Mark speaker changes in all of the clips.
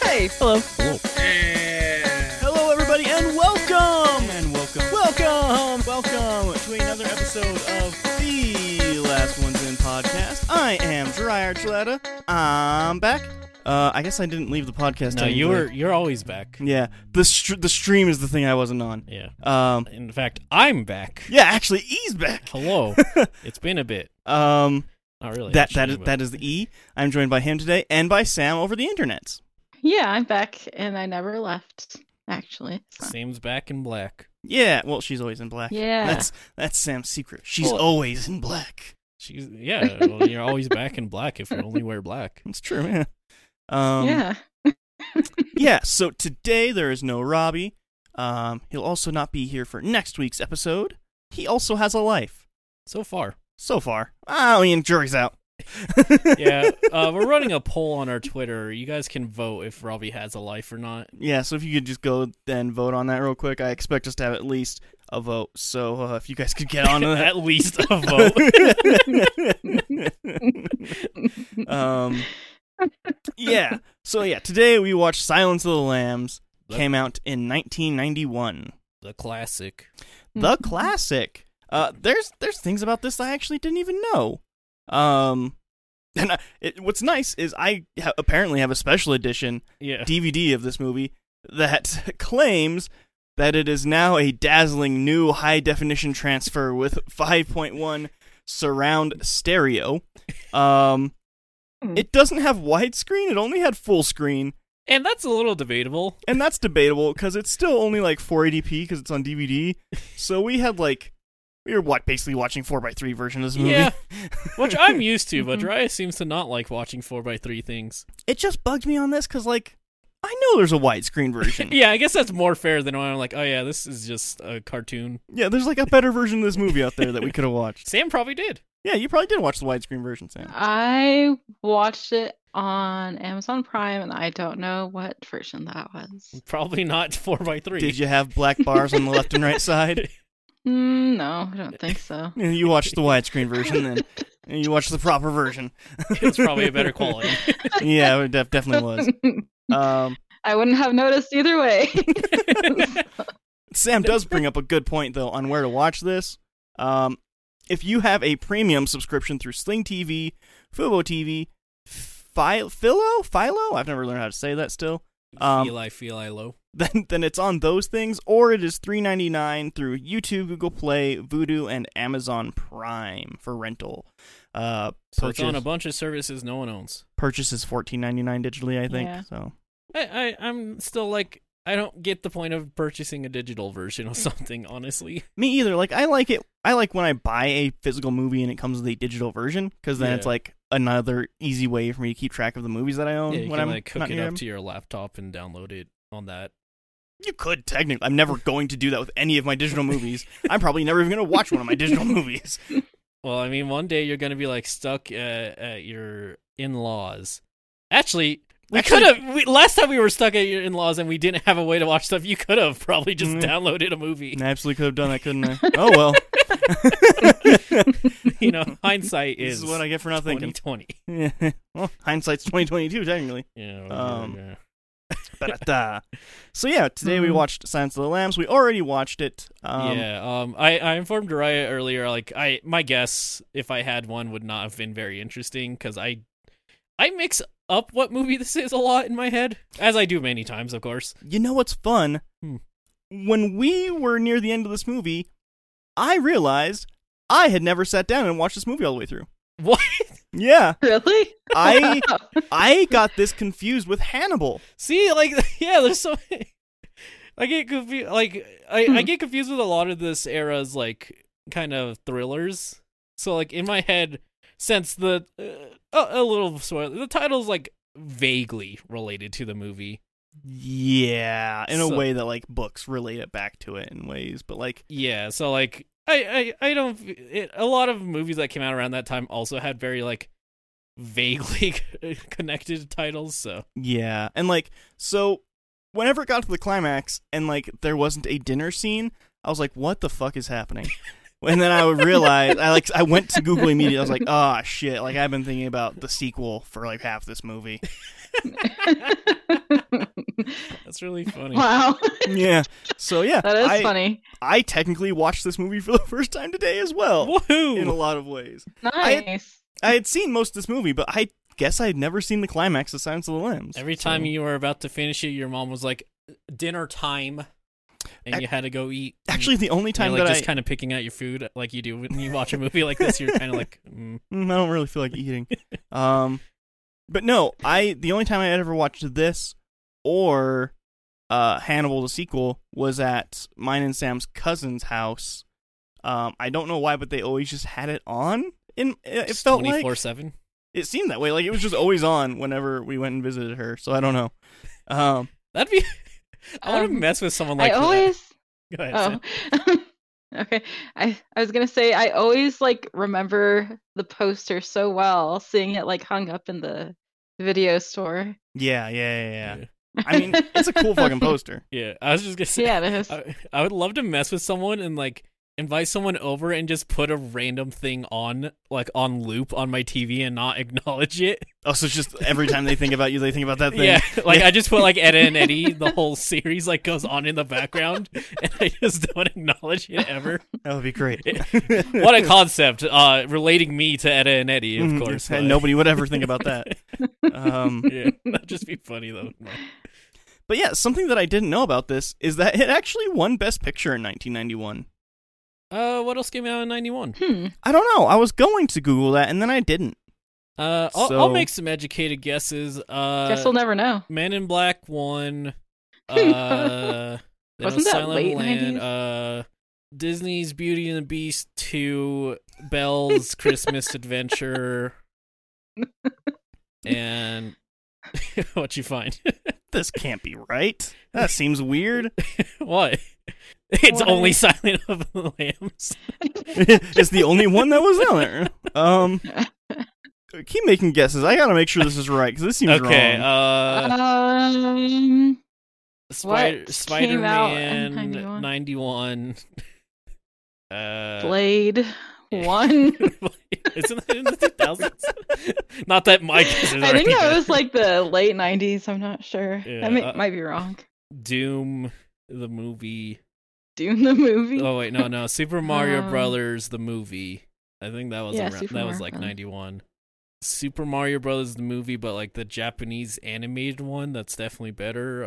Speaker 1: Hey. Hello. Hello, everybody, and welcome.
Speaker 2: And welcome,
Speaker 1: Welcome. Welcome to another episode of the Last Ones In podcast. I am Dryer Chaletta. I'm back. Uh, I guess I didn't leave the podcast.
Speaker 2: No,
Speaker 1: technically.
Speaker 2: you were you're always back.
Speaker 1: Yeah. The str- the stream is the thing I wasn't on.
Speaker 2: Yeah.
Speaker 1: Um.
Speaker 2: In fact, I'm back.
Speaker 1: Yeah. Actually, E's back.
Speaker 2: Hello. it's been a bit.
Speaker 1: Um.
Speaker 2: Not really.
Speaker 1: That that
Speaker 2: actually,
Speaker 1: is,
Speaker 2: but-
Speaker 1: that is the E. I'm joined by him today and by Sam over the internets.
Speaker 3: Yeah, I'm back and I never left, actually. so-
Speaker 2: Sam's back in black.
Speaker 1: Yeah. Well, she's always in black.
Speaker 3: Yeah.
Speaker 1: That's that's Sam's secret. She's
Speaker 2: Well-
Speaker 1: always in black.
Speaker 2: She's yeah. Well, you're always back in black if you only wear black.
Speaker 1: It's true, yeah. Um,
Speaker 3: yeah.
Speaker 1: yeah, So today there is no Robbie. Um, he'll also not be here for next week's episode. He also has a life
Speaker 2: So far,
Speaker 1: so far. Ah, I mean, jury's out.
Speaker 2: yeah. Uh, we're running a poll on our Twitter. You guys can vote if Robbie has a life or not.
Speaker 1: Yeah. So if you could just go and vote on that real quick, I expect us to have at least a vote. So uh, if you guys could get on to that.
Speaker 2: At least a vote.
Speaker 1: vote. um, yeah. So yeah, today we watched Silence of the Lambs. Came out in 1991.
Speaker 2: the classic.
Speaker 1: the classic. Uh, there's there's things about this I actually didn't even know. Um, and I, it, what's nice is I ha- apparently have a special edition
Speaker 2: Yeah.
Speaker 1: DVD of this movie that claims that it is now a dazzling new high definition transfer with 5.1 surround stereo. Um,
Speaker 2: Hmm.
Speaker 1: it doesn't have widescreen; it only had full screen,
Speaker 2: And that's a little debatable.
Speaker 1: and that's debatable because it's still only like 480p because it's on DVD. So we had like we were what basically watching four by three version of this movie.
Speaker 2: Yeah. Which I'm used to, but
Speaker 3: Mhm.
Speaker 2: Darius seems to not like watching 4x3 things.
Speaker 1: It just bugged me on this because like I know there's a widescreen version.
Speaker 2: Yeah, I guess that's more fair than when I'm like, oh yeah, this is just a cartoon.
Speaker 1: Yeah, there's like a better version of this movie out there that we could have watched.
Speaker 2: Sam probably did.
Speaker 1: Yeah, you probably did watch the widescreen version, Sam.
Speaker 3: I watched it on Amazon Prime and I don't know what version that was.
Speaker 2: Probably not four by three.
Speaker 1: Did you have black bars on the left and right side?
Speaker 3: Mm, no, I don't think so.
Speaker 1: Yeah, You watched the widescreen version then. And you watched the proper version.
Speaker 2: It was probably a better quality.
Speaker 1: Yeah, it def- definitely was. Um,
Speaker 3: I wouldn't have noticed either way.
Speaker 1: Sam does bring up a good point though on where to watch this. Um, if you have a premium subscription through Sling TV, Fubo TV, Phi- Philo, Philo, I've never learned how to say that still. Um,
Speaker 2: Eli, feel I low.
Speaker 1: then then it's on those things, or it is three ninety nine through YouTube, Google Play, Vudu, and Amazon Prime for rental. Uh,
Speaker 2: So it's
Speaker 1: purchase
Speaker 2: on a bunch of services no one owns.
Speaker 1: purchase is fourteen ninety nine digitally, I think.
Speaker 3: Yeah.
Speaker 1: So
Speaker 2: I, I I'm still like I don't get the point of purchasing a digital version of something. Honestly,
Speaker 1: Me either. Like I like it. I like when I buy a physical movie and it comes with a digital version because then it's
Speaker 2: Yeah.
Speaker 1: like another easy way for me to keep track of the movies that I own
Speaker 2: yeah, you
Speaker 1: Um, when
Speaker 2: can
Speaker 1: I'm
Speaker 2: like hook
Speaker 1: not
Speaker 2: it
Speaker 1: near
Speaker 2: up
Speaker 1: them.
Speaker 2: to your laptop and download it on that.
Speaker 1: You could technically. I'm never going to do that with any of my digital movies. I'm probably never even going to watch one of my digital movies.
Speaker 2: Well, I mean, one day you're gonna be like stuck uh, at your in-laws. Actually. We could
Speaker 1: Actually-
Speaker 2: have. We, last time we were stuck at your in-laws and we didn't have a way to watch stuff, you could have probably just
Speaker 1: Mm.
Speaker 2: downloaded a movie.
Speaker 1: And I absolutely could have done that, couldn't I? Oh well.
Speaker 2: you know, hindsight
Speaker 1: this
Speaker 2: is,
Speaker 1: is what I get for not thinking.
Speaker 2: 2020.
Speaker 1: Yeah. well, hindsight's 2022 technically.
Speaker 2: Yeah,
Speaker 1: Um,
Speaker 2: yeah.
Speaker 1: Ba-da-da. so yeah, today we
Speaker 3: Mhm.
Speaker 1: watched Silence of the Lambs. We already watched it. Um,
Speaker 2: Hmm. yeah. Um, I, I informed Raya earlier. Like, I my guess if I had one would not have been very interesting because I I mix up what movie this is a lot in my head, as I do many times, of course.
Speaker 1: You know what's fun?
Speaker 2: Hmm.
Speaker 1: When we were near the end of this movie, I realized I had never sat down and watched this movie all the way through.
Speaker 2: What?
Speaker 1: Yeah,
Speaker 3: really?
Speaker 1: I I got this confused with Hannibal.
Speaker 2: See, like, yeah, there's so. many- I get confused. Like, I, I get confused with a lot of this era's like kind of thrillers. So, like in my head, since the uh, a, a little spoiler, the title's like vaguely related to the movie.
Speaker 1: Yeah, in a
Speaker 2: So-
Speaker 1: way that like books relate it back to it in ways, but like
Speaker 2: Yeah, so like I I I don't it, a lot of movies that came out around that time also had very like vaguely connected titles. So
Speaker 1: yeah, and like so whenever it got to the climax and like there wasn't a dinner scene, I was like what the fuck is happening? and then I would realize I like I went to Google immediately. I was like, oh shit! Like I've been thinking about the sequel for like half this movie.
Speaker 2: That's really funny.
Speaker 3: wow,
Speaker 1: Yeah. So yeah,
Speaker 3: that is
Speaker 1: I,
Speaker 3: funny.
Speaker 1: I technically watched this movie for the first time today as well. In a
Speaker 2: Woohoo!
Speaker 1: lot of ways,
Speaker 3: Nice.
Speaker 1: I had seen most of this movie, but I guess I had never seen the climax of Silence of the Lambs.
Speaker 2: Every
Speaker 1: So-
Speaker 2: time you were about to finish it, your mom was like, "Dinner time," and
Speaker 1: Ac-
Speaker 2: you had to go eat. And
Speaker 1: actually, the only
Speaker 2: you're
Speaker 1: time
Speaker 2: like
Speaker 1: that
Speaker 2: just
Speaker 1: I
Speaker 2: kind of picking out your food like you do when you watch a movie like this. You're kind of like, mm.
Speaker 1: Mm, I don't really feel like eating. um, but no, I the only time I had ever watched this or uh, Hannibal the sequel was at mine and Sam's cousin's house. Um, I don't know why, but they always just had it on. In it
Speaker 2: Just
Speaker 1: felt like
Speaker 2: 24/7.
Speaker 1: it seemed that way. Like it was just always on whenever we went and visited her. So I don't know. Um,
Speaker 2: That'd be. I want to
Speaker 3: Um,
Speaker 2: mess with someone like
Speaker 3: I
Speaker 2: that.
Speaker 3: always.
Speaker 2: Go ahead, Sam.
Speaker 3: Oh. okay. I, I was gonna say I always like remember the poster so well, seeing it like hung up in the video store.
Speaker 1: yeah, yeah, yeah, yeah. I mean, it's a cool fucking poster.
Speaker 2: Yeah, I was just gonna say.
Speaker 3: yeah, it is.
Speaker 2: I, I would love to mess with someone and like invite someone over and just put a random thing on like on loop on my TV and not acknowledge it.
Speaker 1: Oh, so it's just every time they think about you, they think about that thing.
Speaker 2: Yeah, like I just put like Edda and Eddie, the whole series like goes on in the background, and I just don't acknowledge it ever.
Speaker 1: That would be great.
Speaker 2: What a concept! Mm-hmm. Uh, relating me to Edda and Eddie, of
Speaker 1: Mhm.
Speaker 2: course.
Speaker 1: And
Speaker 2: but-
Speaker 1: nobody would ever think about that. um,
Speaker 2: Yeah, that'd just be funny though.
Speaker 1: but yeah, something that I didn't know about this is that it actually won Best Picture in 1991.
Speaker 2: Uh, what else came out in '91?
Speaker 3: Hmm.
Speaker 1: I don't know. I was going to Google that, and then I didn't.
Speaker 2: Uh, I'll,
Speaker 1: So-
Speaker 2: I'll make some educated guesses. Uh,
Speaker 3: Guess we'll never know.
Speaker 2: Man in Black one. Uh, then
Speaker 3: Wasn't that
Speaker 2: Silent
Speaker 3: late
Speaker 2: Land,
Speaker 3: 90s?
Speaker 2: uh, Disney's Beauty and the Beast two, Belle's Christmas Adventure, and what you find?
Speaker 1: This can't be right. That seems weird.
Speaker 2: what? It's
Speaker 3: What?
Speaker 2: only Silent of the Lambs.
Speaker 1: it's the only one that was on there. Um, keep making guesses. I gotta make sure this is right because this seems
Speaker 2: Okay,
Speaker 1: wrong.
Speaker 2: uh,
Speaker 3: um,
Speaker 2: Spider
Speaker 3: came
Speaker 2: Spider
Speaker 3: out in
Speaker 2: Man
Speaker 3: 91?
Speaker 2: ninety one. Uh,
Speaker 3: Blade one.
Speaker 2: isn't that in the two thousands? Not that my
Speaker 3: I
Speaker 2: guess is
Speaker 3: think
Speaker 2: already
Speaker 3: that
Speaker 2: good.
Speaker 3: was like the late '90s. I'm not sure.
Speaker 2: Yeah,
Speaker 3: I may,
Speaker 2: uh,
Speaker 3: might be wrong.
Speaker 2: Doom the movie.
Speaker 3: Doom the movie.
Speaker 2: Oh wait, no, no. Super Mario
Speaker 3: Um,
Speaker 2: Brothers the movie. I think that was
Speaker 3: Yeah,
Speaker 2: around, that
Speaker 3: Super
Speaker 2: was
Speaker 3: Mario
Speaker 2: like
Speaker 3: Brothers.
Speaker 2: 91. Super Mario Brothers the movie, but like the Japanese animated one, that's definitely better.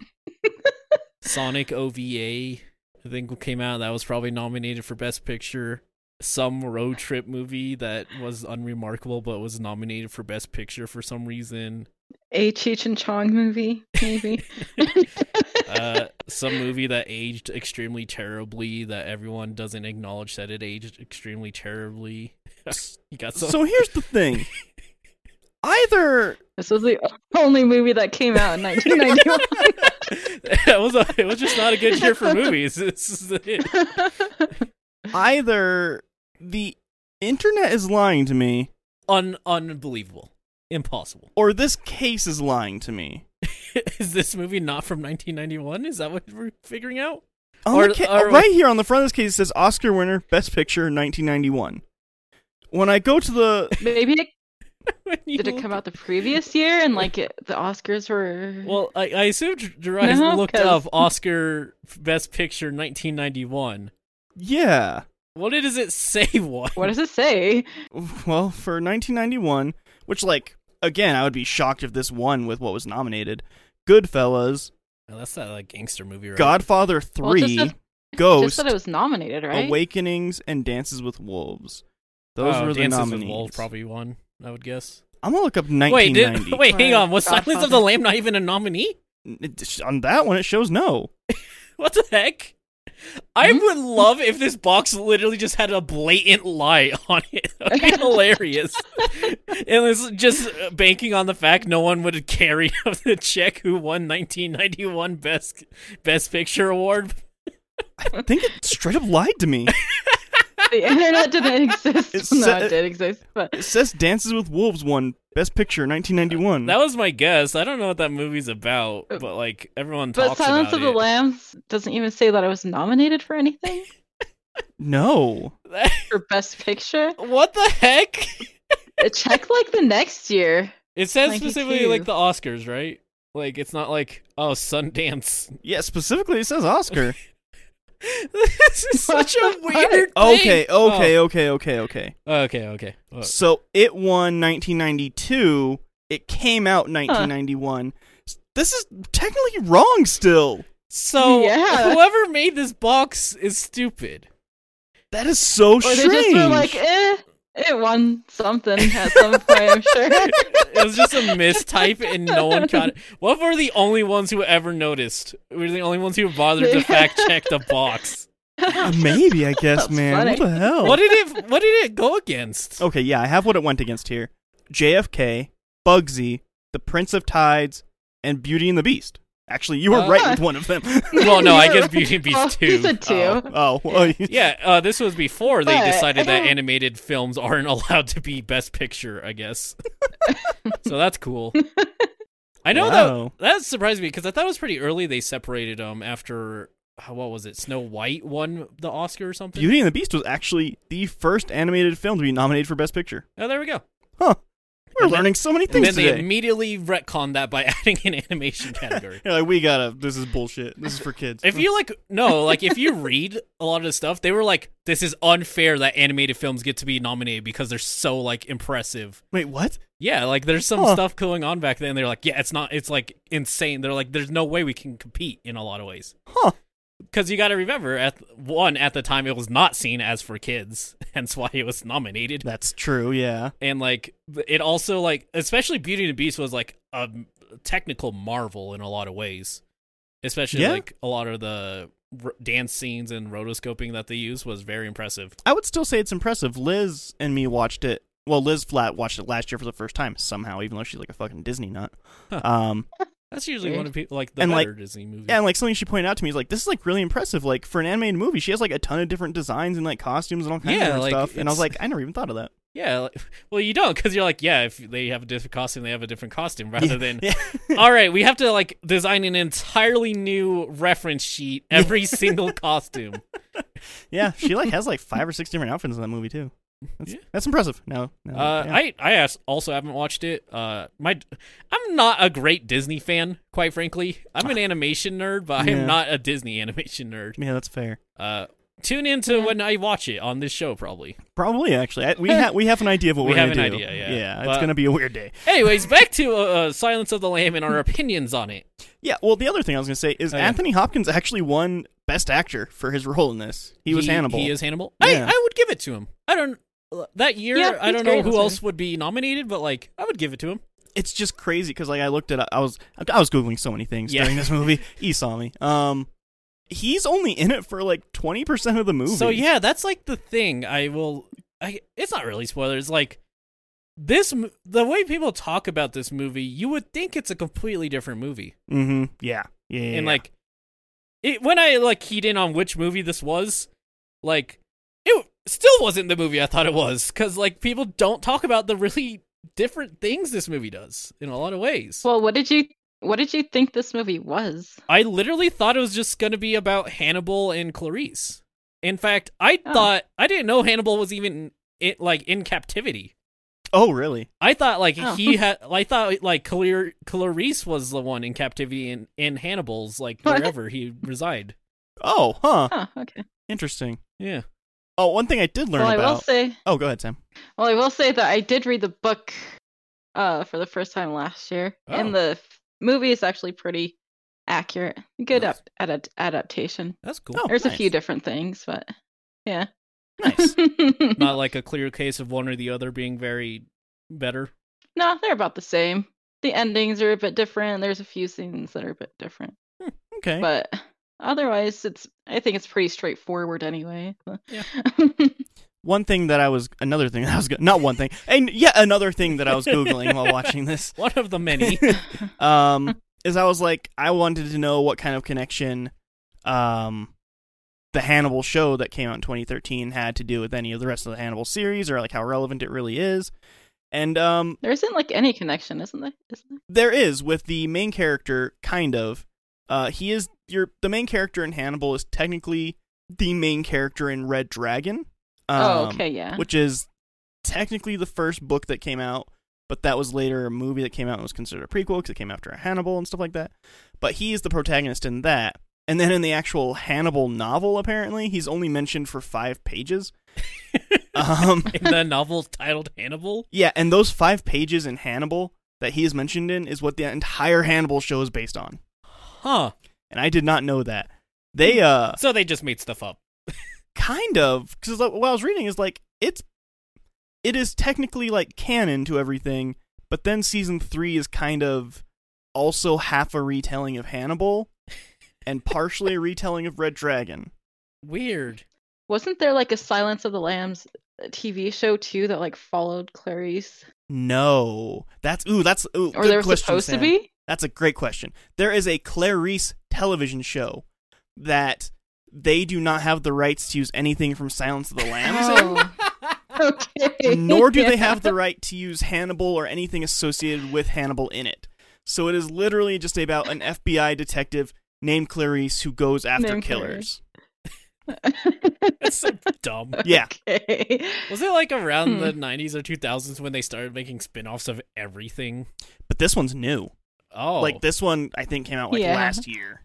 Speaker 2: Uh Sonic OVA I think came out. That was probably nominated for best picture. Some road trip movie that was unremarkable but was nominated for best picture for some reason.
Speaker 3: A Cheech and Chong movie, maybe.
Speaker 2: uh, some movie that aged extremely terribly that everyone doesn't acknowledge that it aged extremely terribly. you got some.
Speaker 1: so here's the thing. Either
Speaker 3: this was the only movie that came out in 1991.
Speaker 2: it was a, it was just not a good year for movies. This is it.
Speaker 1: either the internet is lying to me
Speaker 2: Un unbelievable, impossible.
Speaker 1: or this case is lying to me.
Speaker 2: is this movie not from 1991? Is that what we're figuring out?
Speaker 1: On
Speaker 2: Or-
Speaker 1: the ca-
Speaker 2: or-
Speaker 1: right here on the front of this case it says Oscar winner, Best Picture, 1991. When I go to the
Speaker 3: maybe it,
Speaker 2: When you
Speaker 3: did it
Speaker 2: look-
Speaker 3: come out the previous year and like it, the Oscars were.
Speaker 2: Well, I, I assume Darius
Speaker 3: No,
Speaker 2: looked
Speaker 3: 'cause-
Speaker 2: up Oscar Best Picture 1991.
Speaker 1: yeah,
Speaker 2: What does it say? What?
Speaker 3: what does it say?
Speaker 1: well for 1991, which like again I would be shocked if this won with what was nominated. Goodfellas,
Speaker 2: Oh, that's that like gangster movie, right?
Speaker 1: Godfather
Speaker 3: Well, it just
Speaker 1: Three,
Speaker 3: said- Just
Speaker 1: Ghost,
Speaker 3: that it was nominated, right?
Speaker 1: Awakenings, and Dances with Wolves. Those
Speaker 2: Oh,
Speaker 1: were the
Speaker 2: Dances with
Speaker 1: nominees.
Speaker 2: Wolves probably won, I would guess.
Speaker 1: I'm gonna look up
Speaker 2: Wait, did,
Speaker 1: 1990.
Speaker 2: wait, hang on. Was
Speaker 3: Right.
Speaker 2: Silence of the Lamb not even a nominee?
Speaker 1: It- on that one, it shows no.
Speaker 2: What the heck? I
Speaker 3: Hmm?
Speaker 2: would love if this box literally just had a blatant lie on it. That'd be hilarious. and it's just uh, banking on the fact no one would carry up the check who won 1991 Best Best Picture Award.
Speaker 1: I think it straight up lied to me.
Speaker 3: the internet didn't exist.
Speaker 1: It
Speaker 3: no,
Speaker 1: said-
Speaker 3: it did exist, but
Speaker 1: It says Dances with Wolves won Best Picture 1991.
Speaker 2: That was my guess. I don't know what that movie's about, but like everyone
Speaker 3: Uh, but
Speaker 2: talks
Speaker 3: Silence
Speaker 2: about
Speaker 3: of the
Speaker 2: it.
Speaker 3: Lambs doesn't even say that it was nominated for anything.
Speaker 1: No.
Speaker 3: for Best Picture.
Speaker 2: what the heck?
Speaker 3: Check like the next year.
Speaker 2: It says
Speaker 3: 92.
Speaker 2: specifically like the Oscars, right? Like it's not like oh Sundance.
Speaker 1: Yeah, specifically it says Oscar.
Speaker 2: this is such a
Speaker 3: What?
Speaker 2: weird. thing.
Speaker 1: okay, okay, okay, okay, okay.
Speaker 2: Oh, okay, okay. Oh,
Speaker 1: So it won 1992. It came out 1991. S- This is technically wrong still.
Speaker 2: So
Speaker 3: Yeah.
Speaker 2: whoever made this box is stupid.
Speaker 1: That is so
Speaker 3: Or
Speaker 1: Oh, strange.
Speaker 3: they just were like, eh, it won something at some point, I'm sure.
Speaker 2: It was just a mistype, and no one caught it. What if we're the only ones who ever noticed? We're the only ones who bothered to
Speaker 3: Yeah.
Speaker 2: fact check the box.
Speaker 1: Uh, Maybe I guess,
Speaker 3: That's
Speaker 1: man. What
Speaker 3: funny.
Speaker 1: the hell?
Speaker 2: What did it? What did it go against?
Speaker 1: Okay, yeah, I have what it went against here. JFK, Bugsy, The Prince of Tides, and Beauty and the Beast. Actually, you were
Speaker 3: Uh-huh.
Speaker 2: Uh.
Speaker 1: right with one of them.
Speaker 2: Well, no, I
Speaker 3: You're
Speaker 2: guess
Speaker 3: right.
Speaker 2: Beauty and Beast
Speaker 3: Oh,
Speaker 2: two.
Speaker 3: He said two.
Speaker 2: Oh.
Speaker 1: oh, well, you-
Speaker 2: Yeah, uh, this was before they
Speaker 3: But-
Speaker 2: decided that animated films aren't allowed to be Best Picture, I guess. so that's cool. I know
Speaker 1: Wow.
Speaker 2: that that surprised me because I thought it was pretty early they separated them after uh, what was it? Snow White won the Oscar or something.
Speaker 1: Beauty and the Beast was actually the first animated film to be nominated for Best Picture.
Speaker 2: oh, there we go.
Speaker 1: Huh. We're
Speaker 2: And then-
Speaker 1: learning so many
Speaker 2: And
Speaker 1: things
Speaker 2: then they
Speaker 1: today.
Speaker 2: immediately retconned that by adding an animation category.
Speaker 1: You're like, we gotta. This is bullshit. This is for kids.
Speaker 2: If you like, no, like if you read a lot of the stuff, they were like, "This is unfair that animated films get to be nominated because they're so like impressive."
Speaker 1: Wait, what?
Speaker 2: Yeah, like there's some
Speaker 1: Huh.
Speaker 2: stuff going on back then. They're like, yeah, it's not, it's like insane. They're like, there's no way we can compete in a lot of ways.
Speaker 1: Huh.
Speaker 2: Because you got to remember, at one at the time, it was not seen as for kids, hence why it was nominated.
Speaker 1: That's true. Yeah.
Speaker 2: And like, it also like, especially Beauty and the Beast was like a technical marvel in a lot of ways. Especially
Speaker 1: Yeah.
Speaker 2: like a lot of the r- dance scenes and rotoscoping that they used was very impressive.
Speaker 1: I would still say it's impressive. Liz and me watched it. Well, Liz Flat watched it last year for the first time somehow, even though she's like a fucking Disney nut.
Speaker 2: Huh.
Speaker 1: Um,
Speaker 2: That's usually
Speaker 3: Weird.
Speaker 2: one of people like the
Speaker 1: And, like-
Speaker 2: better Disney movies.
Speaker 1: Yeah, and like something she pointed out to me is like this is like really impressive. Like for an animated movie, she has like a ton of different designs and like costumes and all kinds
Speaker 2: Yeah,
Speaker 1: of different
Speaker 2: like,
Speaker 1: stuff. And I
Speaker 2: it's-
Speaker 1: was like, I never even thought of that.
Speaker 2: Yeah, like, well, you don't because you're like, yeah, if they have a different costume, they have a different costume rather
Speaker 1: Yeah,
Speaker 2: than,
Speaker 1: yeah.
Speaker 2: all right, we have to like design an entirely new reference sheet every single costume.
Speaker 1: yeah, she like has like five or six different outfits in that movie too. That's,
Speaker 2: Yeah.
Speaker 1: that's impressive. No, no,
Speaker 2: Uh,
Speaker 1: Oh, yeah.
Speaker 2: I I as- also haven't watched it. Uh, my I'm not a great Disney fan, quite frankly. I'm an animation nerd, but
Speaker 1: Yeah.
Speaker 2: I'm not a Disney animation nerd.
Speaker 1: yeah, that's fair.
Speaker 2: Uh, tune in to when I watch it on this show, probably.
Speaker 1: Probably actually, I, we have we have an idea of what
Speaker 2: We
Speaker 1: are
Speaker 2: have
Speaker 1: gonna
Speaker 2: an
Speaker 1: do.
Speaker 2: idea, yeah.
Speaker 1: it's
Speaker 2: But-
Speaker 1: gonna be a weird day.
Speaker 2: Anyways, back to uh, uh, Silence of the Lamb and our opinions on it.
Speaker 1: Yeah. Well, the other thing I was gonna say is
Speaker 2: Oh, yeah.
Speaker 1: Anthony Hopkins actually won Best Actor for his role in this. He was Hannibal.
Speaker 2: He is Hannibal.
Speaker 1: Yeah.
Speaker 2: I, I would give it to him. I don't uh, that year.
Speaker 3: Yeah,
Speaker 2: I
Speaker 3: he's
Speaker 2: don't know
Speaker 3: great,
Speaker 2: who
Speaker 3: isn't
Speaker 2: else would be nominated, but like I would give it to him.
Speaker 1: it's just crazy because like I looked at I was I was googling so many things
Speaker 2: Yeah.
Speaker 1: during this movie. He saw me. Um, he's only in it for like twenty percent of the movie.
Speaker 2: So yeah, that's like the thing. I will. I it's not really spoilers. Like this, m- the way people talk about this movie, you would think it's a completely different movie,
Speaker 1: mm-hmm. yeah, yeah, yeah,
Speaker 2: and
Speaker 1: yeah.
Speaker 2: like it when I like keyed in on which movie this was, like it still wasn't the movie I thought it was because like people don't talk about the really different things this movie does in a lot of ways.
Speaker 3: Well, what did you what did you think this movie was?
Speaker 2: I literally thought it was just going to be about Hannibal and Clarice. In fact, I
Speaker 3: Oh.
Speaker 2: thought I didn't know Hannibal was even it, like in captivity.
Speaker 1: oh really?
Speaker 2: I thought like
Speaker 3: Oh.
Speaker 2: he had. I thought like Clar- Clarice was the one in captivity in, in Hannibal's like
Speaker 3: What?
Speaker 2: wherever he reside.
Speaker 1: Oh, huh?
Speaker 3: Huh, okay.
Speaker 1: Interesting.
Speaker 2: Yeah.
Speaker 1: Oh, one thing I did learn
Speaker 3: Well, I will
Speaker 1: about.
Speaker 3: say
Speaker 1: Oh, go ahead, Sam.
Speaker 3: well, I will say that I did read the book uh for the first time last year.
Speaker 2: Oh.
Speaker 3: And the f- movie is actually pretty accurate. Good
Speaker 2: Nice.
Speaker 3: up adapt- adaptation.
Speaker 2: That's cool.
Speaker 1: Oh,
Speaker 3: There's a
Speaker 1: nice.
Speaker 3: few different things, but yeah.
Speaker 1: Nice.
Speaker 2: Not like a clear case of one or the other being very better.
Speaker 3: no, they're about the same. The endings are a bit different. There's a few scenes that are a bit different.
Speaker 1: Okay.
Speaker 3: But otherwise it's I think it's pretty straightforward anyway.
Speaker 2: Yeah.
Speaker 1: one thing that I was another thing that I was go- not one thing and yet another thing that I was googling while watching this
Speaker 2: One of the many.
Speaker 1: um, is I was like, I wanted to know what kind of connection um, the Hannibal show that came out in 2013 had to do with any of the rest of the Hannibal series, or like how relevant it really is. And um,
Speaker 3: There isn't like any connection, isn't there? Isn't there?
Speaker 1: there is with the main character, kind of. Uh, he is your the main character in Hannibal is technically the main character in Red Dragon. Um,
Speaker 3: oh, okay, yeah.
Speaker 1: Which is technically the first book that came out, but that was later a movie that came out and was considered a prequel because it came after Hannibal and stuff like that. But he is the protagonist in that. And then in the actual Hannibal novel, apparently, he's only mentioned for five pages. um,
Speaker 2: in the novel titled Hannibal.
Speaker 1: yeah, and those five pages in Hannibal that he is mentioned in is what the entire Hannibal show is based on.
Speaker 2: Huh.
Speaker 1: And I did not know that. They,
Speaker 3: Hmm.
Speaker 1: uh,
Speaker 2: So they just made stuff up.
Speaker 1: kind of because what I was reading is like it's it is technically like canon to everything, but then season three is kind of also half a retelling of Hannibal and partially a retelling of Red Dragon.
Speaker 2: Weird.
Speaker 3: Wasn't there like a Silence of the Lambs TV show too that like followed Clarice?
Speaker 1: No, that's ooh, that's ooh,
Speaker 3: Or
Speaker 1: good
Speaker 3: there was
Speaker 1: question,
Speaker 3: supposed
Speaker 1: Sam.
Speaker 3: to be?
Speaker 1: That's a great question. There is a Clarice television show that they do not have the rights to use anything from Silence of the Lambs in.
Speaker 3: Oh, okay.
Speaker 1: nor do they
Speaker 3: Yeah.
Speaker 1: have the right to use Hannibal or anything associated with Hannibal in it. So it is literally just about an FBI detective named Clarice who goes after
Speaker 3: Named
Speaker 1: killers.
Speaker 2: That's so dumb.
Speaker 1: Yeah.
Speaker 3: Okay.
Speaker 2: Was it like
Speaker 3: Hmm.
Speaker 2: around the 90s or 2000s when they started making spin-offs of everything?
Speaker 1: But this one's new.
Speaker 2: Oh.
Speaker 1: Like this one I think came out like
Speaker 3: Yeah.
Speaker 1: last year.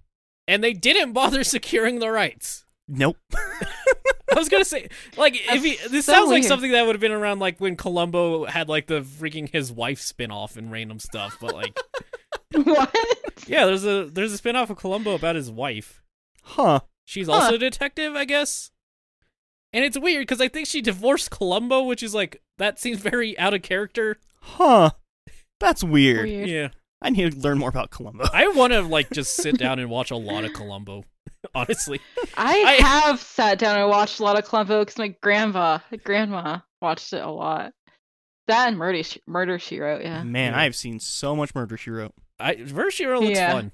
Speaker 2: and they didn't bother securing the rights.
Speaker 1: Nope.
Speaker 2: I was going to say like if he,
Speaker 3: That's
Speaker 2: this
Speaker 3: so
Speaker 2: sounds like
Speaker 3: weird.
Speaker 2: something that would have been around like when Columbo had like the freaking his wife spin-off and random stuff, but like
Speaker 3: What?
Speaker 2: yeah, there's a there's a spin-off of Columbo about his wife.
Speaker 1: Huh.
Speaker 2: She's
Speaker 3: Huh.
Speaker 2: also a detective, I guess. And it's weird cuz I think she divorced Columbo, which is like that seems very out of character.
Speaker 1: Huh. That's weird.
Speaker 3: Weird.
Speaker 2: Yeah.
Speaker 1: I need to learn more about Columbo.
Speaker 2: I want to like just sit down and watch a lot of Columbo, honestly.
Speaker 3: I,
Speaker 2: I-
Speaker 3: have sat down and watched a lot of Columbo because my grandma, grandma watched it a lot. That and Murder, She- Murder She Wrote, yeah.
Speaker 1: Man,
Speaker 2: Yeah.
Speaker 1: I have seen so much Murder She Wrote.
Speaker 2: I Vershiro looks
Speaker 3: Yeah.
Speaker 2: fun.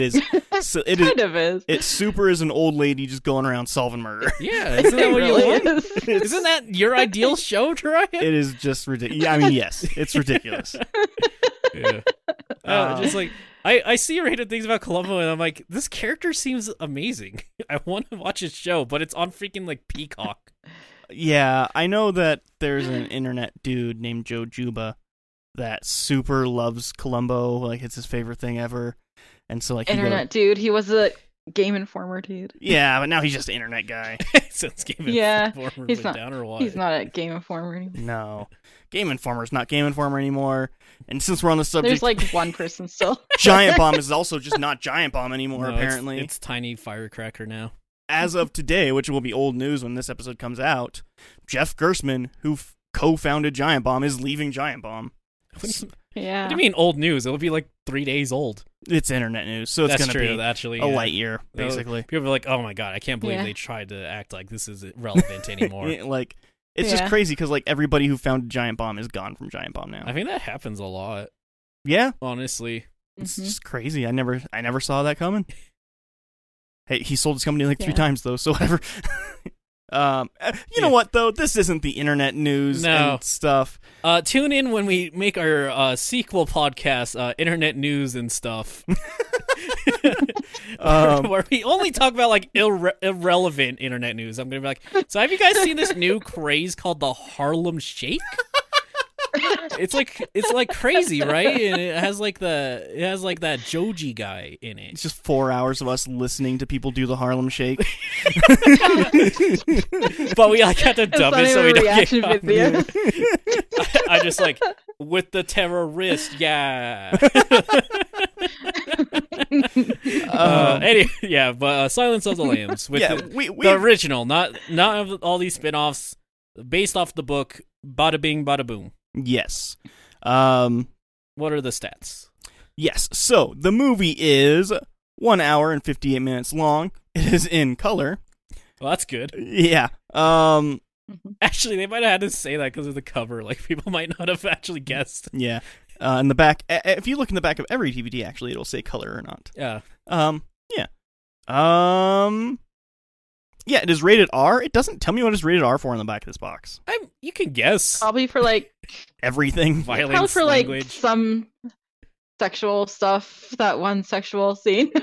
Speaker 1: is so it is
Speaker 3: kind of is.
Speaker 1: it super is an old lady just going around solving murder.
Speaker 2: Yeah, isn't that
Speaker 3: It
Speaker 2: what
Speaker 3: really
Speaker 2: you want?
Speaker 3: is.
Speaker 2: Isn't that your ideal show, Tariah?
Speaker 1: It is just ridiculous. Yeah, I mean, yes, it's ridiculous.
Speaker 2: yeah. Uh,
Speaker 1: Um,
Speaker 2: just like I, I see rated things about Columbo, and I'm like, this character seems amazing. I want to watch his show, but it's on freaking like Peacock.
Speaker 1: Yeah, I know that there's an internet dude named Joe Juba that super loves Columbo, like it's his favorite thing ever. And so like he
Speaker 3: Internet dude. He was a Game Informer dude.
Speaker 1: Goes, yeah, but now he's just an internet guy.
Speaker 2: Since Game
Speaker 3: Yeah,
Speaker 2: Informer
Speaker 3: he's not-
Speaker 2: went down or what?
Speaker 3: He's not a Game Informer anymore.
Speaker 1: No. Game Informer's not Game Informer anymore. And since we're on the subject
Speaker 3: There's like one person still.
Speaker 1: Giant Bomb is also just not Giant Bomb
Speaker 2: No,
Speaker 1: anymore
Speaker 2: it's-
Speaker 1: apparently.
Speaker 2: it's, tiny firecracker now.
Speaker 1: As of today, which will be old news when this episode comes out, Jeff Gersman, who f- co-founded Giant Bomb is leaving Giant Bomb.
Speaker 2: What do, you,
Speaker 3: Yeah.
Speaker 2: what do you mean old news? It'll be like three days old.
Speaker 1: It's internet news, so it's
Speaker 2: That's
Speaker 1: going to
Speaker 2: true.
Speaker 1: be
Speaker 2: actually,
Speaker 1: a
Speaker 2: yeah.
Speaker 1: light year
Speaker 2: That'll-
Speaker 1: basically.
Speaker 2: People are like, oh my god, I can't believe
Speaker 3: Yeah.
Speaker 2: they tried to act like this is relevant anymore.
Speaker 1: Yeah, like it's just
Speaker 3: Yeah.
Speaker 1: crazy because like everybody who founded Giant Bomb is gone from Giant Bomb now.
Speaker 2: I think that happens a lot,
Speaker 1: yeah,
Speaker 2: honestly.
Speaker 1: it's
Speaker 3: Mhm.
Speaker 1: just crazy. I never, I never saw that coming. Hey, he sold his company like three
Speaker 3: Yeah.
Speaker 1: times though, so whatever. um, uh, you know
Speaker 2: Yeah.
Speaker 1: what though? This isn't the internet news
Speaker 2: No.
Speaker 1: and stuff.
Speaker 2: Uh, tune in when we make our uh, sequel podcast, uh, internet news and stuff,
Speaker 1: Um,
Speaker 2: where we only talk about like irre- irrelevant internet news. I'm gonna be like, so have you guys seen this new craze called the Harlem Shake? It's like it's like crazy, right? And it has like the it has like that Joji guy in
Speaker 1: It's
Speaker 2: it.
Speaker 1: just four hours of us listening to people do the Harlem Shake.
Speaker 2: But we like had to
Speaker 3: It's
Speaker 2: dub
Speaker 3: not
Speaker 2: it
Speaker 3: even
Speaker 2: so we
Speaker 3: a
Speaker 2: don't get
Speaker 3: reaction
Speaker 2: copyright.
Speaker 3: video.
Speaker 2: I just like with the terrorist, yeah. uh,
Speaker 1: Um,
Speaker 2: any, yeah, but uh, Silence of the Lambs with
Speaker 1: yeah,
Speaker 2: the,
Speaker 1: we we
Speaker 2: the original, not not of all these spin-offs based off the book. Bada bing, bada boom.
Speaker 1: yes, um,
Speaker 2: What are the stats?
Speaker 1: yes. So the movie is one hour and fifty eight minutes long. It is in color.
Speaker 2: Well, that's good.
Speaker 1: Yeah. Um.
Speaker 2: Actually, they might have had to say that because of the cover. Like people might not have actually guessed.
Speaker 1: Yeah. Uh, in the back, a- a- if you look in the back of every DVD, actually, it'll say color or not.
Speaker 2: Yeah,
Speaker 1: Um. Yeah. Um. Yeah, it is rated R. It doesn't tell me what it's rated R for in the back of this box.
Speaker 2: I'm. You can guess.
Speaker 3: Probably for like
Speaker 1: Everything.
Speaker 3: probably
Speaker 2: Violence
Speaker 3: for Um, like
Speaker 2: language.
Speaker 3: some sexual stuff, that one sexual scene.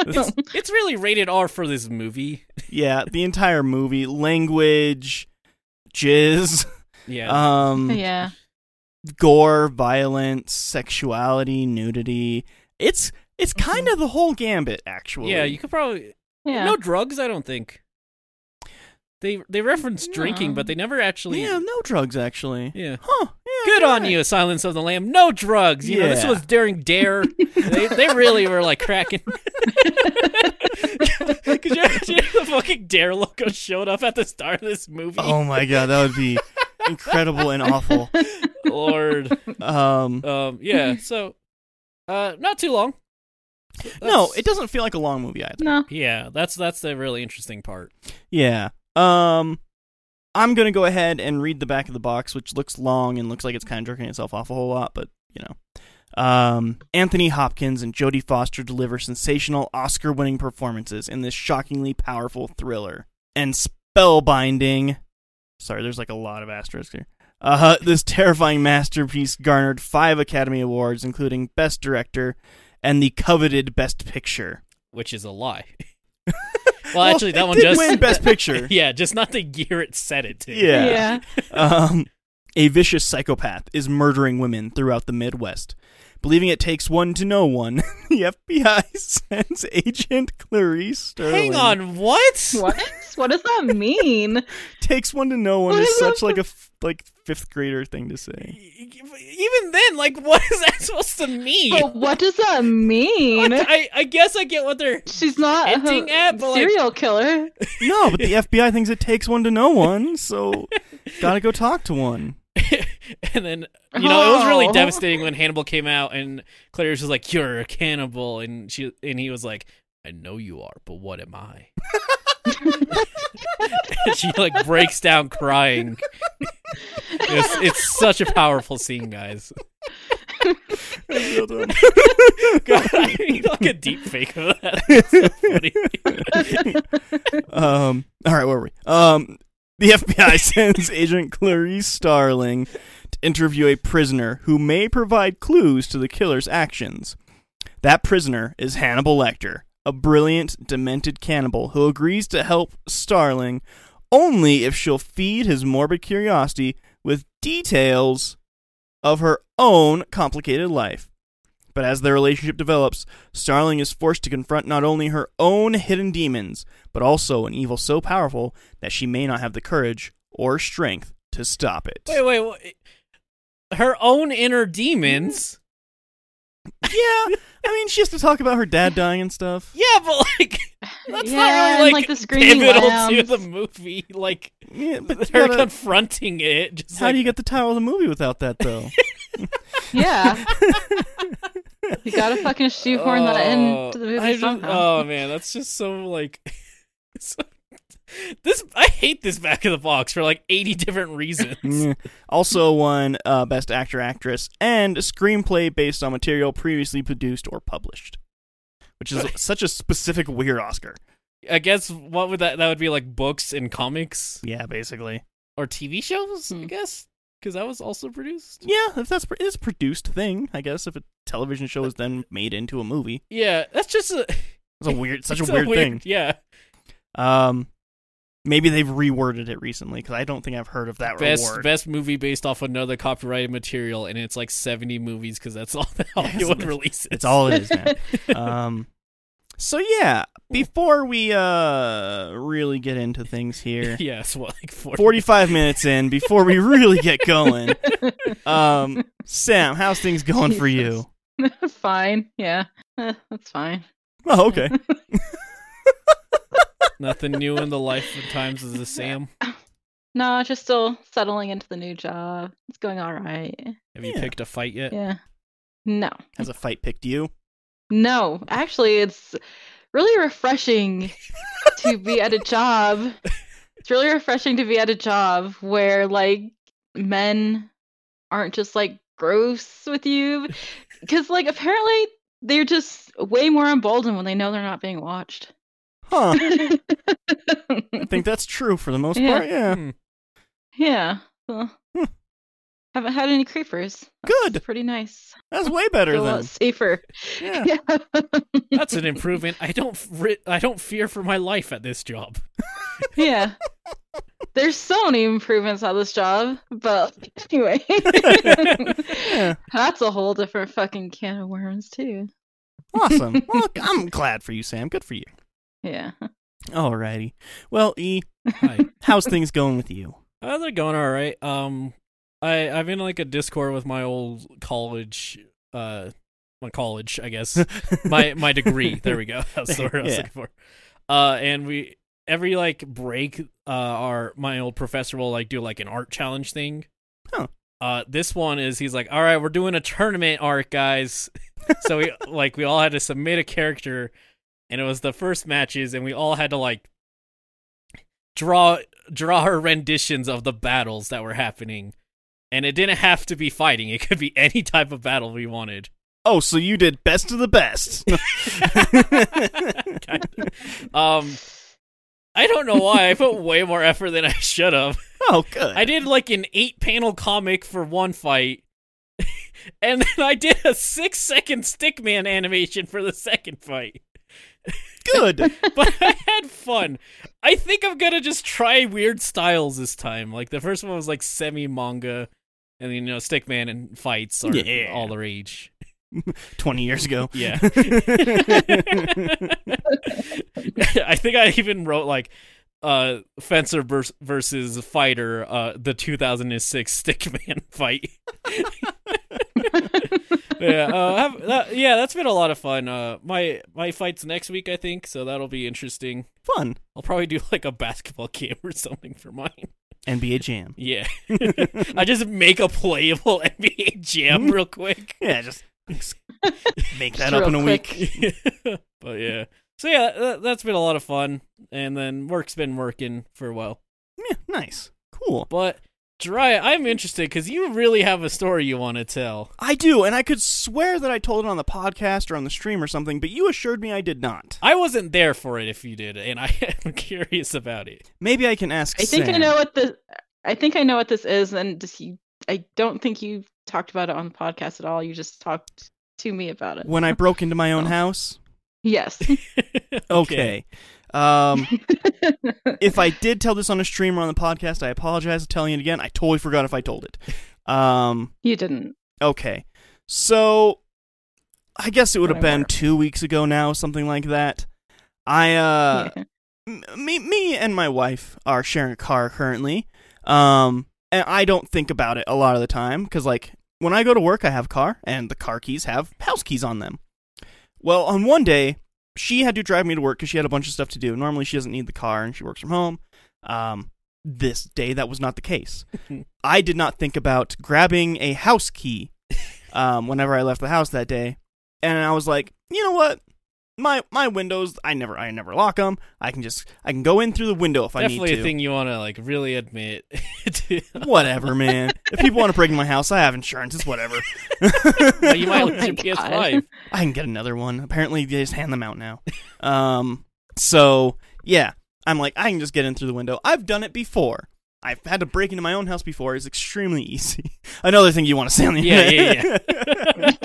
Speaker 2: It's, it's really rated R for this movie.
Speaker 1: yeah, the entire movie, language, jizz,
Speaker 2: Yeah.
Speaker 1: um,
Speaker 2: Mm.
Speaker 3: yeah.
Speaker 1: gore, violence, sexuality, nudity. It's it's kind of the whole gambit, actually.
Speaker 2: Mm-hmm. yeah, you could probably
Speaker 3: Yeah.
Speaker 2: no drugs. I don't think they they reference drinking,
Speaker 3: No.
Speaker 2: but they never actually.
Speaker 1: yeah, no drugs, actually.
Speaker 2: Yeah.
Speaker 1: Huh? Yeah,
Speaker 2: Good
Speaker 1: you're
Speaker 2: on
Speaker 1: right.
Speaker 2: you, Silence of the Lamb. No drugs. You know, this
Speaker 1: Yeah.
Speaker 2: was during Dare. they, they really were like cracking. Could you imagine if the fucking Dare logo showed up at the start of this movie?
Speaker 1: Oh my god, that would be incredible and awful.
Speaker 2: Lord.
Speaker 1: Um,
Speaker 2: Um, yeah, so uh, not too long.
Speaker 1: no,
Speaker 2: That's-
Speaker 1: it doesn't feel like a long movie either.
Speaker 3: No.
Speaker 2: Yeah, that's that's the really interesting part.
Speaker 1: Yeah. Um I'm gonna go ahead and read the back of the box, which looks long and looks like it's kinda jerking itself off a whole lot, but you know. Um, Anthony Hopkins and Jodie Foster deliver sensational Oscar winning performances in this shockingly powerful thriller. And spellbinding sorry, there's like a lot of asterisks here. Uh, this terrifying masterpiece garnered five Academy Awards, including Best Director and the coveted Best Picture.
Speaker 2: which is a lie. well, actually,
Speaker 1: it
Speaker 2: that one
Speaker 1: did
Speaker 2: just
Speaker 1: win Best Picture.
Speaker 2: yeah, just not the year it said it to.
Speaker 1: Yeah. um, a vicious psychopath is murdering women throughout the Midwest. Believing it takes one to know one, the FBI sends Agent Clarice Sterling.
Speaker 2: Hang on, what?
Speaker 3: What? What does that mean?
Speaker 1: Takes one to know one is
Speaker 3: What?
Speaker 1: such like a f- like fifth grader thing to say.
Speaker 2: E-, Even then, like, what is that supposed to mean?
Speaker 3: But what does that mean?
Speaker 2: I I guess I get what they're.
Speaker 3: She's not
Speaker 2: Hinting
Speaker 3: a
Speaker 2: at, but, like-
Speaker 3: serial killer.
Speaker 1: No, but the FBI thinks it takes one to know one, so gotta go talk to one.
Speaker 2: And then you know it was really
Speaker 3: Oh.
Speaker 2: devastating when Hannibal came out and Claire was just like, "You're a cannibal," and she and he was like, "I know you are, but what am I?" And she like breaks down crying. it's, it's such a powerful scene, guys. God, I need like a deep fake of that. That's so funny.
Speaker 1: Um, all right, where were we? Um, the FBI sends Agent Clarice Starling to interview a prisoner who may provide clues to the killer's actions. That prisoner is Hannibal Lecter, a brilliant, demented cannibal who agrees to help Starling only if she'll feed his morbid curiosity with details of her own complicated life. But as their relationship develops, Starling is forced to confront not only her own hidden demons, but also an evil so powerful that she may not have the courage or strength to stop it.
Speaker 2: Wait, wait, wait. Her own inner demons.
Speaker 1: Yeah, I mean, she has to talk about her dad dying and stuff.
Speaker 2: Yeah, but like that's
Speaker 3: yeah,
Speaker 2: not
Speaker 3: and,
Speaker 2: really like,
Speaker 3: like the screaming
Speaker 2: pivotal to
Speaker 3: lambs.
Speaker 2: the movie. Like
Speaker 1: Yeah, but you
Speaker 2: her
Speaker 1: gotta-
Speaker 2: confronting it. Just
Speaker 1: how
Speaker 2: like,
Speaker 1: do you get the title of the movie without that though?
Speaker 3: Yeah. you gotta fucking shoehorn that into the movie
Speaker 2: oh, I just-
Speaker 3: somehow.
Speaker 2: oh man, that's just so like so- this. I hate this back of the box for like eighty different reasons.
Speaker 1: Yeah. also won uh, Best Actor, Actress, and a screenplay based on material previously produced or published, which is such a specific weird Oscar.
Speaker 2: I guess what would that that would be like books and comics
Speaker 1: Yeah, basically.
Speaker 2: or TV shows? I
Speaker 3: Hmm.
Speaker 2: guess because that was also produced.
Speaker 1: Yeah, if that's it's a produced thing, I guess. If a television show is then made into a movie,
Speaker 2: Yeah, that's just a,
Speaker 1: it's a weird, such
Speaker 2: it's
Speaker 1: a weird thing.
Speaker 2: Yeah,
Speaker 1: Um, maybe they've reworded it recently because I don't think I've heard of that
Speaker 2: best
Speaker 1: reward.
Speaker 2: best movie based off another copyrighted material, and it's like seventy movies because that's all that Hollywood
Speaker 1: it's-
Speaker 2: releases.
Speaker 1: It's all it is, man. um, so yeah, before we uh really get into things here,
Speaker 2: yeah, it's what like 40.
Speaker 1: forty-five minutes in, before we really get going, um, Sam, how's things going for you?
Speaker 3: fine. Yeah. Eh, that's fine.
Speaker 1: Oh, okay.
Speaker 2: Nothing new in the life of times of the Sam.
Speaker 3: No, just still settling into the new job. It's going all right.
Speaker 2: Have you
Speaker 1: Yeah.
Speaker 2: picked a fight yet?
Speaker 3: Yeah. No.
Speaker 1: Has a fight picked you?
Speaker 3: No. Actually, it's really refreshing to be at a job. It's really refreshing to be at a job where like men aren't just like gross with you cuz like apparently they're just way more emboldened when they know they're not being watched.
Speaker 1: Huh? I think that's true for the most
Speaker 3: Yeah.
Speaker 1: part. Yeah.
Speaker 2: Hmm.
Speaker 3: yeah. Well, Haven't had any creepers.
Speaker 1: Good.
Speaker 3: It's pretty nice.
Speaker 1: That's way better
Speaker 3: Feel a lot
Speaker 1: than.
Speaker 3: safer.
Speaker 1: Yeah.
Speaker 3: Yeah.
Speaker 2: That's an improvement. I don't fri- I don't fear for my life at this job.
Speaker 3: yeah. There's so many improvements on this job, but anyway.
Speaker 1: Yeah.
Speaker 3: That's a whole different fucking can of worms too.
Speaker 1: Awesome. well, I'm glad for you, Sam. Good for you.
Speaker 3: Yeah.
Speaker 1: Alrighty. Well, E,
Speaker 2: Hi.
Speaker 1: how's things going with you?
Speaker 2: Uh, they're going all right. Um, I I've been in like a Discord with my old college, uh, my college, I guess, my my degree. There we go. That's the word I was
Speaker 1: Yeah.
Speaker 2: looking for. Uh, and we every like break, uh, our my old professor will like do like an art challenge thing.
Speaker 1: Huh.
Speaker 2: Uh, this one is he's like, all right, we're doing a tournament art, guys. so we like we all had to submit a character, and it was the first matches, and we all had to like draw draw her renditions of the battles that were happening. And it didn't have to be fighting. It could be any type of battle we wanted.
Speaker 1: Oh, so you did best of the best.
Speaker 2: Kinda. um I don't know why I put way more effort than I should have.
Speaker 1: oh, good.
Speaker 2: I did like an eight panel comic for one fight. And then I did a six second stickman animation for the second fight.
Speaker 1: good.
Speaker 2: But I had fun. I think I'm gonna just try weird styles this time. Like the first one was like semi manga and you know, stickman and fights are
Speaker 1: Yeah.
Speaker 2: all the rage.
Speaker 1: 20 years ago.
Speaker 2: Yeah. I think I even wrote like uh fencer vers- versus fighter uh the 2006 stickman fight yeah uh, have, that, yeah that's been a lot of fun uh my my fight's next week i think so that'll be interesting
Speaker 1: Fun.
Speaker 2: i'll probably do like a basketball game or something for mine
Speaker 1: NBA Jam.
Speaker 2: yeah i just make a playable nba jam real quick
Speaker 1: Yeah, just, just make
Speaker 3: Just
Speaker 1: that up
Speaker 3: real
Speaker 1: in a
Speaker 3: quick.
Speaker 1: week.
Speaker 2: but yeah so yeah that, that's been a lot of fun and then work's been working for a while
Speaker 1: Yeah, nice. Cool.
Speaker 2: But Jiraiya, I'm interested because you really have a story you want to tell.
Speaker 1: I do, and I could swear that I told it on the podcast or on the stream or something, but you assured me I did not.
Speaker 2: I wasn't there for it if you did, and I am curious about it.
Speaker 1: Maybe I can ask
Speaker 3: I think I
Speaker 1: Sam.
Speaker 3: know what this I think I know what this is and just you I don't think you talked about it on the podcast at all. You just talked to me about it.
Speaker 1: When I broke into my own
Speaker 3: Oh.
Speaker 1: house?
Speaker 3: Yes.
Speaker 1: Okay. Um, if I did tell this on a stream or on the podcast, I apologize for telling it again. I totally forgot if I told it. Um,
Speaker 3: you didn't.
Speaker 1: okay. So I guess it would have been
Speaker 3: Whatever.
Speaker 1: 2 weeks ago now, something like that. I uh
Speaker 3: Yeah.
Speaker 1: m- me me and my wife are sharing a car currently. Um and I don't think about it a lot of the time cuz like when I go to work I have a car and the car keys have house keys on them. Well, on one day she had to drive me to work cuz she had a bunch of stuff to do. Normally she doesn't need the car and she works from home. Um this day that was not the case. I did not think about grabbing a house key um, whenever I left the house that day, and I was like, you know what, my my windows, I never I never lock them. I can just I can go in through the window if I
Speaker 2: Definitely
Speaker 1: need to.
Speaker 2: a thing you want to like really admit. to.
Speaker 1: Whatever, man. if people want to break into my house, I have insurance. It's whatever.
Speaker 2: But you might
Speaker 3: Oh
Speaker 2: lose
Speaker 3: my
Speaker 2: your
Speaker 3: God.
Speaker 2: PS5.
Speaker 1: I can get another one. Apparently, they just hand them out now. Um, so yeah, I'm like, I can just get in through the window. I've done it before. I've had to break into my own house before. It's extremely easy. Another thing you want to say on the
Speaker 2: Yeah,
Speaker 1: internet.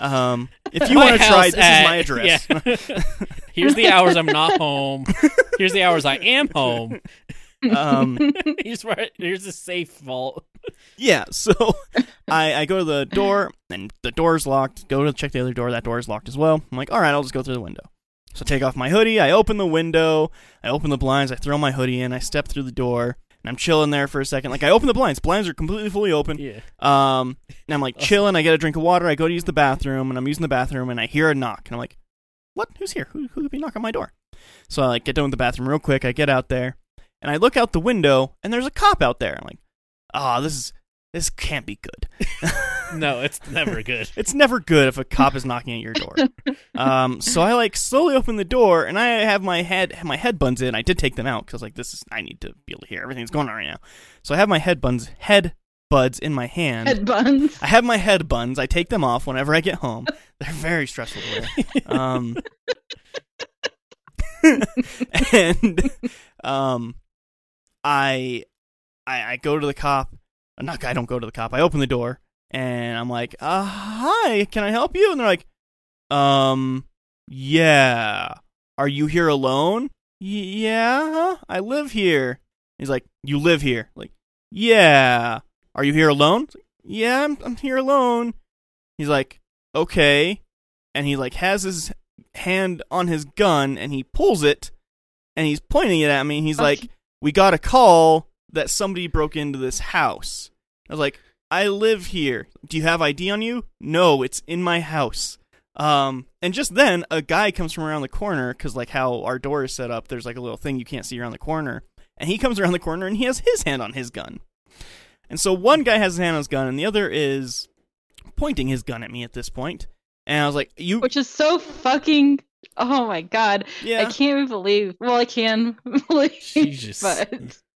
Speaker 1: um, if you
Speaker 2: My
Speaker 1: want to try,
Speaker 2: house
Speaker 1: this
Speaker 2: at-
Speaker 1: is my address.
Speaker 2: Yeah. Here's the hours I'm not home. Here's the hours I am home.
Speaker 1: Um,
Speaker 2: Here's where here's the safe vault.
Speaker 1: Yeah, so I, I go to the door and the door's locked. Go to check the other door, that door is locked as well. I'm like, all right, I'll just go through the window. So I take off my hoodie, I open the window, I open the blinds, I throw my hoodie in, I step through the door, and I'm chilling there for a second. Like I open the blinds, blinds are completely fully open.
Speaker 2: Yeah.
Speaker 1: Um, and I'm like chilling. I get a drink of water. I go to use the bathroom, and I'm using the bathroom, and I hear a knock, and I'm like, "What? Who's here? Who who could be knocking on my door?" So I like get done with the bathroom real quick. I get out there, and I look out the window, and there's a cop out there. I'm like, "Ah, this is this can't be good.
Speaker 2: No, it's never good.
Speaker 1: It's never good if a cop is knocking at your door." um, so I like slowly open the door, and I have my head my headbuns in. I did take them out because like this is I need to be able to hear everything that's going on right now. So I have my headbuns head buds in my hand.
Speaker 3: Head buns.
Speaker 1: I have my head buns. I take them off whenever I get home. They're very stressful to wear. Um, and um, I, I I go to the cop. I'm not. I don't go to the cop. I open the door and I'm like, uh, "Hi, can I help you?" And they're like, "Um, yeah. Are you here alone? Y- yeah, I live here." He's like, "You live here?" Like, "Yeah." Are you here alone? It's like, yeah, I'm, I'm here alone. He's like, okay, and he like has his hand on his gun and he pulls it and he's pointing it at me. And he's
Speaker 3: Okay.
Speaker 1: like, we got a call that somebody broke into this house. I was like, I live here. Do you have ID on you? No, it's in my house. Um, and just then a guy comes from around the corner because like how our door is set up, there's like a little thing you can't see around the corner, and he comes around the corner and he has his hand on his gun. And so one guy has his hand on his gun, and the other is pointing his gun at me at this point. And I was like, "You,
Speaker 3: which is so fucking. Oh my god! I
Speaker 1: yeah,
Speaker 3: can't believe. Well, I can believe,
Speaker 2: Jesus.
Speaker 3: but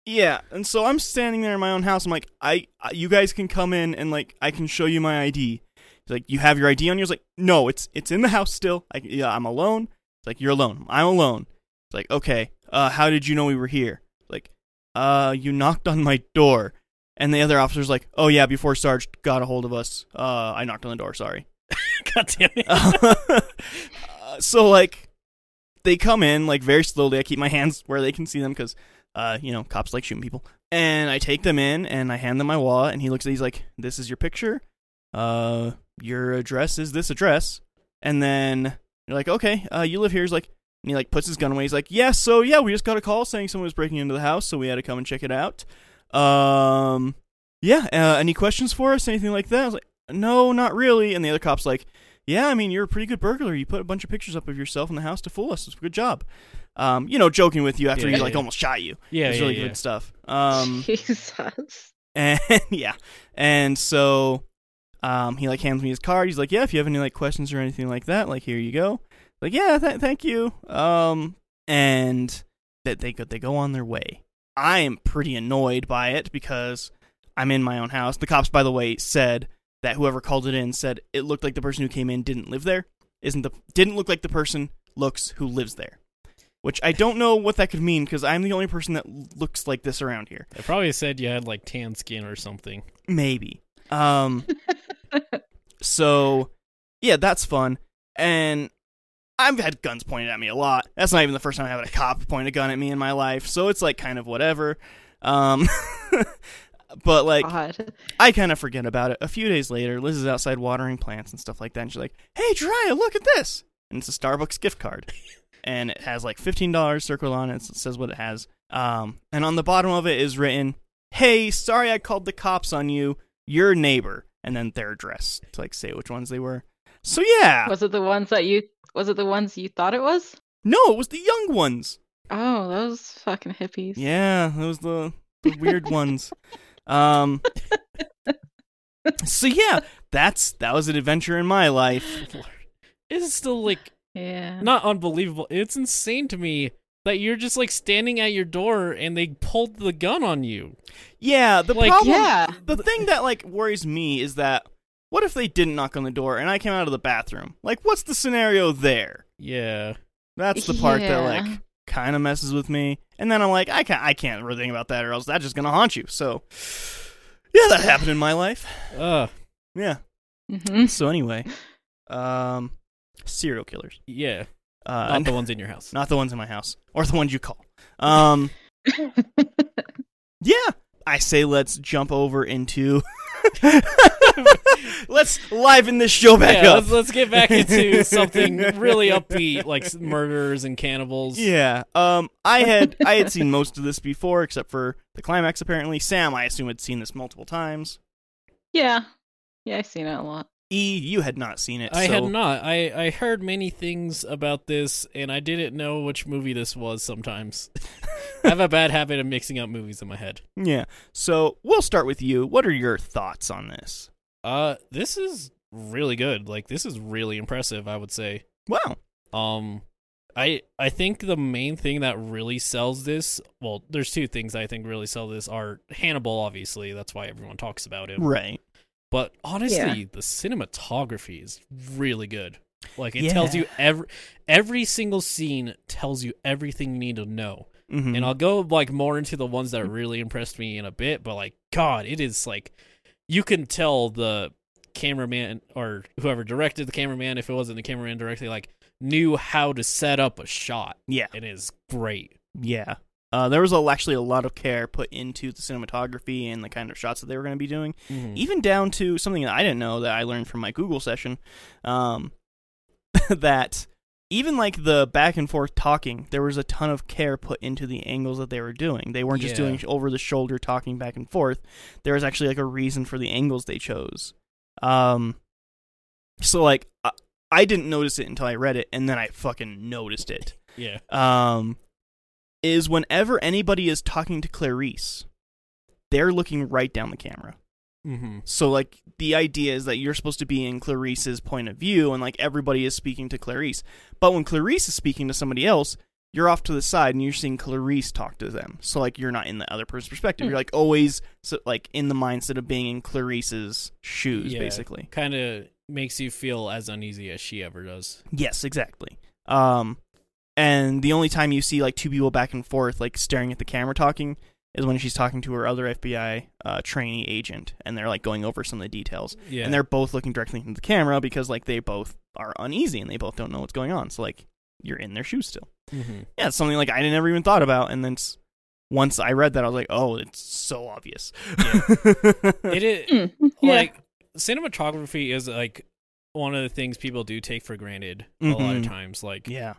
Speaker 1: yeah." And so I'm standing there in my own house. I'm like, "I, I- you guys can come in, and like, I can show you my ID." He's like, "You have your ID on you?" I was like, "No, it's it's in the house still. I, yeah, I'm alone." It's like, "You're alone. I'm alone." It's like, "Okay, uh, how did you know we were here?" Like, "Uh, you knocked on my door." And the other officer's like, "Oh yeah, before Sarge got a hold of us, uh, I knocked on the door. Sorry."
Speaker 2: God damn it.
Speaker 1: Uh, so like they come in like very slowly i keep my hands where they can see them because uh, you know cops like shooting people and i take them in and i hand them my wallet and he looks at it, he's like this is your picture uh, your address is this address and then you're like okay uh, you live here he's like and he like puts his gun away he's like yeah so yeah we just got a call saying someone was breaking into the house so we had to come and check it out um yeah uh, any questions for us anything like that i was like no not really and the other cop's like yeah, I mean, you're a pretty good burglar. You put a bunch of pictures up of yourself in the house to fool us. It's a good job. Um, you know, joking with you after
Speaker 2: Yeah,
Speaker 1: he like
Speaker 2: yeah.
Speaker 1: almost shot you.
Speaker 2: Yeah,
Speaker 1: it's
Speaker 2: yeah,
Speaker 1: really
Speaker 2: yeah.
Speaker 1: good stuff. Um,
Speaker 3: Jesus.
Speaker 1: and yeah, and so, um, he like hands me his card. He's like, yeah, if you have any like questions or anything like that, like here you go. Like, yeah, th- thank you. Um, and that they go they go on their way. I am pretty annoyed by it because I'm in my own house. The cops, by the way, said that whoever called it in said it looked like the person who came in didn't live there. Isn't the didn't look like the person looks who lives there, which I don't know what that could mean because I'm the only person that l- looks like this around here.
Speaker 2: They probably said you had like tan skin or something.
Speaker 1: Maybe. Um so yeah, that's fun. And I've had guns pointed at me a lot. That's not even the first time I have had a cop point a gun at me in my life, so it's like kind of whatever. Um but like
Speaker 3: God.
Speaker 1: I kind of forget about it. A few days later, Liz is outside watering plants and stuff like that, and she's like, "Hey, Jiraiya, look at this!" And it's a Starbucks gift card, and it has like fifteen dollars circled on it. It says what it has, um, and on the bottom of it is written, "Hey, sorry I called the cops on you. Your neighbor," and then their address to like say which ones they were. So yeah,
Speaker 3: Was it the ones that you? Was it the ones you thought it was?
Speaker 1: no, it was the young ones.
Speaker 3: Oh, those fucking hippies.
Speaker 1: Yeah, those the, the weird ones. Um. So yeah, that's that was an adventure in my life.
Speaker 2: It's still like
Speaker 3: Yeah.
Speaker 2: not unbelievable. It's insane to me that you're just like standing at your door and they pulled the gun on you.
Speaker 1: Yeah, the
Speaker 2: Like,
Speaker 1: problem.
Speaker 3: yeah.
Speaker 1: The thing that like worries me is that what if they didn't knock on the door and I came out of the bathroom? Like, what's the scenario there?
Speaker 2: Yeah.
Speaker 1: That's the part that
Speaker 3: Yeah.
Speaker 1: like kind of messes with me. And then I'm like, I can't, I can't really think about that, or else that's just gonna haunt you. So, yeah, that happened in my life.
Speaker 2: Uh
Speaker 1: Yeah.
Speaker 3: Mhm.
Speaker 1: So anyway, um, serial killers,
Speaker 2: yeah.
Speaker 1: uh,
Speaker 2: Not the ones in your house.
Speaker 1: not the ones in my house or the ones you call. Um,
Speaker 3: Mm-hmm.
Speaker 1: yeah, I say let's jump over into. let's liven this show back
Speaker 2: yeah,
Speaker 1: up.
Speaker 2: Let's, let's get back into something really upbeat, like s- murderers and cannibals.
Speaker 1: Yeah. Um I had I had seen most of this before except for the climax apparently. Sam I assume had seen this multiple times.
Speaker 3: yeah. Yeah, I've seen it a lot.
Speaker 1: E you had not seen it.
Speaker 2: I
Speaker 1: so
Speaker 2: had not. I, I heard many things about this, and I didn't know which movie this was sometimes. I have a bad habit of mixing up movies in my head.
Speaker 1: Yeah. So we'll start with you. What are your thoughts on this?
Speaker 2: Uh, this is really good. Like, this is really impressive, I would say.
Speaker 1: Wow.
Speaker 2: Um, I I think the main thing that really sells this, well, there's two things I think really sell this are Hannibal, obviously. That's why everyone talks about it.
Speaker 1: Right.
Speaker 2: But honestly,
Speaker 3: Yeah.
Speaker 2: the cinematography is really good. Like it
Speaker 1: Yeah.
Speaker 2: tells you every every single scene tells you everything you need to know.
Speaker 1: Mhm.
Speaker 2: and I'll go like more into the ones that really impressed me in a bit. But like, God, it is like you can tell the cameraman or whoever directed the cameraman, if it wasn't the cameraman directly, like knew how to set up a shot.
Speaker 1: yeah,
Speaker 2: It is great.
Speaker 1: yeah. Uh, there was a, actually a lot of care put into the cinematography and the kind of shots that they were going to be doing.
Speaker 2: Mm. E
Speaker 1: even down to something that I didn't know that I learned from my Google session, um, that even like the back and forth talking, there was a ton of care put into the angles that they were doing. They weren't just
Speaker 2: Yeah.
Speaker 1: doing over the shoulder talking back and forth. There was actually like a reason for the angles they chose. Um, so like I, I didn't notice it until I read it, and then I fucking noticed it
Speaker 2: Yeah.
Speaker 1: um, is whenever anybody is talking to Clarice, they're looking right down the camera.
Speaker 2: Mm-hmm.
Speaker 1: So like the idea is that you're supposed to be in Clarice's point of view, and like everybody is speaking to Clarice. But when Clarice is speaking to somebody else, you're off to the side and you're seeing Clarice talk to them. So like you're not in the other person's perspective.
Speaker 3: Hmm.
Speaker 1: You're like always so, like in the mindset of being in Clarice's shoes,
Speaker 2: Yeah.
Speaker 1: basically.
Speaker 2: Kind of makes you feel as uneasy as she ever does.
Speaker 1: Yes, exactly. Um, and the only time you see like two people back and forth, like staring at the camera talking, is when she's talking to her other FBI uh, trainee agent, and they're like going over some of the details,
Speaker 2: Yeah.
Speaker 1: and they're both looking directly into the camera because like they both are uneasy and they both don't know what's going on. So like you're in their shoes still.
Speaker 2: Mhm.
Speaker 1: Yeah, it's something like I never even thought about, and then s- once I read that, I was like, oh, it's so obvious.
Speaker 2: It is.
Speaker 3: Mm, yeah.
Speaker 2: like cinematography is like one of the things people do take for granted a lot of
Speaker 1: Mhm.
Speaker 2: times like
Speaker 1: yeah,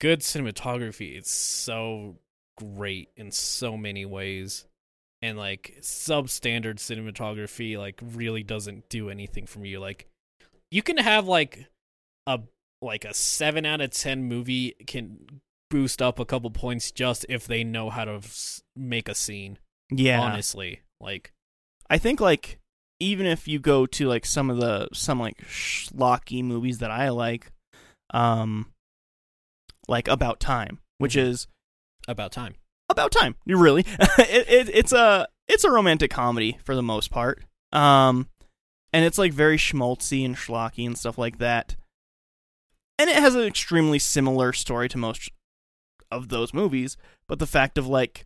Speaker 2: good cinematography is so great in so many ways and like substandard cinematography like really doesn't do anything from you like you can have like a like a 7 out of 10 movie can boost up a couple points just if they know how to s- make a scene
Speaker 1: yeah.
Speaker 2: honestly like
Speaker 1: I think like even if you go to like some of the some like schlocky movies that I like, um, like About Time, which
Speaker 2: Mhm.
Speaker 1: is
Speaker 2: about time
Speaker 1: About Time. You really, it, it, it's a it's a romantic comedy for the most part. Um, and it's like very schmaltzy and schlocky and stuff like that. And it has an extremely similar story to most of those movies, but the fact of like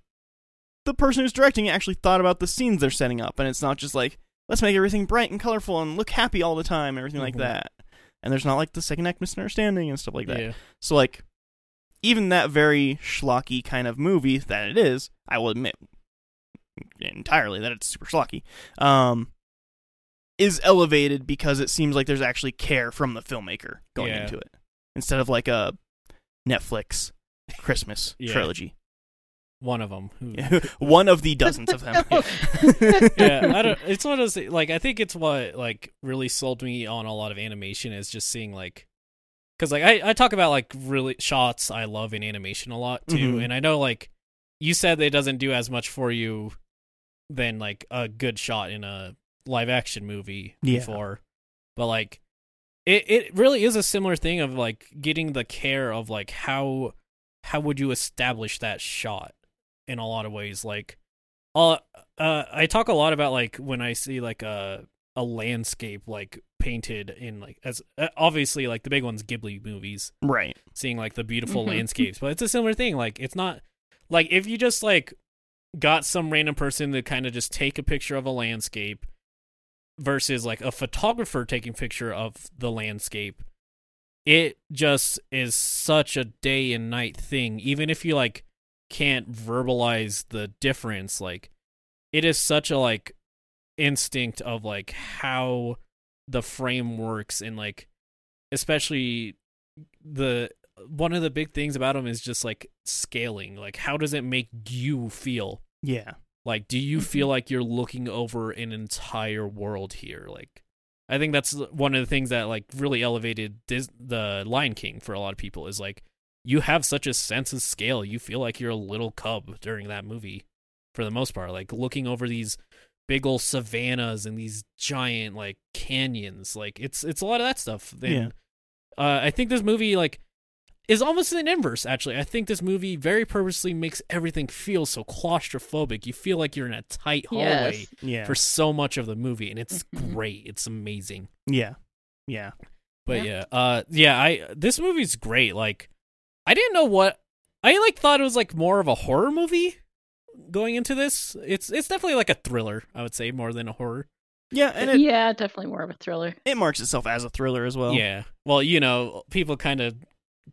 Speaker 1: the person who's directing it actually thought about the scenes they're setting up, and it's not just like let's make everything bright and colorful and look happy all the time, everything like
Speaker 2: Mhm.
Speaker 1: that. And there's not like the second act misunderstanding and stuff like that.
Speaker 2: yeah
Speaker 1: So like even that very schlocky kind of movie that it is, I will admit entirely that it's super schlocky. Um is elevated because it seems like there's actually care from the filmmaker going
Speaker 2: Yeah.
Speaker 1: into it instead of like a Netflix Christmas
Speaker 2: Yeah.
Speaker 1: trilogy.
Speaker 2: one of them who
Speaker 1: One of the dozens of them.
Speaker 2: yeah, I don't. It's one of those like I think it's what like really sold me on a lot of animation is just seeing like because like I I talk about like really shots I love in animation a lot too,
Speaker 1: Mhm.
Speaker 2: and I know like you said that it doesn't do as much for you than like a good shot in a live action movie
Speaker 1: Yeah.
Speaker 2: before, but like it it really is a similar thing of like getting the care of like how how would you establish that shot in a lot of ways like uh, uh i talk a lot about like when i see like a a landscape like painted in like as uh, obviously like the big ones ghibli movies
Speaker 1: Right.
Speaker 2: seeing like the beautiful
Speaker 3: Mhm.
Speaker 2: landscapes but it's a similar thing like it's not like if you just like got some random person to kind of just take a picture of a landscape versus like a photographer taking picture of the landscape it just is such a day and night thing even if you like can't verbalize the difference like it is such a like instinct of like how the frame works and like especially the one of the big things about him is just like scaling like how does it make you feel
Speaker 1: Yeah.
Speaker 2: like do you feel like you're looking over an entire world here like i think that's one of the things that like really elevated Dis- the lion king for a lot of people is like you have such a sense of scale you feel like you're a little cub during that movie for the most part like looking over these big old savannas and these giant like canyons like it's it's a lot of that stuff and uh, i think this movie like is almost an inverse actually i think this movie very purposely makes everything feel so claustrophobic you feel like you're in a tight hallway
Speaker 3: yes.
Speaker 1: Yeah.
Speaker 2: for so much of the movie and it's
Speaker 3: Mhm.
Speaker 2: great it's amazing
Speaker 1: yeah. Yeah.
Speaker 2: but
Speaker 3: Yeah.
Speaker 2: yeah. uh yeah, I this movie's great. Like I didn't know what I like thought it was like more of a horror movie going into this. It's it's definitely like a thriller, I would say, more than a horror.
Speaker 1: Yeah, and it,
Speaker 3: yeah, definitely more of a thriller.
Speaker 1: it marks itself as a thriller as well.
Speaker 2: yeah. Well, you know, people kind of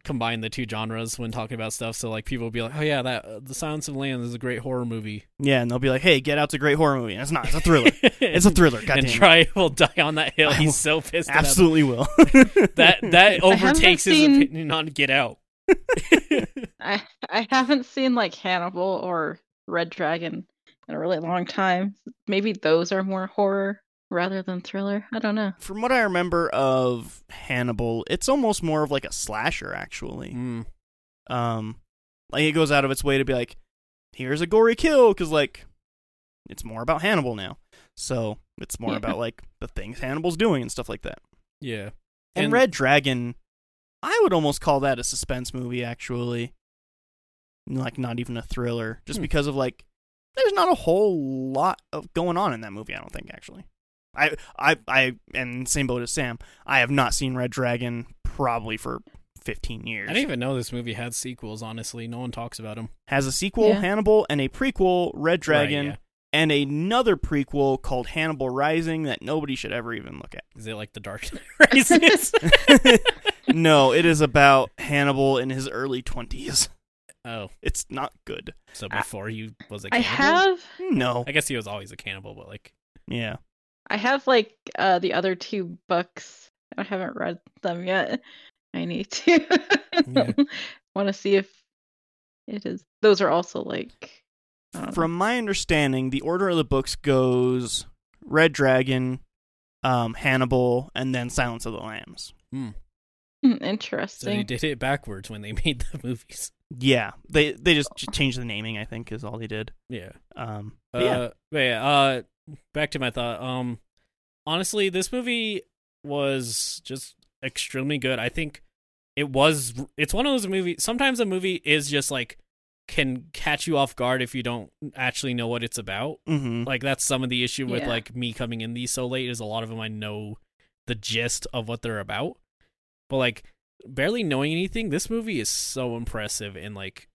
Speaker 2: combine the two genres when talking about stuff. So like people will be like, "Oh yeah, that uh, The Silence of the Lambs is a great horror movie."
Speaker 1: Yeah, and they'll be like, "Hey, Get Out's a great horror movie." And it's not. It's a thriller. it's a thriller. Goddamn.
Speaker 2: and
Speaker 1: it.
Speaker 2: Try will die on that hill.
Speaker 1: I will-
Speaker 2: He's so pissed. about it.
Speaker 1: Absolutely will.
Speaker 2: that that
Speaker 3: I haven't
Speaker 2: overtakes his
Speaker 3: seen-
Speaker 2: opinion on Get Out.
Speaker 3: I I haven't seen like Hannibal or Red Dragon in a really long time. Maybe those are more horror rather than thriller. I don't know.
Speaker 1: From what I remember of Hannibal, it's almost more of like a slasher actually.
Speaker 2: Mm.
Speaker 1: um like it goes out of its way to be like here's a gory kill because like it's more about hannibal now so it's more
Speaker 3: Yeah.
Speaker 1: about like the things hannibal's doing and stuff like that
Speaker 2: Yeah.
Speaker 1: and,
Speaker 2: And-
Speaker 1: red dragon i would almost call that a suspense movie actually like not even a thriller just
Speaker 2: Hmm.
Speaker 1: because of like there's not a whole lot of going on in that movie i don't think actually i i i and same boat as sam i have not seen red dragon probably for 15 years
Speaker 2: I didn't even know this movie had sequels. Honestly, no one talks about them.
Speaker 1: has a sequel,
Speaker 3: Yeah.
Speaker 1: Hannibal, and a prequel, Red Dragon,
Speaker 2: yeah.
Speaker 1: and another prequel called Hannibal Rising that nobody should ever even look at.
Speaker 2: Is it like the Dark Knight Rises?
Speaker 1: no, it is about Hannibal in his early 20s.
Speaker 2: oh,
Speaker 1: It's not good.
Speaker 2: so
Speaker 3: I-
Speaker 2: before he was a
Speaker 3: I
Speaker 2: cannibal.
Speaker 3: have
Speaker 1: No.
Speaker 2: I guess he was always a cannibal, but like,
Speaker 1: Yeah.
Speaker 3: I have like uh the other two books. I haven't read them yet. I need to
Speaker 2: Yeah.
Speaker 3: want to see if it is. Those are also like um, I don't know.
Speaker 1: From my understanding, the order of the books goes Red Dragon, um, Hannibal, and then Silence of the Lambs.
Speaker 3: Hmm,
Speaker 2: so they
Speaker 3: interesting.
Speaker 2: did it backwards when they made the movies.
Speaker 1: Yeah. They they just ch- changed the naming, I think, is all they did.
Speaker 2: Yeah.
Speaker 1: Um, but
Speaker 2: Uh,
Speaker 1: yeah.
Speaker 2: But yeah. Uh, back to my thought. Um, honestly, this movie was just extremely good. I think it was. It's one of those movies. Sometimes a movie is just like can catch you off guard if you don't actually know what it's about.
Speaker 1: hmm
Speaker 2: Like that's some of the issue with
Speaker 3: Yeah.
Speaker 2: like me coming in these so late is a lot of them I know the gist of what they're about, but like barely knowing anything. This movie is so impressive and like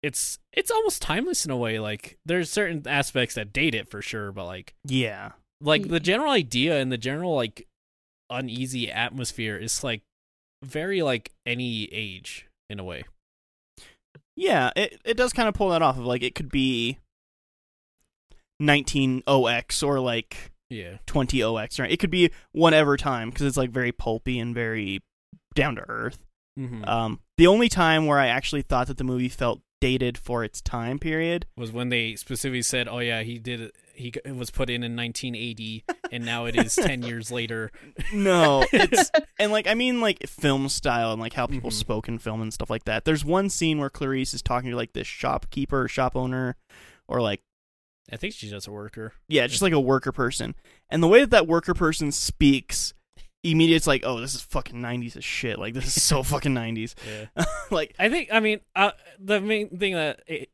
Speaker 2: it's it's almost timeless in a way. Like there's certain aspects that date it for sure, but like
Speaker 1: Yeah.
Speaker 2: like
Speaker 3: Yeah.
Speaker 2: the general idea and the general like uneasy atmosphere is like very like any age in a way.
Speaker 1: Yeah, it it does kind of pull that off of like it could be 19OX or like
Speaker 2: Yeah.
Speaker 1: 20OX, right? It could be whatever time because it's like very pulpy and very down to earth.
Speaker 2: Mm-hmm.
Speaker 1: Um, the only time where I actually thought that the movie felt dated for its time period,
Speaker 2: was when they specifically said, "Oh yeah, he did it. He g- was put in in 1980, and now it is 10 years later."
Speaker 1: no, it's and like I mean like film style and like how people
Speaker 2: Mhm.
Speaker 1: spoke in film and stuff like that. There's one scene where Clarice is talking to like this shopkeeper, or shop owner, or like
Speaker 2: I think she's just a worker.
Speaker 1: Yeah, just like a worker person. And the way that that worker person speaks, immediately it's like, oh, this is fucking 90s as shit. Like, this is so fucking 90s.
Speaker 2: Yeah.
Speaker 1: like,
Speaker 2: I think. I mean, uh, the main thing that it,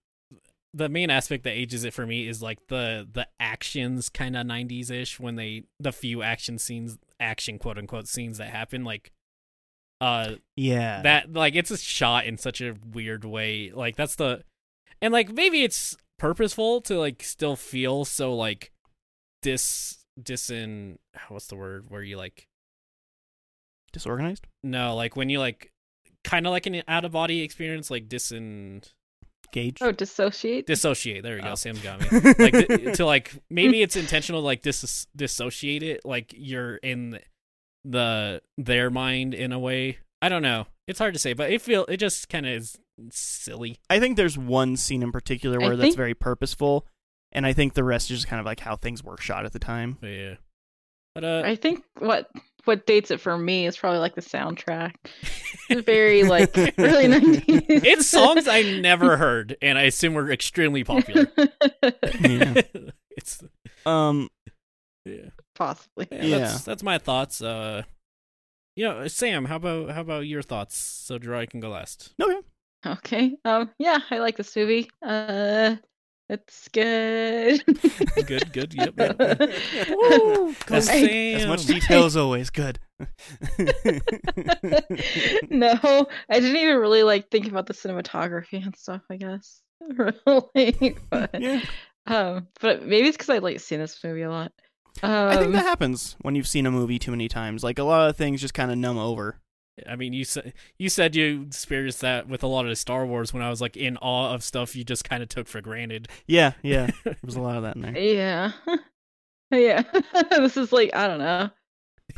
Speaker 2: the main aspect that ages it for me is like the the actions kind of 90s ish when they the few action scenes, action quote unquote scenes that happen like. Uh,
Speaker 1: yeah.
Speaker 2: that like it's a shot in such a weird way like that's the and like maybe it's purposeful to like still feel so like dis disin what's the word where you like
Speaker 1: Disorganized?
Speaker 2: no like when you like kind of like an out of body experience like disin
Speaker 1: Gauge?
Speaker 3: oh, dissociate.
Speaker 2: dissociate there you
Speaker 1: Oh.
Speaker 2: go sam got me like th- to like maybe it's intentional to like dis- dissociate it like you're in the their mind in a way i don't know it's hard to say but it feel it just kind of is silly
Speaker 1: I think there's one scene in particular
Speaker 3: I
Speaker 1: where that's
Speaker 3: think-
Speaker 1: very purposeful. And I think the rest is just kind of like how things were shot at the time.
Speaker 2: But yeah. But uh
Speaker 3: I think what what dates it for me is probably like the soundtrack. It's very like early nineties.
Speaker 2: it's songs I never heard and I assume were extremely popular.
Speaker 1: Yeah.
Speaker 2: it's
Speaker 1: Um,
Speaker 2: yeah.
Speaker 3: Possibly.
Speaker 2: Yeah, That's that's my thoughts. Uh you know, Sam, how about how about your thoughts so Jirai can go last?
Speaker 1: no, yeah.
Speaker 3: Okay. Um. Yeah, I like this movie. Uh, it's good.
Speaker 2: Good, good. Yep. yep.
Speaker 1: Woo,
Speaker 2: That's
Speaker 1: go-
Speaker 2: Sam.
Speaker 1: As much detail as always. Good.
Speaker 3: no, I didn't even really like think about the cinematography and stuff. I guess really, but
Speaker 1: yeah,
Speaker 3: um, but maybe it's because I like seeing this movie a lot. Um,
Speaker 1: I think that happens when you've seen a movie too many times. Like a lot of things just kind of numb over.
Speaker 2: I mean, you said you said you experienced that with a lot of Star Wars when I was like in awe of stuff you just kind of took for granted.
Speaker 1: Yeah, yeah. There was a lot of that in there.
Speaker 3: yeah, yeah. this is like I don't know.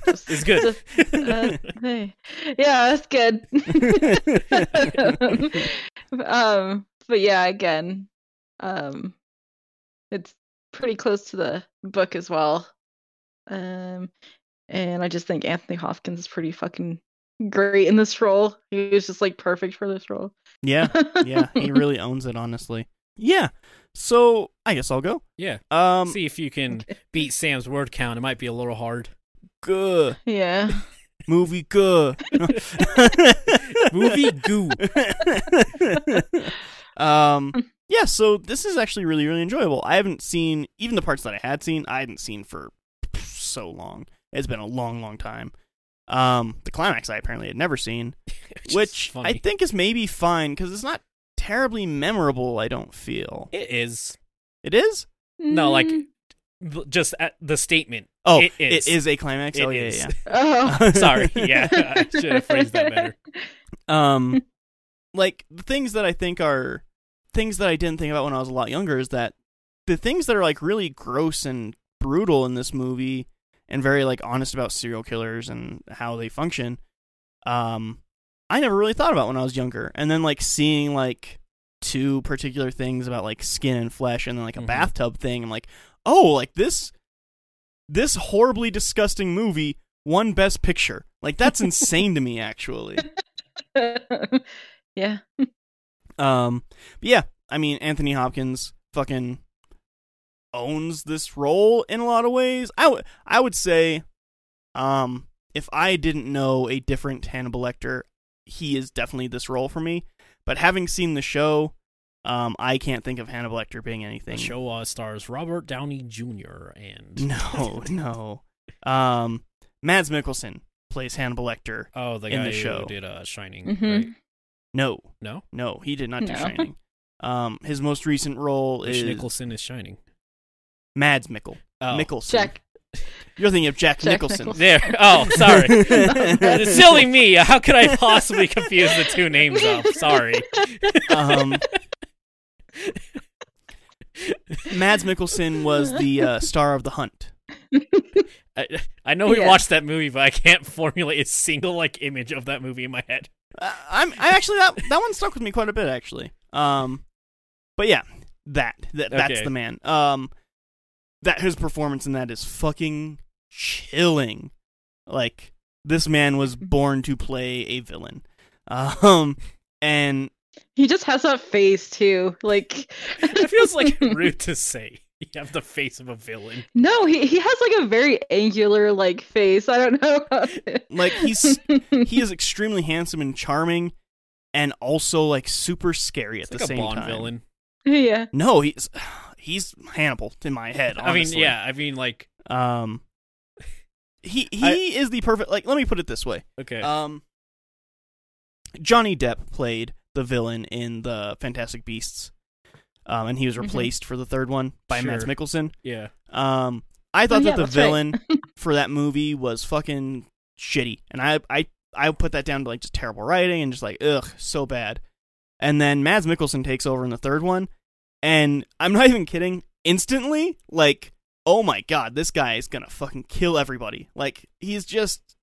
Speaker 3: Just-
Speaker 2: It's good.
Speaker 3: Uh, hey. yeah, that's good. uh, um, but yeah, again, um, it's pretty close to the book as well. Um, and I just think Anthony Hopkins is pretty fucking great in this role. He was just like perfect for this role.
Speaker 1: yeah, yeah. He really owns it, honestly. Yeah. So I guess I'll go.
Speaker 2: yeah.
Speaker 1: Um,
Speaker 2: See if you can beat Sam's word count. It might be a little hard.
Speaker 1: good
Speaker 3: yeah.
Speaker 1: movie, good
Speaker 2: Movie goo.
Speaker 1: um, yeah. So this is actually really, really enjoyable. I haven't seen even the parts that I had seen. I hadn't seen for so long. It's been a long, long time. Um, the climax I apparently had never seen.
Speaker 2: is
Speaker 1: which
Speaker 2: funny.
Speaker 1: I think is maybe fine because it's not terribly memorable. I don't feel
Speaker 2: It is
Speaker 1: it is.
Speaker 2: no like
Speaker 3: Mm,
Speaker 2: th- just at the statement.
Speaker 1: Oh,
Speaker 2: It is.
Speaker 1: a climax.
Speaker 2: It
Speaker 1: oh yeah,
Speaker 2: is.
Speaker 1: yeah.
Speaker 3: Oh.
Speaker 1: yeah.
Speaker 2: Sorry. Yeah, I should have phrased that better.
Speaker 1: um, like the things that I think are things that I didn't think about when I was a lot younger is that the things that are like really gross and brutal in this movie and very like honest about serial killers and how they function. Um, I never really thought about when I was younger, and then like seeing like two particular things about like skin and flesh, and then like a
Speaker 2: Mhm.
Speaker 1: bathtub thing. I'm like, oh, like this, this horribly disgusting movie won Best Picture. Like that's insane to me, actually.
Speaker 3: yeah.
Speaker 1: Um, but yeah, I mean, Anthony Hopkins fucking owns this role in a lot of ways. I would I would say, um, if I didn't know a different Hannibal Lecter, he is definitely this role for me. But having seen the show, um, I can't think of Hannibal Lecter being anything.
Speaker 2: The show uh, stars Robert Downey Jr. and
Speaker 1: No, no. Um, Mads Mikkelsen plays Hannibal Lecter.
Speaker 2: oh, the
Speaker 1: In
Speaker 2: guy
Speaker 1: the show.
Speaker 2: who did uh, Shining.
Speaker 3: Mhm.
Speaker 2: right?
Speaker 1: No,
Speaker 2: No,
Speaker 1: no, he did not do
Speaker 3: No.
Speaker 1: Shining. Um, his most recent role
Speaker 2: Rich
Speaker 1: is
Speaker 2: Nicholson is Shining.
Speaker 1: Mads Mikkel.
Speaker 2: Oh,
Speaker 1: Mickelson.
Speaker 3: Check.
Speaker 1: You're thinking of Jack,
Speaker 3: Jack
Speaker 1: Nicholson.
Speaker 3: Nicholson.
Speaker 2: There. Oh, sorry.
Speaker 3: That's
Speaker 2: It's silly me. How could I possibly confuse the two names up? Sorry.
Speaker 1: um, Mads Mikkelsen was the uh, star of The Hunt.
Speaker 2: I, I know we
Speaker 3: Yeah.
Speaker 2: watched that movie, but I can't formulate a single like image of that movie in my head.
Speaker 1: Uh, I'm I actually that that one stuck with me quite a bit actually. Um, but yeah, that, that that's
Speaker 2: Okay.
Speaker 1: the man. Um, that his performance in that is fucking chilling. Like this man was born to play a villain. Um, and
Speaker 3: He just has that face too. Like
Speaker 2: It feels like rude to say. You have the face of a villain.
Speaker 3: No, he he has like a very angular like face. I don't know. how to-
Speaker 1: like he's he is extremely handsome and charming, and also like super scary
Speaker 2: It's
Speaker 1: at
Speaker 2: like
Speaker 1: the
Speaker 2: a
Speaker 1: same
Speaker 2: Bond
Speaker 1: time.
Speaker 2: villain.
Speaker 3: yeah.
Speaker 1: No, he's he's Hannibal in my head.
Speaker 2: I
Speaker 1: Honestly.
Speaker 2: mean, yeah. I mean, like,
Speaker 1: Um, he he
Speaker 2: I-
Speaker 1: is the perfect. Like, let me put it this way.
Speaker 2: okay,
Speaker 1: Um, Johnny Depp played the villain in the Fantastic Beasts, um, and he was
Speaker 3: Mhm.
Speaker 1: replaced for the third one by Mads
Speaker 2: Sure.
Speaker 1: Mikkelsen.
Speaker 2: yeah.
Speaker 1: Um, I thought
Speaker 3: Oh, yeah,
Speaker 1: that the
Speaker 3: that's right.
Speaker 1: villain for that movie was fucking shitty, and I I I put that down to like just terrible writing and just like ugh, so bad. And then Mads Mikkelsen takes over in the third one, and I'm not even kidding. Instantly, like, oh my god, this guy is gonna fucking kill everybody. Like, he's just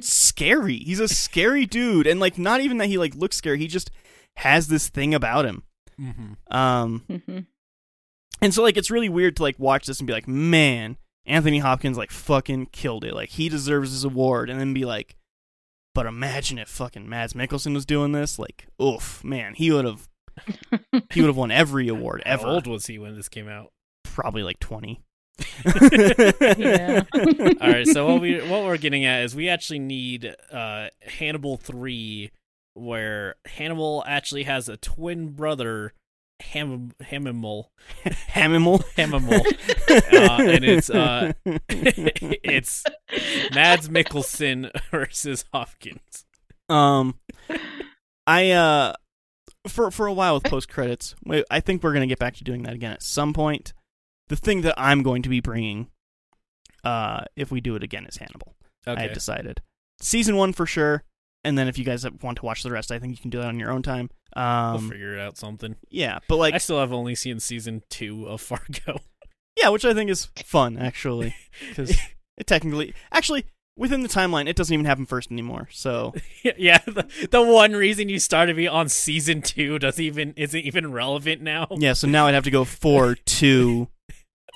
Speaker 1: scary. He's a scary dude, and like, not even that he like looks scary. He just has this thing about him.
Speaker 2: Mm-hmm.
Speaker 1: Um, and so like it's really weird to like watch this and be like, man, Anthony Hopkins like fucking killed it. Like he deserves this award. And then be like, but imagine if fucking Mads Mikkelsen was doing this. Like, oof, man, he would have he would have won every award
Speaker 2: How
Speaker 1: ever.
Speaker 2: old was he when this came out?
Speaker 1: Probably like twenty.
Speaker 3: yeah.
Speaker 2: All right, so what we what we're getting at is we actually need uh Hannibal 3 where Hannibal actually has a twin brother Ham Hammimol
Speaker 1: Hamimal.
Speaker 2: Hammimol, uh, and it's uh, it's Mads Mikkelsen versus Hopkins.
Speaker 1: um, I uh, for for a while with post credits, I think we're gonna get back to doing that again at some point. The thing that I'm going to be bringing, uh, if we do it again, is Hannibal. I
Speaker 2: Okay,
Speaker 1: have decided season one for sure, and then if you guys want to watch the rest, I think you can do that on your own time.
Speaker 2: we'll
Speaker 1: Um,
Speaker 2: figure out something.
Speaker 1: yeah, but like
Speaker 2: I still have only seen season two of Fargo.
Speaker 1: Yeah, which I think is fun actually, because it technically, actually, within the timeline, it doesn't even happen first anymore. So
Speaker 2: yeah, the, the one reason you started me on season two doesn't even isn't even relevant now.
Speaker 1: yeah, so now I'd have to go four, two,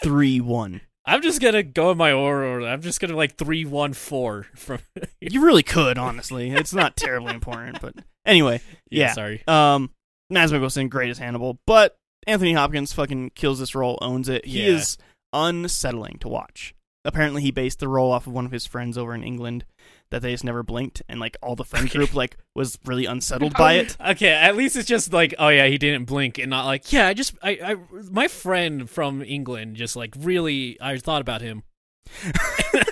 Speaker 1: three, one.
Speaker 2: I'm just gonna go in my order. I'm just gonna like three one four from.
Speaker 1: You really could, honestly. It's not terribly important, but anyway, Yeah.
Speaker 2: sorry.
Speaker 1: um, Mads Mikkelsen, great as Hannibal, but Anthony Hopkins fucking kills this role, owns it. He
Speaker 2: Yeah.
Speaker 1: is unsettling to watch. Apparently, he based the role off of one of his friends over in England that they just never blinked, and like all the friend
Speaker 2: Okay. Oh,
Speaker 1: group like was really unsettled by it.
Speaker 2: Okay, at least it's just like, oh yeah, he didn't blink, and not like, yeah, I just, I, I my friend from England just like really, I thought about him.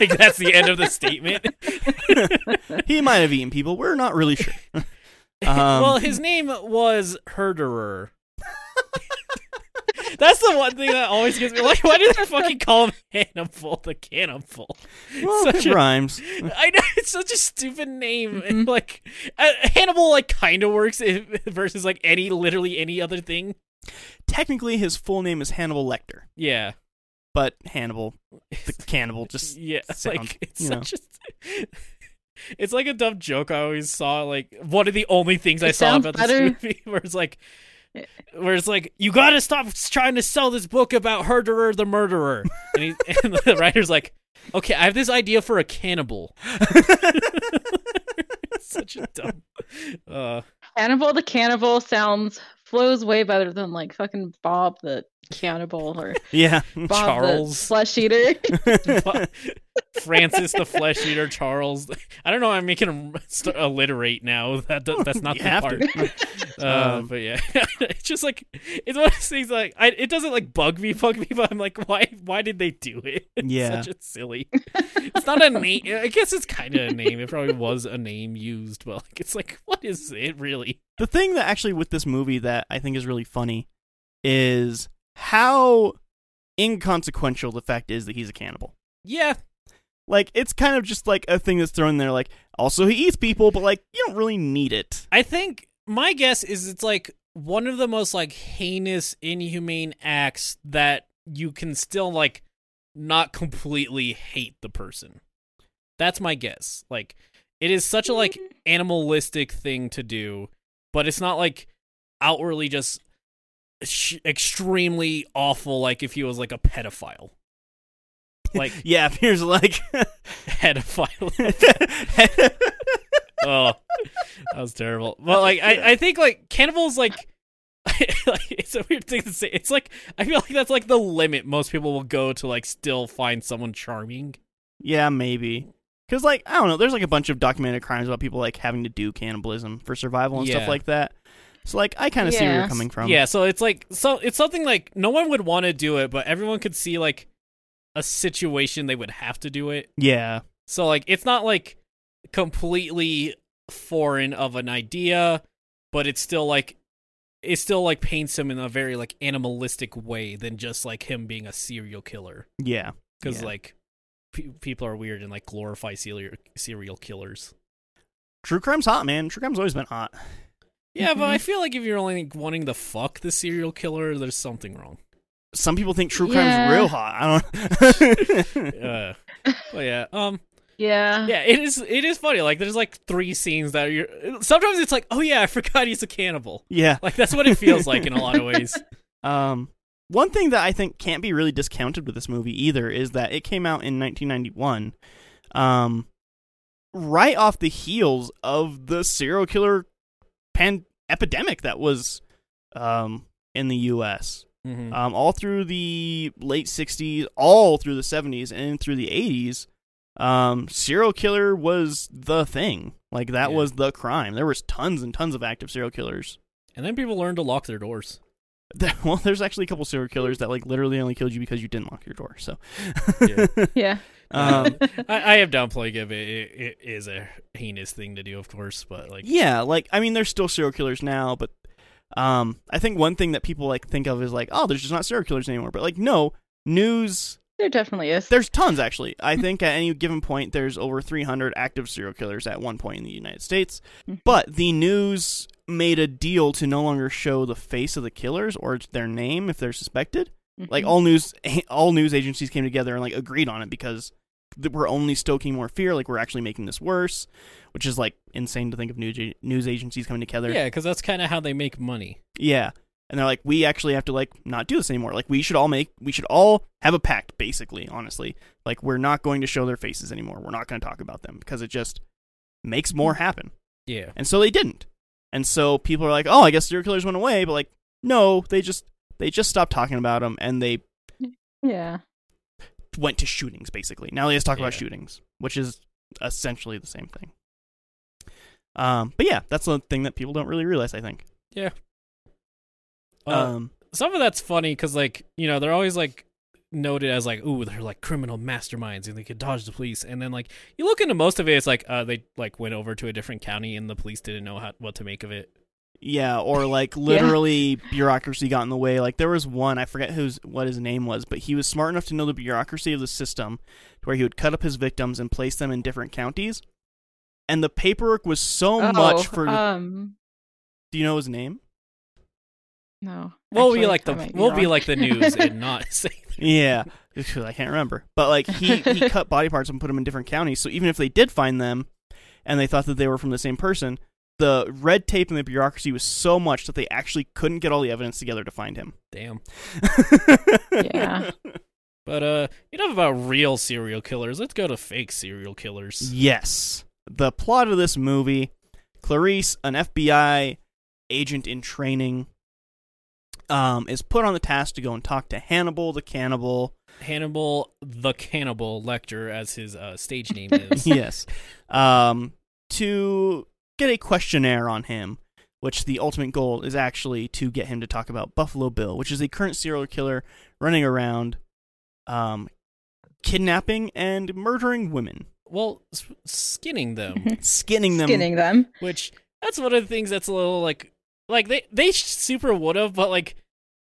Speaker 2: like that's the end of the statement.
Speaker 1: he might have eaten people. We're not really sure. Um,
Speaker 2: well, his name was Herderer. That's the one thing that always gets me. Like, why do they fucking call him Hannibal the Cannibal?
Speaker 1: well,
Speaker 2: such
Speaker 1: it
Speaker 2: a-
Speaker 1: rhymes.
Speaker 2: I know it's such a stupid name.
Speaker 3: Mhm.
Speaker 2: Like uh, Hannibal, like kind of works if, versus like any literally any other thing.
Speaker 1: Technically, his full name is Hannibal Lecter,
Speaker 2: Yeah,
Speaker 1: but Hannibal, the cannibal, just
Speaker 2: yeah. It's
Speaker 1: sound,
Speaker 2: like it's
Speaker 1: you know.
Speaker 2: such a. It's like a dumb joke I always saw. Like one of the only things I
Speaker 3: It
Speaker 2: saw
Speaker 3: sounds
Speaker 2: about
Speaker 3: better- Eh.
Speaker 2: this movie, where it's like, where it's like you gotta stop trying to sell this book about Herderer the murderer, and, he, and the writer's like, okay, I have this idea for a cannibal. such a dumb. Uh,
Speaker 3: Cannibal the cannibal sounds flows way better than like fucking Bob the cannibal or
Speaker 1: yeah.
Speaker 3: Bob
Speaker 2: Charles.
Speaker 3: the flesh eater.
Speaker 2: Fu- Francis the Flesh Eater, Charles. I don't know. why I'm making him st- alliterate now. That, that- that's not
Speaker 1: You
Speaker 2: the
Speaker 1: have
Speaker 2: part.
Speaker 1: to.
Speaker 2: Uh,
Speaker 1: Um,
Speaker 2: but yeah, it's just like it's one of those things. Like I, it doesn't like bug me, bug me, but I'm like, why? Why did they do it? It's
Speaker 1: Yeah.
Speaker 2: such a silly. It's not a name. I guess it's kind of a name. It probably was a name used, but like, it's like, what is it really?
Speaker 1: the thing that actually with this movie that I think is really funny is how inconsequential the fact is that he's a cannibal.
Speaker 2: Yeah,
Speaker 1: Like it's kind of just like a thing that's thrown there. Like also he eats people, but like you don't really need it.
Speaker 2: I think my guess is it's like one of the most like heinous, inhumane acts that you can still like not completely hate the person. That's my guess. Like it is such a like animalistic thing to do, but it's not like outwardly just sh- extremely awful. Like if he was like a pedophile, like
Speaker 1: Yeah, appears like
Speaker 2: pedophile. oh, that was terrible. But like, I, I think like cannibals like, like it's a weird thing to say. It's like I feel like that's like the limit most people will go to like still find someone charming.
Speaker 1: Yeah, maybe. Cause like I don't know, there's like a bunch of documented crimes about people like having to do cannibalism for survival and
Speaker 2: Yeah.
Speaker 1: stuff like that. So like I kind of see where you're
Speaker 3: Yes.
Speaker 1: coming from.
Speaker 2: Yeah, so it's like so it's something like no one would want to do it, but everyone could see like a situation they would have to do it.
Speaker 1: yeah,
Speaker 2: So like it's not like completely foreign of an idea, but it's still like it still like paints him in a very like animalistic way than just like him being a serial killer
Speaker 1: yeah.
Speaker 2: because
Speaker 1: Yeah.
Speaker 2: like pe- people are weird and like glorify serial serial killers.
Speaker 1: True crime's hot, man. True crime's always been hot.
Speaker 2: Yeah, but
Speaker 3: Mhm.
Speaker 2: I feel like if you're only like, wanting to fuck the serial killer, there's something wrong.
Speaker 1: Some people think true
Speaker 3: Yeah.
Speaker 1: crime's real hot. I don't.
Speaker 2: Uh, but yeah, um,
Speaker 3: yeah.
Speaker 2: yeah, it is. It is funny. Like, there's like three scenes that you're. Sometimes it's like, oh yeah, I forgot he's a cannibal.
Speaker 1: yeah.
Speaker 2: Like that's what it feels like in a lot of ways.
Speaker 1: Um. One thing that I think can't be really discounted with this movie either is that it came out in 1991, um, right off the heels of the serial killer pan epidemic that was, um, in the U.S.
Speaker 2: Mhm.
Speaker 1: um, all through the late 60s, all through the 70s, and through the 80s, um, serial killer was the thing. Like, that
Speaker 2: Yeah.
Speaker 1: was the crime. There was tons and tons of active serial killers.
Speaker 2: And then people learn to lock their doors.
Speaker 1: There, well, there's actually a couple serial killers that like literally only killed you because you didn't lock your door. So,
Speaker 2: Yeah.
Speaker 3: Yeah.
Speaker 1: um,
Speaker 2: I, I have downplayed it. It, it is a heinous thing to do, of course, but like
Speaker 1: yeah, like I mean, there's still serial killers now, but um, I think one thing that people like think of is like, oh, there's just not serial killers anymore. But like, no, news.
Speaker 3: There definitely is.
Speaker 1: There's tons actually. I think at any given point, there's over 300 active serial killers at one point in the United States.
Speaker 3: Mhm.
Speaker 1: But the news made a deal to no longer show the face of the killers or their name if they're suspected. like
Speaker 3: Mhm.
Speaker 1: all news all news agencies came together and like agreed on it because th- we're only stoking more fear like we're actually making this worse which is like insane to think of news ag- news agencies coming together
Speaker 2: yeah, because that's kind of how they make money.
Speaker 1: Yeah. and they're like we actually have to like not do this anymore like we should all make we should all have a pact basically honestly like we're not going to show their faces anymore we're not going to talk about them because it just makes
Speaker 2: Hmm.
Speaker 1: more happen
Speaker 2: Yeah,
Speaker 1: and so they didn't and so people are like oh i guess serial killers went away but like no they just they just stopped talking about them and they
Speaker 3: yeah.
Speaker 1: went to shootings basically. Now they just talk about
Speaker 2: Yeah.
Speaker 1: shootings, which is essentially the same thing. Um, but yeah, that's the thing that people don't really realize. I think.
Speaker 2: Uh,
Speaker 1: um,
Speaker 2: some of that's funny because like you know they're always like noted as like ooh they're like criminal masterminds and they could dodge the police and then like you look into most of it it's like uh they like went over to a different county and the police didn't know how, what to make of it
Speaker 1: yeah, or like literally bureaucracy got in the way. Like there was one I forget who's what his name was, but he was smart enough to know the bureaucracy of the system, to where he would cut up his victims and place them in different counties. And the paperwork was so
Speaker 3: Oh,
Speaker 1: much for.
Speaker 3: um
Speaker 1: do you know his name?
Speaker 3: no.
Speaker 2: we'll be
Speaker 3: Actually,
Speaker 2: like
Speaker 3: I
Speaker 2: the
Speaker 3: might
Speaker 2: we'll be
Speaker 3: wrong.
Speaker 2: like the news and not say
Speaker 1: Yeah, I can't remember. But like he he cut body parts and put them in different counties. So even if they did find them, and they thought that they were from the same person, the red tape and the bureaucracy was so much that they actually couldn't get all the evidence together to find him.
Speaker 2: damn
Speaker 3: Yeah.
Speaker 2: but uh enough about real serial killers let's go to fake serial killers
Speaker 1: Yes. The plot of this movie: Clarice, an FBI agent in training, um, is put on the task to go and talk to Hannibal the cannibal.
Speaker 2: Hannibal the Cannibal Lecter as his uh, stage name is
Speaker 1: yes. Um, to get a questionnaire on him, which the ultimate goal is actually to get him to talk about Buffalo Bill, which is a current serial killer running around um, kidnapping and murdering women,
Speaker 2: well s- skinning them
Speaker 1: skinning them.
Speaker 3: Skinning them.
Speaker 2: which that's one of the things that's a little like like they they sh- super would have but like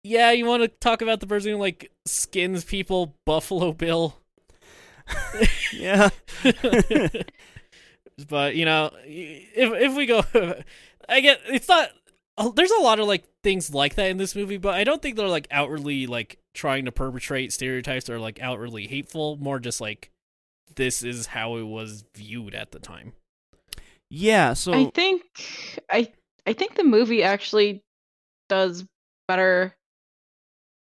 Speaker 2: yeah you want to talk about the person who like skins people buffalo bill
Speaker 1: Yeah.
Speaker 2: but you know if if we go i get it's not oh, there's a lot of like things like that in this movie but i don't think they're like outwardly like trying to perpetrate stereotypes or like outwardly hateful more just like this is how it was viewed at the time
Speaker 1: Yeah. So
Speaker 3: I think I I think the movie actually does better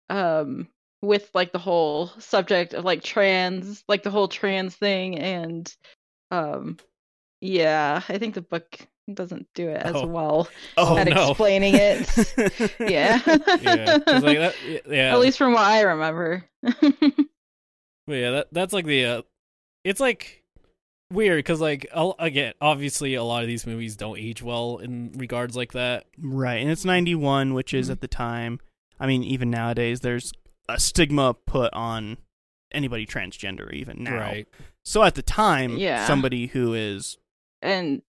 Speaker 3: um with like the whole subject of like trans like the whole trans thing and um yeah, I think the book doesn't do it as
Speaker 2: Oh.
Speaker 3: well
Speaker 1: oh
Speaker 3: at
Speaker 2: no.
Speaker 3: explaining it. yeah.
Speaker 2: yeah 'cause, like, that, yeah
Speaker 3: At least from what I remember.
Speaker 2: But yeah, that that's like the uh, it's like weird because like I'll- again, obviously a lot of these movies don't age well in regards like that.
Speaker 1: Right, and it's 91, which is
Speaker 3: Mhm.
Speaker 1: at the time. I mean, even nowadays, there's a stigma put on anybody transgender, even now.
Speaker 2: Right?
Speaker 1: So at the time,
Speaker 3: Yeah.
Speaker 1: somebody who is
Speaker 3: and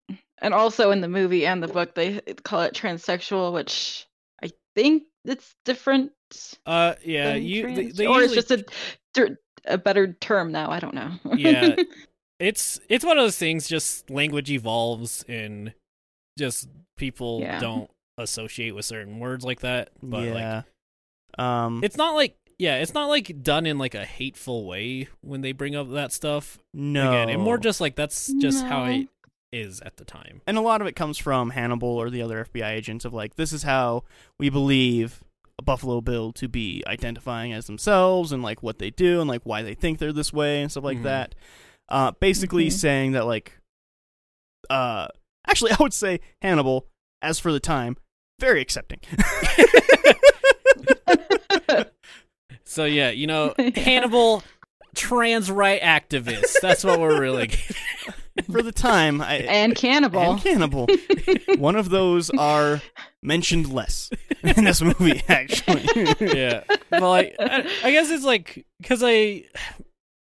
Speaker 3: and also in the movie and the book they call it transsexual which i think it's different
Speaker 2: Uh, yeah,
Speaker 3: than
Speaker 2: you they,
Speaker 3: trans-
Speaker 2: they
Speaker 3: or
Speaker 2: usually-
Speaker 3: it's just a dir- a better term now i don't know
Speaker 2: Yeah. it's it's one of those things. Just language evolves and just people
Speaker 3: Yeah.
Speaker 2: don't associate with certain words like that. But like
Speaker 1: yeah. um,
Speaker 2: it's not like yeah, it's not like done in like a hateful way when they bring up that stuff.
Speaker 1: no,
Speaker 2: Again, and more just like that's just how
Speaker 3: No.
Speaker 2: it is at the time.
Speaker 1: and a lot of it comes from Hannibal or the other FBI agents of like this is how we believe a Buffalo Bill to be identifying as themselves and like what they do and like why they think they're this way and stuff like
Speaker 2: Mhm.
Speaker 1: that. Uh, basically
Speaker 3: Mhm.
Speaker 1: saying that like, uh, actually I would say Hannibal, as for the time, very accepting.
Speaker 2: So yeah, you know,
Speaker 3: Yeah.
Speaker 2: Hannibal trans right activists. That's what we're really
Speaker 1: for the time, I
Speaker 3: and cannibal
Speaker 1: and cannibal. One of those are mentioned less. in this movie, actually.
Speaker 2: yeah. But like, I, I guess it's like because I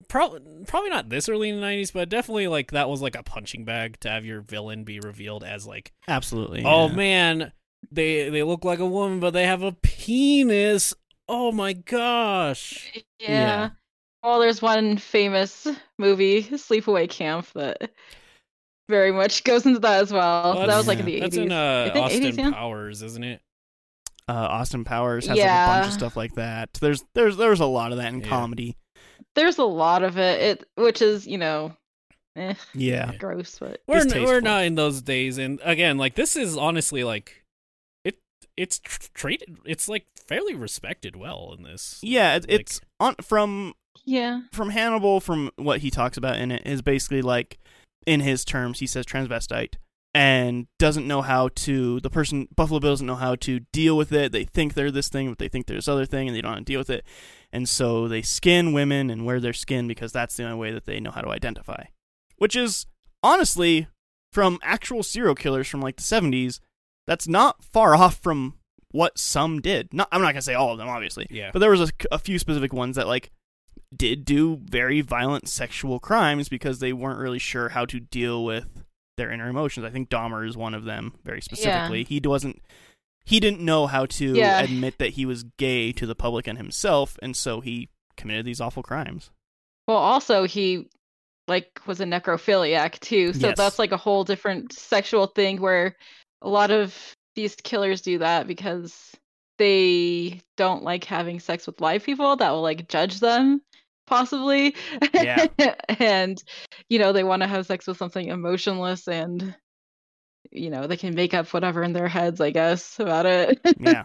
Speaker 2: probably probably not this early in the '90s, but definitely like that was like a punching bag to have your villain be revealed as like,
Speaker 1: Absolutely.
Speaker 2: oh
Speaker 1: yeah.
Speaker 2: man, they they look like a woman, but they have a penis. Oh my gosh.
Speaker 3: Yeah. Well, there's one famous movie, Sleepaway Camp, that very much goes into that as well.
Speaker 2: Well,
Speaker 3: that was like in
Speaker 1: that's-
Speaker 3: the 80s.
Speaker 2: That's in uh,
Speaker 3: I think
Speaker 2: Austin
Speaker 3: 80s, yeah.
Speaker 2: Powers, isn't it?
Speaker 1: Uh, Austin Powers has like a bunch
Speaker 3: Yeah.
Speaker 1: of stuff like that. There's there's there's a lot of that in
Speaker 2: Yeah.
Speaker 1: comedy.
Speaker 3: There's a lot of it, it which is, you know, eh,
Speaker 1: Yeah.
Speaker 3: gross, but
Speaker 2: we're n-
Speaker 1: Distasteful.
Speaker 2: we're not in those days and again like this is honestly like it it's tr- treated it's like fairly respected well in this
Speaker 1: Yeah, it,
Speaker 2: Like-
Speaker 1: it's on from
Speaker 3: yeah.
Speaker 1: from Hannibal, from what he talks about in it, is basically like, in his terms, he says transvestite and doesn't know how to. The person Buffalo Bill doesn't know how to deal with it. They think they're this thing, but they think they're this other thing, and they don't know how to deal with it. And so they skin women and wear their skin because that's the only way that they know how to identify. Which is honestly, from actual serial killers from like the seventies, that's not far off from what some did. Not, I'm not gonna say all of them, obviously,
Speaker 2: yeah
Speaker 1: but there was a, a few specific ones that like did do very violent sexual crimes because they weren't really sure how to deal with their inner emotions. I think Dahmer is one of them very specifically. He wasn't he didn't know how to
Speaker 3: Yeah.
Speaker 1: admit that he was gay to the public and himself, and so he committed these awful crimes.
Speaker 3: Well, also he like was a necrophiliac too, so
Speaker 1: Yes.
Speaker 3: that's like a whole different sexual thing where a lot of these killers do that because they don't like having sex with live people that will like judge them possibly.
Speaker 1: Yeah.
Speaker 3: and you know, they want to have sex with something emotionless and you know, they can make up whatever in their heads, I guess, about it.
Speaker 1: Yeah.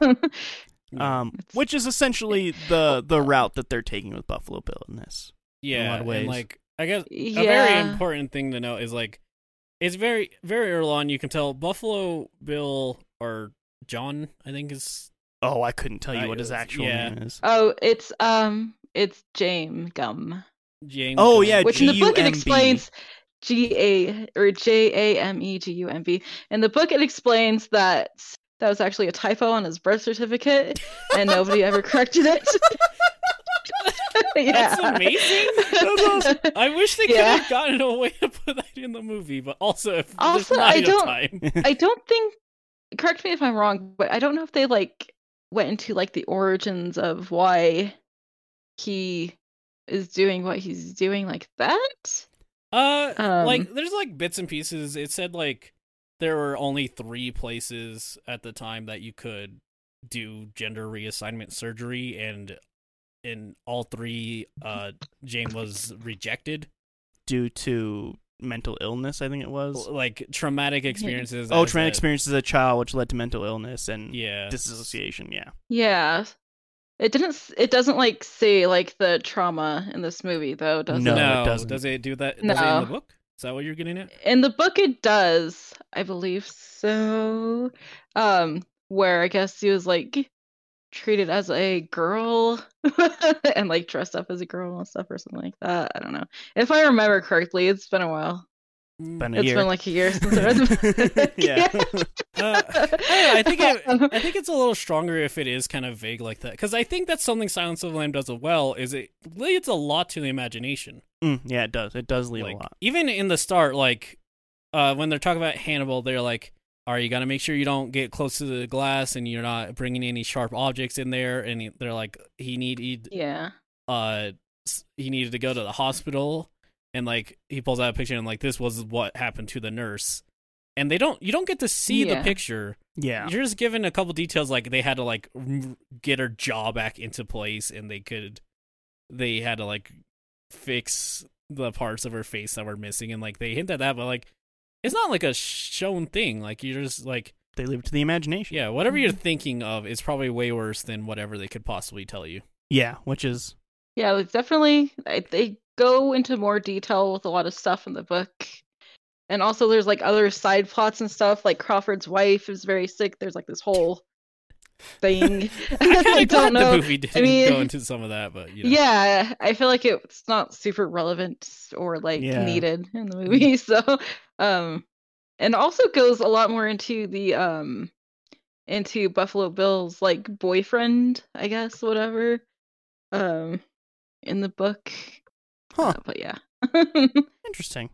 Speaker 2: Yeah.
Speaker 1: Um,
Speaker 3: It's-
Speaker 1: which is essentially the the route that they're taking with Buffalo Bill in this.
Speaker 2: yeah
Speaker 1: lot of ways.
Speaker 2: and like i guess
Speaker 3: yeah.
Speaker 2: a very important thing to note is like it's very very early on you can tell buffalo bill or john i think is
Speaker 1: Oh, I couldn't tell you
Speaker 2: I-
Speaker 1: what his actual
Speaker 2: yeah.
Speaker 1: name is.
Speaker 3: Oh, it's um it's James Gum.
Speaker 2: james
Speaker 1: Oh,
Speaker 2: Gunn.
Speaker 1: yeah,
Speaker 3: which in the book it
Speaker 1: G-U-M-B.
Speaker 3: explains G A or J A M E G U M B. In the book, it explains that that was actually a typo on his birth certificate, and nobody ever corrected it. yeah.
Speaker 2: that's amazing That's awesome. i wish they
Speaker 3: Yeah.
Speaker 2: could have gotten a way to put that in the movie but also if
Speaker 3: Also,
Speaker 2: there's not
Speaker 3: I
Speaker 2: enough
Speaker 3: don't-
Speaker 2: time
Speaker 3: I don't think. Correct me if I'm wrong, but I don't know if they like went into like the origins of why he is doing what he's doing like that.
Speaker 2: Uh,
Speaker 3: Um,
Speaker 2: like there's like bits and pieces. It said like there were only three places at the time that you could do gender reassignment surgery, and in all three, uh, Jane was rejected.
Speaker 1: Due to mental illness, I think it was.
Speaker 2: Like traumatic experiences.
Speaker 1: Oh,
Speaker 2: as
Speaker 1: traumatic
Speaker 2: a-
Speaker 1: experiences as a child, which led to mental illness and
Speaker 2: Yeah.
Speaker 1: disassociation. Yeah,
Speaker 3: Yeah. It didn't s- it doesn't like say like the trauma in this movie though, does
Speaker 1: No,
Speaker 2: No,
Speaker 1: it
Speaker 3: it?
Speaker 1: doesn't.
Speaker 2: Does it do that? Does it in
Speaker 3: No.
Speaker 2: the book? Is that what you're getting at?
Speaker 3: In the book it does, I believe so. Um where I guess he was like treated as a girl and like dressed up as a girl and stuff or something like that. I don't know. If I remember correctly, it's been a while.
Speaker 2: Mm,
Speaker 1: been a
Speaker 3: It's
Speaker 1: year.
Speaker 3: been like a year since I read the book.
Speaker 1: yeah.
Speaker 2: Uh, I think it, I think it's a little stronger if it is kind of vague like that, because I think that's something Silence of the Lamb does well. Is it leads a lot to the imagination.
Speaker 1: Mm, yeah, it does. It does leave
Speaker 2: like,
Speaker 1: a lot.
Speaker 2: Even in the start, like uh, when they're talking about Hannibal, they're like, "All right, you got to make sure you don't get close to the glass, and you're not bringing any sharp objects in there." And he- they're like, "He needed
Speaker 3: yeah.
Speaker 2: uh s- he needed to go to the hospital," and like he pulls out a picture and like this was what happened to the nurse. And they don't you don't get to see the
Speaker 3: Yeah.
Speaker 2: picture.
Speaker 1: Yeah,
Speaker 2: You're just given a couple details like they had to like m- get her jaw back into place and they could they had to like fix the parts of her face that were missing and like they hint at that but like it's not like a shown thing like you're just like
Speaker 1: they leave it to the imagination.
Speaker 2: yeah whatever you're thinking of is probably way worse than whatever they could possibly tell you
Speaker 1: yeah, which is
Speaker 3: Yeah, it's definitely I- they go into more detail with a lot of stuff in the book. And also there's like other side plots and stuff like Crawford's wife is very sick. There's like this whole thing.
Speaker 2: I
Speaker 3: I
Speaker 2: kinda
Speaker 3: don't
Speaker 2: glad
Speaker 3: know.
Speaker 2: the movie didn't
Speaker 3: mean-
Speaker 2: go into some of that but you know.
Speaker 3: Yeah, I feel like it's not super relevant or like
Speaker 1: Yeah.
Speaker 3: needed in the movie. So, um and also goes a lot more into the um into Buffalo Bill's like boyfriend, I guess, whatever. Um, in the book.
Speaker 1: Huh.
Speaker 3: Uh, but yeah,
Speaker 1: Interesting.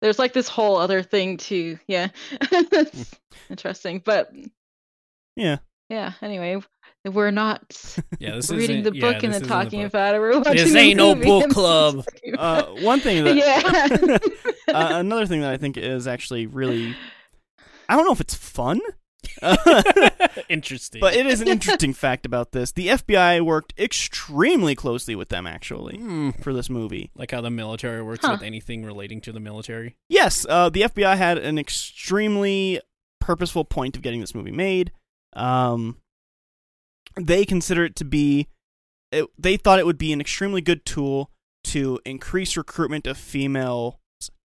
Speaker 3: there's like this whole other thing too. Yeah, It's interesting. But
Speaker 1: Hmm. Yeah.
Speaker 3: yeah, anyway, we're not
Speaker 2: Yeah, this is
Speaker 3: reading the book and then talking about it. We're watching
Speaker 2: This
Speaker 3: the
Speaker 2: ain't no
Speaker 3: movie
Speaker 2: book
Speaker 3: and then
Speaker 2: club.
Speaker 3: talking about
Speaker 1: Uh, one thing that
Speaker 3: it. yeah.
Speaker 1: uh, another thing that I think is actually really I don't know if it's fun. Uh,
Speaker 2: Interesting.
Speaker 1: but it is an interesting fact about this. The FBI worked extremely closely with them actually
Speaker 2: Hmm.
Speaker 1: for this movie.
Speaker 2: like how the military works
Speaker 3: Huh.
Speaker 2: with anything relating to the military.
Speaker 1: Yes, uh, the FBI had an extremely purposeful point of getting this movie made. Um, they consider it to be, it, they thought it would be an extremely good tool to increase recruitment of females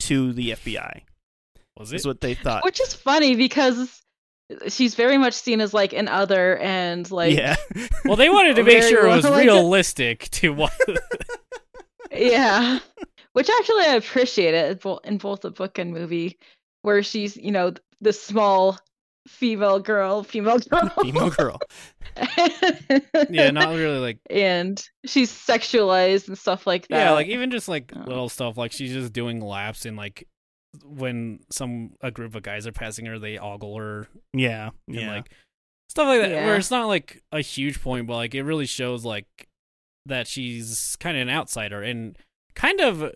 Speaker 1: to the FBI.
Speaker 2: Was it?
Speaker 1: Is what they thought.
Speaker 3: Which is funny because she's very much seen as like an other and like
Speaker 1: yeah,
Speaker 2: Well, they wanted to make
Speaker 3: Very
Speaker 2: sure it
Speaker 3: well,
Speaker 2: was
Speaker 3: like-
Speaker 2: realistic to what.
Speaker 3: yeah. Which actually I appreciate it in bo- in both the book and movie where she's, you know, the small female girl, female girl.
Speaker 1: female girl.
Speaker 2: yeah, not really like.
Speaker 3: and she's sexualized and stuff like that.
Speaker 2: Yeah, like even just like
Speaker 3: Oh.
Speaker 2: little stuff like she's just doing laps and like when some a group of guys are passing her, they ogle her
Speaker 1: Yeah,
Speaker 2: and
Speaker 1: yeah.
Speaker 2: like stuff like that.
Speaker 3: Yeah.
Speaker 2: Where it's not like a huge point, but like it really shows like that she's kind of an outsider and kind of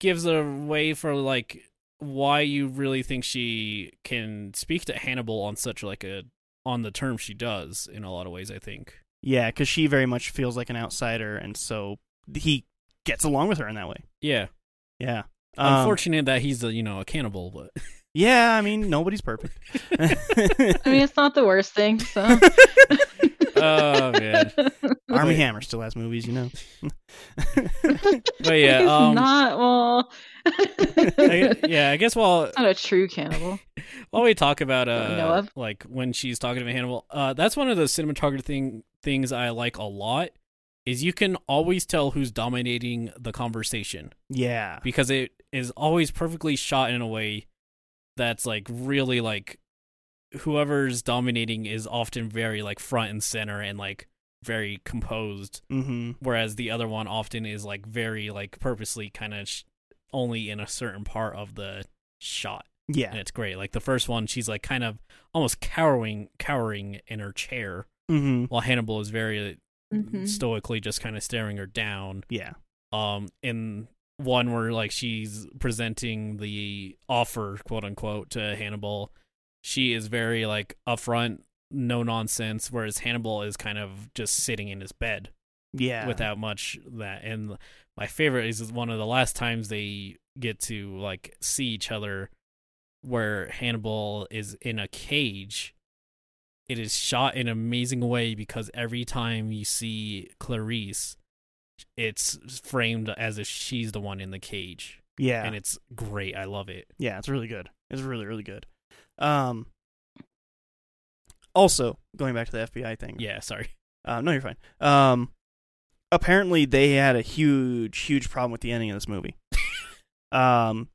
Speaker 2: gives a way for like why you really think she can speak to Hannibal on such like a on the term she does in a lot of ways. I think.
Speaker 1: yeah, because she very much feels like an outsider, and so he gets along with her in that way.
Speaker 2: Yeah.
Speaker 1: Yeah. Um,
Speaker 2: Unfortunate that he's a you know a cannibal, but
Speaker 1: yeah, I mean, nobody's perfect.
Speaker 3: I mean, it's not the worst thing, so.
Speaker 2: oh man.
Speaker 1: Army
Speaker 2: Wait.
Speaker 1: Hammer still has movies, you know.
Speaker 2: But yeah,
Speaker 3: He's
Speaker 2: um,
Speaker 3: not well.
Speaker 2: I,
Speaker 3: He's
Speaker 2: yeah, I guess while
Speaker 3: not a true cannibal.
Speaker 2: while we talk about
Speaker 3: That we know
Speaker 2: uh
Speaker 3: of.
Speaker 2: like when she's talking to Hannibal, uh that's one of the cinematography thing, things I like a lot is you can always tell who's dominating the conversation
Speaker 1: Yeah.
Speaker 2: because it is always perfectly shot in a way that's like really like whoever's dominating is often very like front and center and like very composed
Speaker 1: Mm-hmm.
Speaker 2: whereas the other one often is like very like purposely kind of sh- only in a certain part of the shot and
Speaker 1: Yeah.
Speaker 2: it's great like the first one she's like kind of almost cowering cowering in her chair
Speaker 1: Mm-hmm.
Speaker 2: while hannibal is very uh, Mm-hmm.
Speaker 3: Mhm.
Speaker 2: stoically just kind of staring her down
Speaker 1: Yeah.
Speaker 2: um in one where like she's presenting the offer quote unquote to hannibal she is very like upfront no nonsense whereas hannibal is kind of just sitting in his bed
Speaker 1: Yeah.
Speaker 2: without much that and my favorite is one of the last times they get to like see each other where hannibal is in a cage it is shot in an amazing way because every time you see clarice it's framed as if she's the one in the cage
Speaker 1: Yeah.
Speaker 2: and it's great i love it
Speaker 1: yeah. It's really good. It's really really good. Um. Also, going back to the FBI thing.
Speaker 2: yeah sorry
Speaker 1: Uh, no, you're fine. Um. Apparently, they had a huge huge problem with the ending of this movie. um,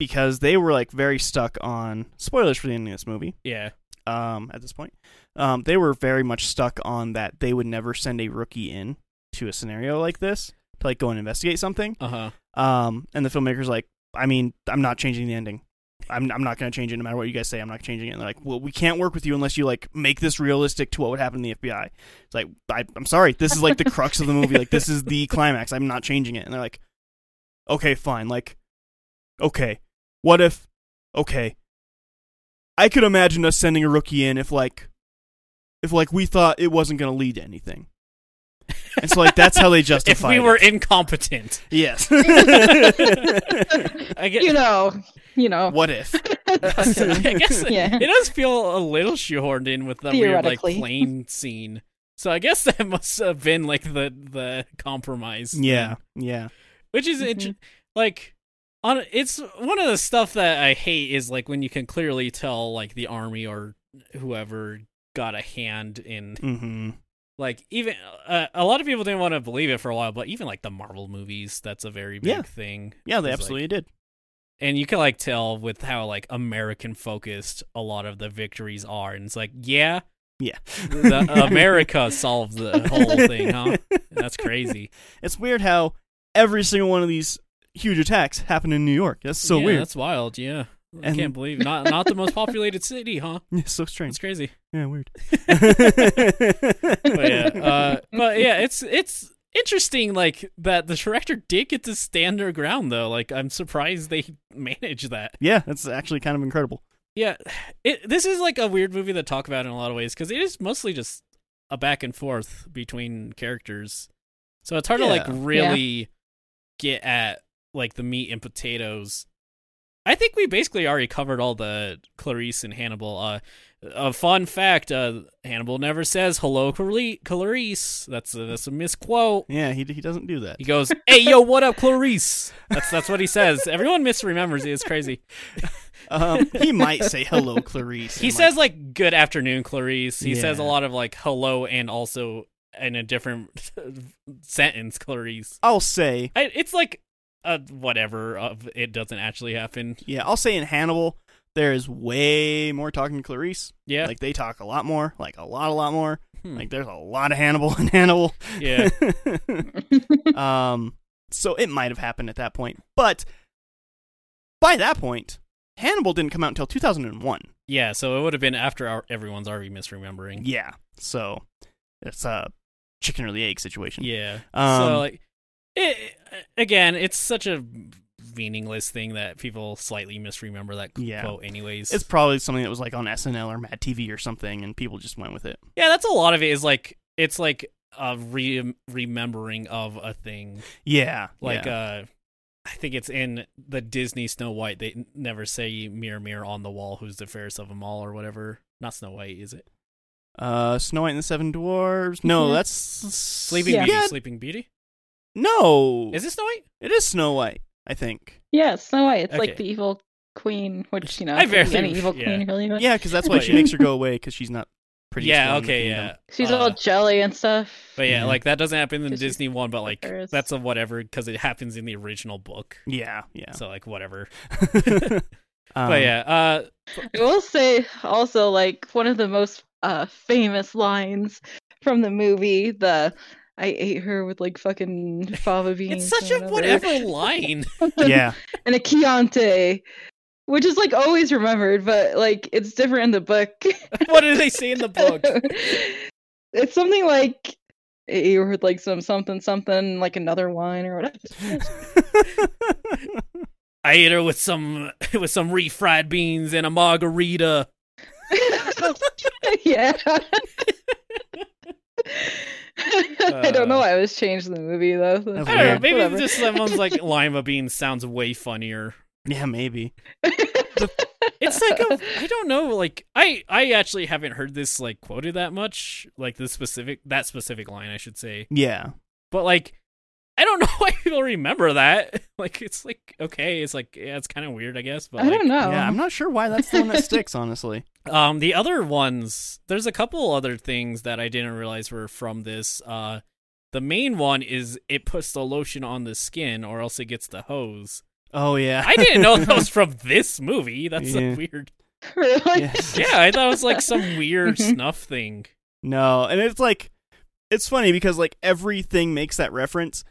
Speaker 1: because they were like very stuck on spoilers for the ending of this movie.
Speaker 2: yeah
Speaker 1: um, at this point. Um, they were very much stuck on that they would never send a rookie in to a scenario like this to like go and investigate something.
Speaker 2: uh-huh
Speaker 1: Um, and the filmmakers like, I mean, I'm not changing the ending. I'm I'm not going to change it no matter what you guys say. I'm not changing it. And they're like, well, we can't work with you unless you like make this realistic to what would happen in the FBI. It's like, I, I'm sorry, this is like the crux of the movie. Like, this is the climax. I'm not changing it. And they're like, okay, fine. Like, okay, what if? Okay, I could imagine us sending a rookie in if like, if like we thought it wasn't going to lead to anything. And so like that's how they
Speaker 2: if
Speaker 1: justify.
Speaker 2: we were
Speaker 1: it.
Speaker 2: incompetent
Speaker 1: yes.
Speaker 2: i guess
Speaker 3: You know, you know.
Speaker 1: what if?
Speaker 2: uh, I guess it-
Speaker 3: Yeah.
Speaker 2: it does feel a little shoehorned in with the weird like
Speaker 3: Theoretically.
Speaker 2: plane scene. So I guess that must have been like the the compromise. thing.
Speaker 1: Yeah, yeah,
Speaker 2: which is
Speaker 3: Mhm.
Speaker 2: int- like on it's one of the stuff that I hate is like when you can clearly tell like the army or whoever got a hand in
Speaker 1: mm-hmm.
Speaker 2: like even uh, a lot of people didn't want to believe it for a while, but even like the Marvel movies, that's a very big
Speaker 1: Yeah.
Speaker 2: thing.
Speaker 1: yeah. They
Speaker 2: It's, like,
Speaker 1: absolutely did.
Speaker 2: and you can like tell with how like American focused a lot of the victories are, and it's like yeah,
Speaker 1: Yeah.
Speaker 2: The America solved the whole thing, huh? That's crazy.
Speaker 1: It's weird how every single one of these huge attacks happened in New York. That's so
Speaker 2: Yeah,
Speaker 1: weird.
Speaker 2: That's wild. Yeah, I
Speaker 1: And-
Speaker 2: can't believe not not the most populated city, huh?
Speaker 1: Yeah, so strange.
Speaker 2: That's crazy.
Speaker 1: Yeah, weird.
Speaker 2: But yeah, uh, but yeah, it's it's interesting like that. The director did get to stand their ground though. Like I'm surprised they managed that.
Speaker 1: yeah, that's actually kind of incredible.
Speaker 2: Yeah, it this is like a weird movie to talk about in a lot of ways because it is mostly just a back and forth between characters, so it's hard to like
Speaker 1: Yeah.
Speaker 2: really get at like the meat and potatoes. I think we basically already covered all the Clarice and Hannibal. Uh, a fun fact: uh, Hannibal never says "Hello, Clari- Clarice." That's a, that's a misquote.
Speaker 1: Yeah, he he doesn't do that.
Speaker 2: He goes, "Hey, yo, what up, Clarice?" That's that's what he says. Everyone misremembers it. It's crazy.
Speaker 1: Um, he might say hello, Clarice.
Speaker 2: He
Speaker 1: and,
Speaker 2: says like "Good afternoon, Clarice." He says a
Speaker 1: Yeah.
Speaker 2: lot of like "Hello" and also in a different sentence, Clarice.
Speaker 1: I'll say,
Speaker 2: I, it's like uh, whatever of it doesn't actually happen.
Speaker 1: yeah, I'll say in Hannibal there is way more talking to Clarice.
Speaker 2: Yeah,
Speaker 1: Like they talk a lot more, like a lot, a lot more.
Speaker 2: Hmm.
Speaker 1: Like there's a lot of Hannibal in Hannibal.
Speaker 2: yeah,
Speaker 1: um, so it might have happened at that point, but by that point, Hannibal didn't come out until 2001.
Speaker 2: yeah. So it would have been after our, everyone's already misremembering.
Speaker 1: Yeah, so it's a chicken or the egg situation.
Speaker 2: Yeah.
Speaker 1: Um,
Speaker 2: so like, it, again, it's such a meaningless thing that people slightly misremember that
Speaker 1: Yeah.
Speaker 2: quote. Anyways,
Speaker 1: It's probably something that was like on SNL or Mad TV or something, and people just went with it.
Speaker 2: yeah. That's a lot of it. Is like it's like a re- remembering of a thing.
Speaker 1: Yeah,
Speaker 2: like
Speaker 1: yeah.
Speaker 2: uh i think it's in the disney snow white they n- never say mirror mirror on the wall who's the fairest of them all or whatever not snow white is it
Speaker 1: Uh, Snow White and the Seven Dwarves. No,
Speaker 3: Mhm.
Speaker 1: that's
Speaker 2: Mm-hmm. sleeping
Speaker 1: Sleeping
Speaker 3: Yeah.
Speaker 2: beauty sleeping beauty
Speaker 1: No,
Speaker 2: is it snow white
Speaker 1: it is Snow White. I think.
Speaker 3: yeah, Snow White. It's
Speaker 2: Okay.
Speaker 3: like the evil queen, which you know,
Speaker 2: I
Speaker 3: could be
Speaker 2: barely-
Speaker 3: any evil
Speaker 2: yeah.
Speaker 3: queen really. But
Speaker 1: Yeah, because that's why
Speaker 2: But
Speaker 1: she
Speaker 2: yeah.
Speaker 1: makes her go away because she's not pretty.
Speaker 2: yeah
Speaker 1: still in the
Speaker 2: okay
Speaker 1: kingdom.
Speaker 2: yeah
Speaker 3: she's
Speaker 2: Uh,
Speaker 3: all jelly and stuff.
Speaker 2: but yeah
Speaker 1: Mhm.
Speaker 2: like that doesn't happen in the
Speaker 3: Disney
Speaker 2: disney one but like
Speaker 3: Fairest.
Speaker 2: that's a whatever because it happens in the original book
Speaker 1: Yeah, yeah.
Speaker 2: so like whatever
Speaker 1: Um,
Speaker 2: but yeah uh
Speaker 3: I will say also like one of the most uh famous lines from the movie, the I ate her with like fucking fava
Speaker 2: it's
Speaker 3: beans.
Speaker 2: such
Speaker 3: or
Speaker 2: a whatever line
Speaker 1: yeah,
Speaker 3: and a Chianti. Which is like always remembered, but like it's different in the book.
Speaker 2: what do they say in the book
Speaker 3: it's something like I ate her with like some something something like another wine or whatever.
Speaker 2: i ate her with some with some refried beans and a margarita
Speaker 3: yeah. I don't know
Speaker 2: Uh,
Speaker 3: why it was changed in the movie though. so-
Speaker 1: That's
Speaker 2: I don't know.
Speaker 1: weird.
Speaker 2: Maybe
Speaker 3: whatever.
Speaker 2: just someone's like lima beans sounds way funnier.
Speaker 1: yeah, maybe.
Speaker 2: It's like a, I don't know. Like I I actually haven't heard this like quoted that much. Like the specific that specific line I should say.
Speaker 1: Yeah,
Speaker 2: But like I don't know why people remember that. Like it's like okay, it's like yeah, it's kind of weird I guess. But
Speaker 3: I
Speaker 2: like,
Speaker 3: don't know.
Speaker 1: yeah. I'm not sure why that's the one that sticks. Honestly,
Speaker 2: Um, the other ones, there's a couple other things that I didn't realize were from this. Uh, the main one is it puts the lotion on the skin, or else it gets the hose.
Speaker 1: oh yeah,
Speaker 2: I didn't know that was from this movie. That's
Speaker 1: Yeah.
Speaker 2: like weird.
Speaker 3: really?
Speaker 1: Yes.
Speaker 2: Yeah, I thought it was like some weird
Speaker 1: Mm-hmm.
Speaker 3: Mhm.
Speaker 2: snuff thing.
Speaker 1: No, and it's like it's funny because like everything makes that reference.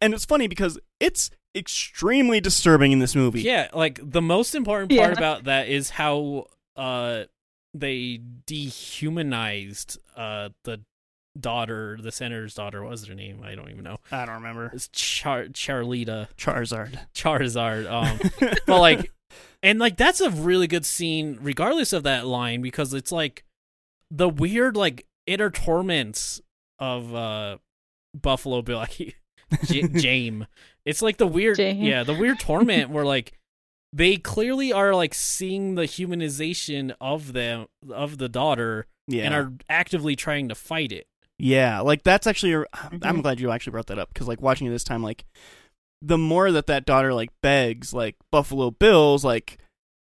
Speaker 1: And it's funny because it's extremely disturbing in this movie.
Speaker 2: Yeah, like the most important part
Speaker 3: Yeah.
Speaker 2: about that is how uh they dehumanized uh the daughter, the senator's daughter. What was her name? I don't even know.
Speaker 1: I don't remember.
Speaker 2: It's Char Charlita
Speaker 1: Charizard.
Speaker 2: Charizard. Um, but like, and like that's a really good scene, regardless of that line, because it's like the weird like inner torments of uh Buffalo Bill. I keep- J- Jame. It's like the weird,
Speaker 3: Jame.
Speaker 2: yeah, the weird torment where like they clearly are like seeing the humanization of them of the daughter
Speaker 1: yeah.
Speaker 2: and are actively trying to fight it.
Speaker 1: yeah, like that's actually a, I'm glad you actually brought that up cuz like watching it this time like the more that that daughter like begs like Buffalo Bills like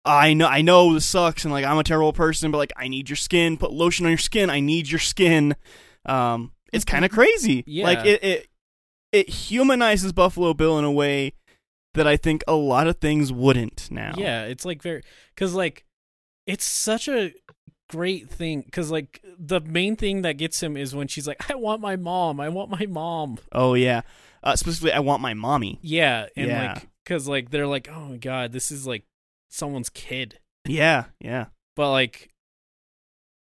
Speaker 1: I know I know this sucks and like I'm a terrible person but like I need your skin, put lotion on your skin. I need your skin. Um it's kind of crazy.
Speaker 2: Yeah.
Speaker 1: Like it, it it humanizes Buffalo Bill in a way that I think a lot of things wouldn't now.
Speaker 2: Yeah, it's like very because like it's such a great thing because like the main thing that gets him is when she's like, "I want my mom. I want my mom."
Speaker 1: Oh yeah. Uh, specifically, I want my mommy.
Speaker 2: Yeah, and
Speaker 1: Yeah.
Speaker 2: like because like they're like, "Oh my god, this is like someone's kid,"
Speaker 1: Yeah, yeah,
Speaker 2: but like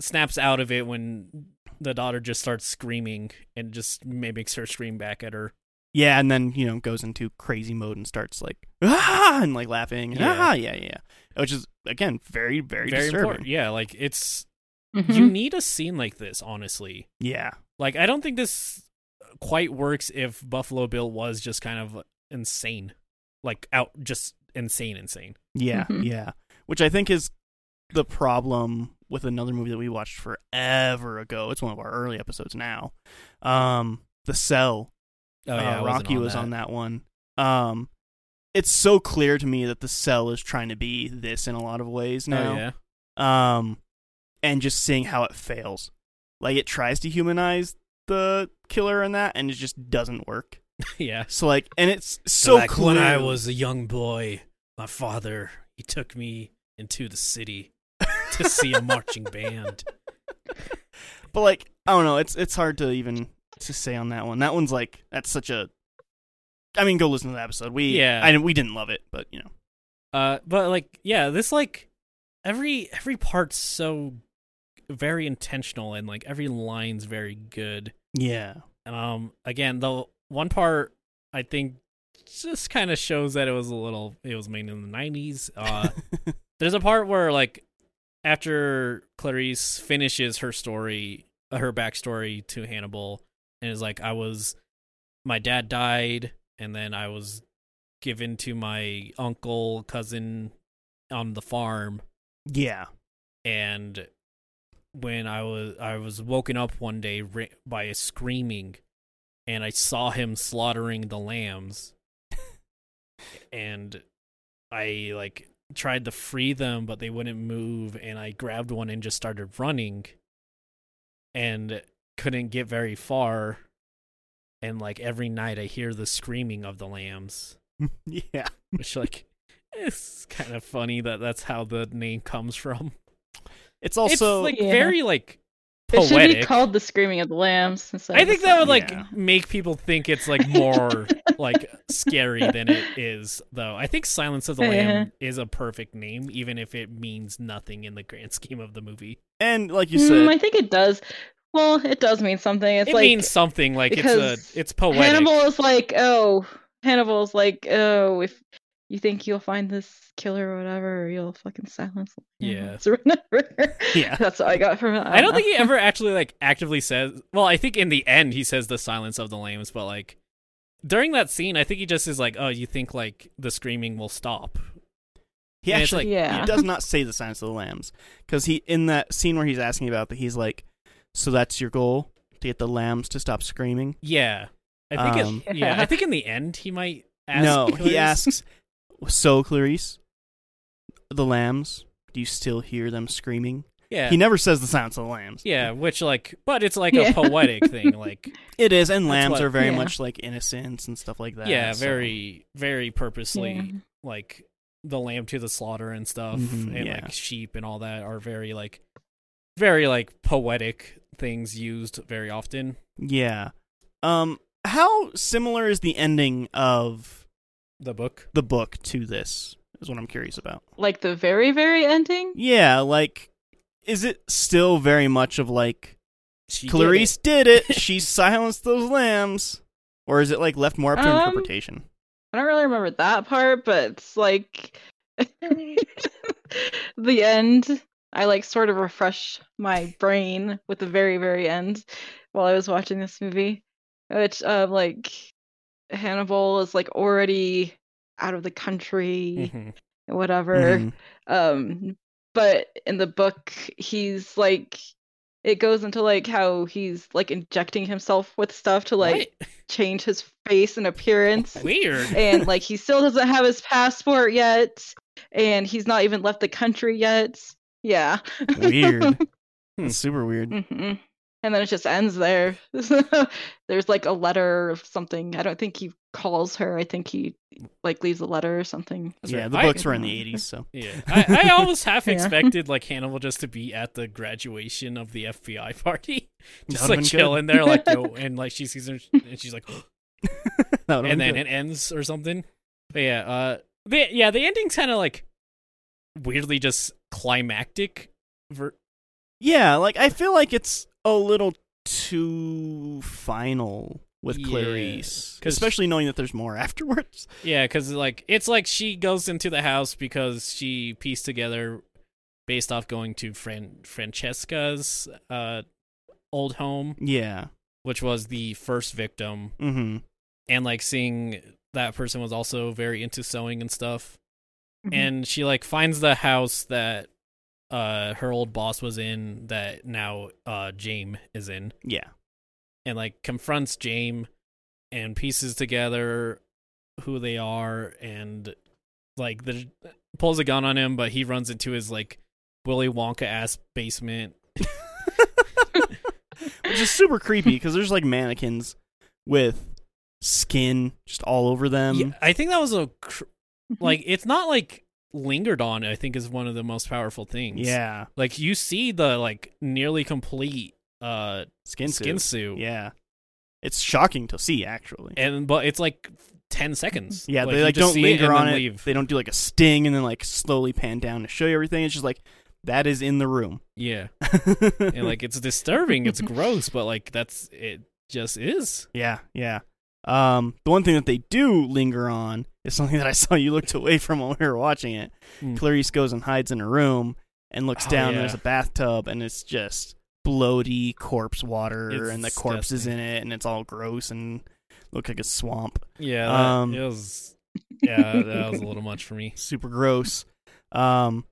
Speaker 2: snaps out of it when the daughter just starts screaming and just mimics her scream back at her.
Speaker 1: yeah. And then you know goes into crazy mode and starts like ah and like laughing. And,
Speaker 2: Yeah.
Speaker 1: Ah, yeah, yeah. Which is again very, very, disturbing.
Speaker 2: Yeah, like it's
Speaker 3: Mhm.
Speaker 2: you need a scene like this, honestly.
Speaker 1: Yeah,
Speaker 2: Like I don't think this quite works if Buffalo Bill was just kind of insane, like out just insane, insane.
Speaker 1: yeah,
Speaker 2: Mm-hmm.
Speaker 3: Mhm.
Speaker 1: yeah. Which I think is the problem with another movie that we watched forever ago. It's one of our early episodes now. Um, The Cell.
Speaker 2: Oh
Speaker 1: uh, Rocky was on that one. Um, it's so clear to me that the cell is trying to be this in a lot of ways
Speaker 2: Oh
Speaker 1: now.
Speaker 2: yeah,
Speaker 1: Um, and just seeing how it fails, like it tries to humanize the killer in that, and it just doesn't work.
Speaker 2: yeah.
Speaker 1: So like, and it's so
Speaker 2: like
Speaker 1: clear.
Speaker 2: when I was a young boy, my father he took me into the city to see a marching band.
Speaker 1: but like I don't know. It's it's hard to even to say on that one. That one's like that's such a. I mean, go listen to the episode. We
Speaker 2: Yeah.
Speaker 1: I, we didn't love it, but you know,
Speaker 2: Uh, but like yeah, this like every every part's so very intentional and like every line's very good.
Speaker 1: yeah,
Speaker 2: Um, again, the one part I think just kind of shows that it was a little, it was made in the '90s. Uh, there's a part where like after Clarice finishes her story, uh, her backstory to Hannibal, and is like, I was, my dad died, and then I was given to my uncle cousin on the farm,
Speaker 1: yeah,
Speaker 2: and when I was I was woken up one day ra- by a screaming, and I saw him slaughtering the lambs, and I like tried to free them, but they wouldn't move, and I grabbed one and just started running, and couldn't get very far, and like every night I hear the screaming of the lambs,
Speaker 1: yeah.
Speaker 2: which like. It's kind of funny that that's how the name comes from
Speaker 1: It's also
Speaker 2: it's like
Speaker 3: Yeah.
Speaker 2: very like
Speaker 3: It should be
Speaker 2: poetic.
Speaker 3: called the Screaming of the Lambs. instead
Speaker 2: I
Speaker 3: of the
Speaker 2: think that would like
Speaker 1: Yeah.
Speaker 2: make people think it's like more like scary than it is, though. I think Silence of
Speaker 3: Uh-huh.
Speaker 2: the Lamb is a perfect name, even if it means nothing in the grand scheme of the movie.
Speaker 1: And like you
Speaker 3: Sound. Mm,
Speaker 1: said,
Speaker 3: I think it does. Well, it does mean something. It's
Speaker 2: it
Speaker 3: like
Speaker 2: means something. Like it's a
Speaker 3: because
Speaker 2: it's poetic.
Speaker 3: Hannibal is like, oh, Hannibal is like, oh, if you think you'll find this killer or whatever, you'll fucking silence. him."
Speaker 2: Yeah.
Speaker 3: It's or whatever.
Speaker 1: yeah,
Speaker 3: That's all I got from it.
Speaker 2: I don't think he ever actually like actively says. Well, I think in the end he says the Silence of the Lambs, but like during that scene, I think he just is like, "Oh, you think like the screaming will stop?"
Speaker 1: he
Speaker 2: And it's
Speaker 1: actually
Speaker 2: like,
Speaker 3: Yeah.
Speaker 1: he does not say the Silence of the Lambs because he in that scene where he's asking about that he's like, so that's your goal to get the lambs to stop screaming.
Speaker 2: Yeah, I think.
Speaker 1: Um,
Speaker 2: it, yeah. I think in the end he might. Ask
Speaker 1: no,
Speaker 2: Clarice.
Speaker 1: he asks, so Clarice, the lambs, do you still hear them screaming?
Speaker 2: Yeah,
Speaker 1: He never says the Silence of the Lambs.
Speaker 2: yeah, which like, but it's like
Speaker 3: Yeah.
Speaker 2: a poetic thing. Like,
Speaker 1: it is, and
Speaker 2: That's
Speaker 1: lambs
Speaker 2: what-
Speaker 1: are very
Speaker 3: Yeah.
Speaker 1: much like innocence and stuff like that.
Speaker 2: yeah,
Speaker 1: so-
Speaker 2: very, very purposely,
Speaker 3: Yeah.
Speaker 2: like the lamb to the slaughter and stuff,
Speaker 1: Mhm,
Speaker 2: and
Speaker 1: yeah.
Speaker 2: like sheep and all that are very like, very like poetic things used very often.
Speaker 1: yeah. Um, how similar is the ending of
Speaker 2: The book.
Speaker 1: the book to this? Is what I'm curious about.
Speaker 3: like the very very ending.
Speaker 1: Yeah, like is it still very much of like
Speaker 2: She did
Speaker 1: Clarice
Speaker 2: it.
Speaker 1: did it, she silenced those lambs? Or is it like left more up to
Speaker 3: Um,
Speaker 1: interpretation?
Speaker 3: I don't really remember that part, but it's like the end. I like sort of refreshed my brain with the very very end while I was watching this movie, which uh, like Hannibal is like already out of the country,
Speaker 2: Mhm.
Speaker 3: and whatever.
Speaker 1: Mhm.
Speaker 3: um but in the book he's like it goes into like how he's like injecting himself with stuff to like change his face and appearance
Speaker 2: What? weird.
Speaker 3: and like he still doesn't have his passport yet and he's not even left the country yet yeah
Speaker 1: Weird.
Speaker 2: Hmm.
Speaker 1: That's super weird.
Speaker 3: hmm and then it just ends there there's like a letter or something i don't think he calls her. I think he like leaves a letter or something.
Speaker 2: That's
Speaker 1: yeah,
Speaker 2: right.
Speaker 1: the
Speaker 2: I-
Speaker 1: books were in the 80s, so.
Speaker 2: Yeah, I, I almost half
Speaker 3: Yeah.
Speaker 2: expected like Hannibal just to be at the graduation of the FBI party, just
Speaker 1: That would've
Speaker 2: like
Speaker 1: been good.
Speaker 2: chilling there, like yo, and like she sees her and she's like,
Speaker 1: That would've
Speaker 2: and
Speaker 1: been
Speaker 2: then
Speaker 1: good.
Speaker 2: it ends or something. But yeah, uh, the, yeah, the ending's kind of like weirdly just climactic. Ver-
Speaker 1: Yeah, like I feel like it's a little too final with
Speaker 2: Yeah,
Speaker 1: Clarice,
Speaker 2: 'cause-
Speaker 1: especially knowing that there's more afterwards.
Speaker 2: yeah, because like it's like she goes into the house because she pieced together based off going to Fran- Francesca's uh old home,
Speaker 1: Yeah.
Speaker 2: which was the first victim.
Speaker 1: Mhm.
Speaker 2: and like seeing that person was also very into sewing and stuff
Speaker 3: Mhm.
Speaker 2: and she like finds the house that uh her old boss was in that now uh Jame is in
Speaker 1: Yeah.
Speaker 2: and like confronts Jame and pieces together who they are and like the pulls a gun on him but he runs into his like Willy Wonka ass basement
Speaker 1: Which is super creepy because there's like mannequins with skin just all over them.
Speaker 2: yeah, I think that was a cr-
Speaker 3: Mhm.
Speaker 2: like it's not like lingered on I think is one of the most powerful things
Speaker 1: Yeah.
Speaker 2: like you see the like nearly complete uh
Speaker 1: Skin suit.
Speaker 2: skin suit
Speaker 1: Yeah. It's shocking to see actually.
Speaker 2: and but it's like 10 seconds
Speaker 1: yeah,
Speaker 2: you
Speaker 1: they like
Speaker 2: just
Speaker 1: don't
Speaker 2: see it
Speaker 1: linger
Speaker 2: and
Speaker 1: on
Speaker 2: then
Speaker 1: it.
Speaker 2: leave.
Speaker 1: They don't do like a sting and then like slowly pan down to show you everything. It's just like that is in the room.
Speaker 2: yeah and like it's disturbing it's gross but like that's it just is
Speaker 1: Yeah, yeah. Um, the one thing that they do linger on is something that I saw you looked away from when we were watching it.
Speaker 2: Hmm.
Speaker 1: Clarice goes and hides in her room and looks
Speaker 2: Oh,
Speaker 1: down.
Speaker 2: yeah.
Speaker 1: And there's a bathtub, and it's just bloaty corpse water,
Speaker 2: It's
Speaker 1: and the corpse is in it, and it's all gross and looks like a swamp.
Speaker 2: yeah that,
Speaker 1: Um,
Speaker 2: it was yeah that was a little much for me
Speaker 1: Super gross. Um,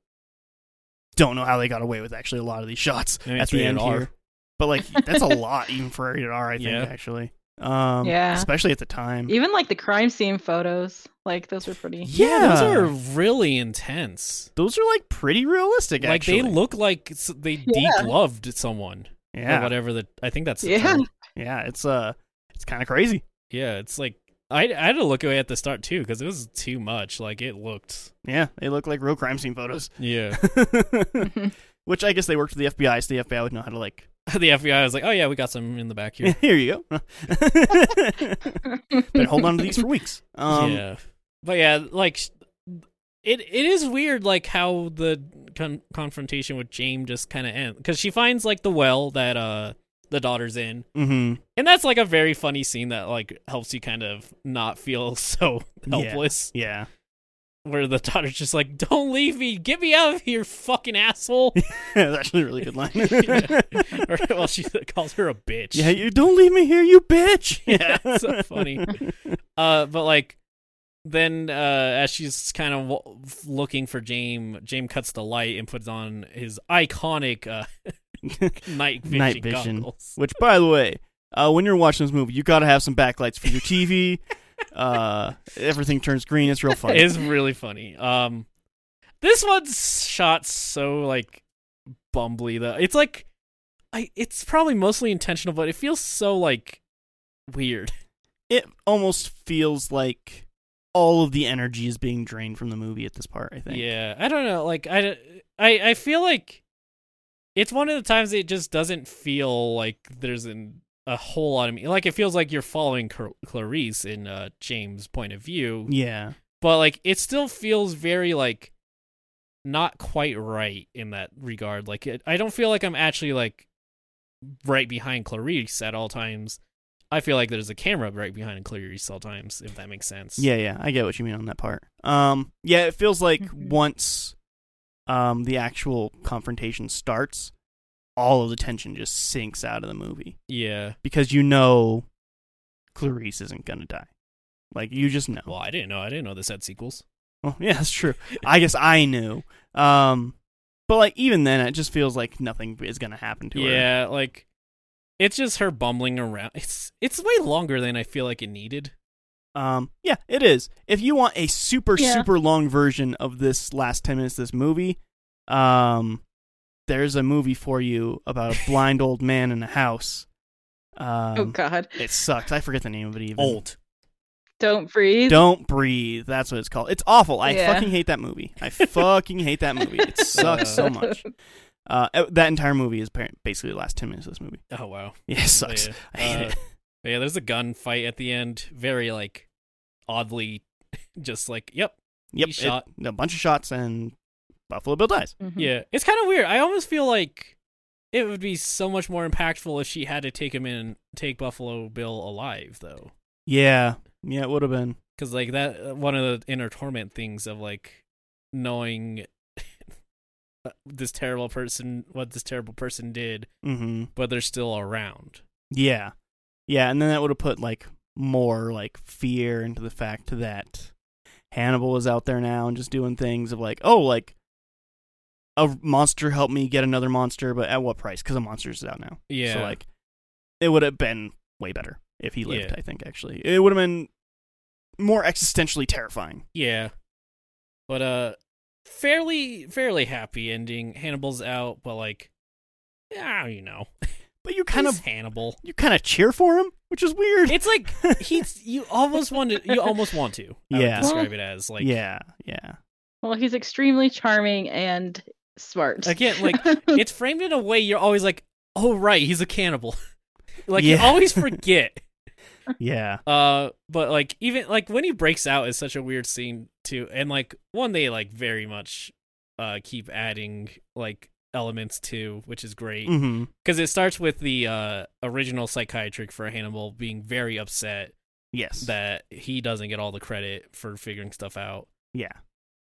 Speaker 1: don't know how they got away with actually a lot of these shots
Speaker 2: I mean,
Speaker 1: at
Speaker 2: it's
Speaker 1: the
Speaker 2: rated
Speaker 1: end
Speaker 2: R.
Speaker 1: here, but like that's a lot even for rated R. I think
Speaker 2: Yeah.
Speaker 1: actually. Um,
Speaker 3: Yeah.
Speaker 1: especially at the
Speaker 2: Mm.
Speaker 1: time.
Speaker 3: Even like the crime scene photos, like those were pretty.
Speaker 2: yeah those are really intense
Speaker 1: those are like pretty realistic.
Speaker 2: like
Speaker 1: actually.
Speaker 2: they look like s- they degloved someone or
Speaker 1: Yeah,
Speaker 2: whatever the i think that's the
Speaker 3: Yeah.
Speaker 2: term.
Speaker 1: yeah. It's uh, it's kind of crazy.
Speaker 2: Yeah, it's like I, I had to look away at the start too because it was too much. Like it looked.
Speaker 1: Yeah, they look like real crime scene photos.
Speaker 2: Yeah,
Speaker 1: Which I guess they worked for the FBI, so the FBI would know how to like.
Speaker 2: the FBI was like, "Oh yeah, we got some in the back
Speaker 1: Here,
Speaker 2: here."
Speaker 1: you go. but hold on to these for weeks. Um, yeah.
Speaker 2: yeah, but yeah, like sh- it it is weird like how the con- confrontation with James just kind of ends because she finds like the well that uh the daughter's in,
Speaker 1: Mm-hmm.
Speaker 2: and that's like a very funny scene that like helps you kind of not feel so
Speaker 1: Yeah.
Speaker 2: helpless.
Speaker 1: Yeah.
Speaker 2: Where the daughter's just like, "Don't leave me, get me out of here, fucking asshole."
Speaker 1: That's actually a really good line.
Speaker 2: Yeah.
Speaker 1: yeah.
Speaker 2: or, well, she calls her a bitch.
Speaker 1: you don't leave me here, you bitch. Yeah,
Speaker 2: That's so funny. Uh, but like, then uh, as she's kind of w- looking for Jame, Jame cuts the light and puts on his iconic uh, night vision
Speaker 1: Night vision.
Speaker 2: goggles.
Speaker 1: Which, by the way, uh, when you're watching this movie, you got to have some backlights for your TV. Uh, everything turns green. It's real funny.
Speaker 2: It's really funny. Um, this one's shot so like bumbly though. It's like, I it's probably mostly intentional, but it feels so like weird.
Speaker 1: it almost feels like all of the energy is being drained from the movie at this part. I think.
Speaker 2: Yeah, I don't know. Like I, I, I feel like it's one of the times it just doesn't feel like there's an, a whole lot of me. Like it feels like you're following Clar- Clarice in uh, James' point of view,
Speaker 1: Yeah.
Speaker 2: but like it still feels very like not quite right in that regard. Like it, I don't feel like I'm actually like right behind Clarice at all times. I feel like there's a camera right behind Clarice all times, if that makes sense.
Speaker 1: Yeah. Yeah. I get what you mean on that part. Um. Yeah. It feels like
Speaker 3: Mhm.
Speaker 1: once, um, the actual confrontation starts, all of the tension just sinks out of the movie
Speaker 2: Yeah.
Speaker 1: because you know, Clarice isn't gonna die. Like you just know.
Speaker 2: Well, I didn't know. I didn't know this had sequels.
Speaker 1: Well, yeah, that's true. I guess I knew. Um, but like even then, it just feels like nothing is gonna happen to her.
Speaker 2: yeah, like it's just her bumbling around. It's it's way longer than I feel like it needed.
Speaker 1: Um, yeah, it is. If you want a super
Speaker 3: Yeah.
Speaker 1: super long version of this last ten minutes of this movie, um, there's a movie for you about a blind old man in a house. Um,
Speaker 3: oh God.
Speaker 1: it sucks. I forget the name of it even.
Speaker 3: Don't breathe.
Speaker 1: Don't breathe. That's what it's called. It's awful. I
Speaker 3: Yeah.
Speaker 1: fucking hate that movie. I fucking hate that movie. It sucks so much. Uh, that entire movie is par- basically the last ten minutes of this movie.
Speaker 2: Oh wow.
Speaker 1: Yeah, it
Speaker 2: But
Speaker 1: sucks.
Speaker 2: Yeah.
Speaker 1: I hate
Speaker 2: Uh,
Speaker 1: it.
Speaker 2: but yeah, there's a gunfight at the end. Very like oddly just like, yep.
Speaker 1: Yep,
Speaker 2: he
Speaker 1: it-
Speaker 2: shot-
Speaker 1: a bunch of shots and Buffalo Bill dies.
Speaker 3: Mhm.
Speaker 2: Yeah. It's kind of weird. I almost feel like it would be so much more impactful if she had to take him in take Buffalo Bill alive though.
Speaker 1: Yeah, yeah, it would have been.
Speaker 2: because like that uh, one of the inner torment things of like knowing uh, this terrible person what this terrible person did
Speaker 1: Mm-hmm.
Speaker 2: but they're still around
Speaker 1: Yeah, yeah, and then that would have put like more like fear into the fact that Hannibal was out there now and just doing things of like, oh, like a monster helped me get another monster, but at what price? Because a monster's out now.
Speaker 2: yeah
Speaker 1: So like, it would have been way better if he lived.
Speaker 2: Yeah.
Speaker 1: I think actually, it would have been more existentially terrifying.
Speaker 2: yeah but uh fairly fairly happy ending hannibal's out but like yeah you know
Speaker 1: But you kind
Speaker 2: he's
Speaker 1: of
Speaker 2: hannibal
Speaker 1: you kind of cheer for him, which is weird.
Speaker 2: it's like he's you almost want to you almost want to I would
Speaker 1: Yeah.
Speaker 2: describe it as like
Speaker 1: yeah, yeah.
Speaker 3: Well, he's extremely charming and smart.
Speaker 2: Again, like, it's framed in a way you're always like oh right he's a cannibal like you
Speaker 1: Yeah.
Speaker 2: always forget
Speaker 1: Yeah.
Speaker 2: Uh, but like even like when he breaks out is such a weird scene too, and like one they like very much uh keep adding like elements to, which is great
Speaker 1: Mm-hmm.
Speaker 2: because it starts with the uh original psychiatric for Hannibal being very upset
Speaker 1: Yes.
Speaker 2: that he doesn't get all the credit for figuring stuff out.
Speaker 1: yeah.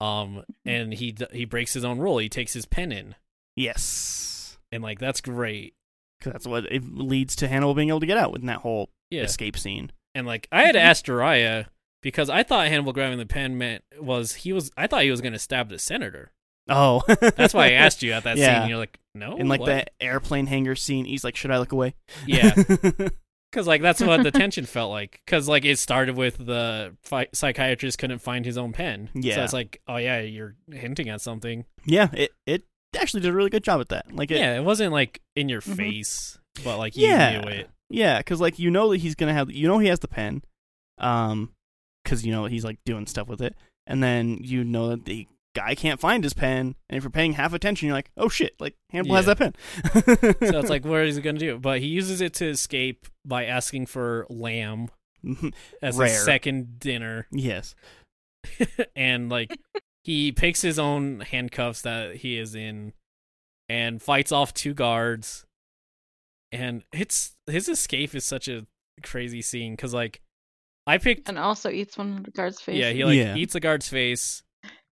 Speaker 2: Um, and he d- he breaks his own rule. He takes his pen in,
Speaker 1: Yes.
Speaker 2: and like that's great.
Speaker 1: Because that's what it leads to Hannibal being able to get out with that whole
Speaker 2: Yeah,
Speaker 1: escape scene.
Speaker 2: And like I had asked Jiraiya because I thought Hannibal grabbing the pen meant was he was I thought he was going to stab the senator.
Speaker 1: Oh,
Speaker 2: That's why I asked you at that
Speaker 1: Yeah.
Speaker 2: scene. You're like, no,
Speaker 1: In like
Speaker 2: what?
Speaker 1: that airplane hangar scene, he's like, "Should I look away?"
Speaker 2: yeah, because like that's what the tension felt like. Because like it started with the fi- psychiatrist couldn't find his own pen. so
Speaker 1: Yeah.
Speaker 2: it's like, oh yeah, you're hinting at something.
Speaker 1: yeah. It it actually did a really good job at that. Like, it,
Speaker 2: Yeah, it wasn't like in your
Speaker 3: Mhm.
Speaker 2: face, but like you
Speaker 1: Mm-hmm. Yeah.
Speaker 2: knew it.
Speaker 1: Yeah, because like you know that he's gonna have, you know, he has the pen, um, because you know he's like doing stuff with it, and then you know that the guy can't find his pen, and if you're paying half attention, you're like, oh shit, like Hannibal has
Speaker 2: Yeah.
Speaker 1: that pen.
Speaker 2: So it's like, what is he gonna do? But he uses it to escape by asking for lamb as
Speaker 1: Rare.
Speaker 2: his second dinner,
Speaker 1: yes,
Speaker 2: and like he picks his own handcuffs that he is in, and fights off two guards. and it's his escape is such a crazy scene because like i picked
Speaker 3: and also eats one of the guard's face.
Speaker 2: yeah he like
Speaker 1: Yeah.
Speaker 2: eats the guard's face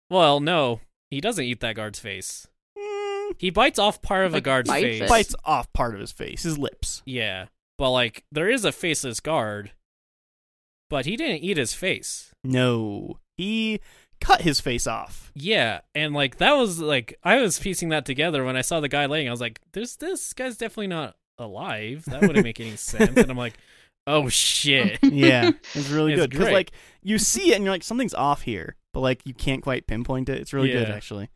Speaker 2: well no he doesn't eat that guard's face
Speaker 1: Mm,
Speaker 2: he bites off part of a
Speaker 3: Like,
Speaker 2: guard's
Speaker 3: bites
Speaker 2: face
Speaker 3: it.
Speaker 1: bites off part of his face, his lips.
Speaker 2: yeah but like there is a faceless guard but he didn't eat his face
Speaker 1: No, he cut his face off.
Speaker 2: yeah and like that was like i was piecing that together when i saw the guy laying i was like there's this guy's definitely not alive that wouldn't make any sense and i'm like oh shit
Speaker 1: Yeah, it's really
Speaker 2: It's
Speaker 1: good because
Speaker 2: great.
Speaker 1: like you see it and you're like, something's off here, but like you can't quite pinpoint it. It's really good
Speaker 2: Yeah.
Speaker 1: actually.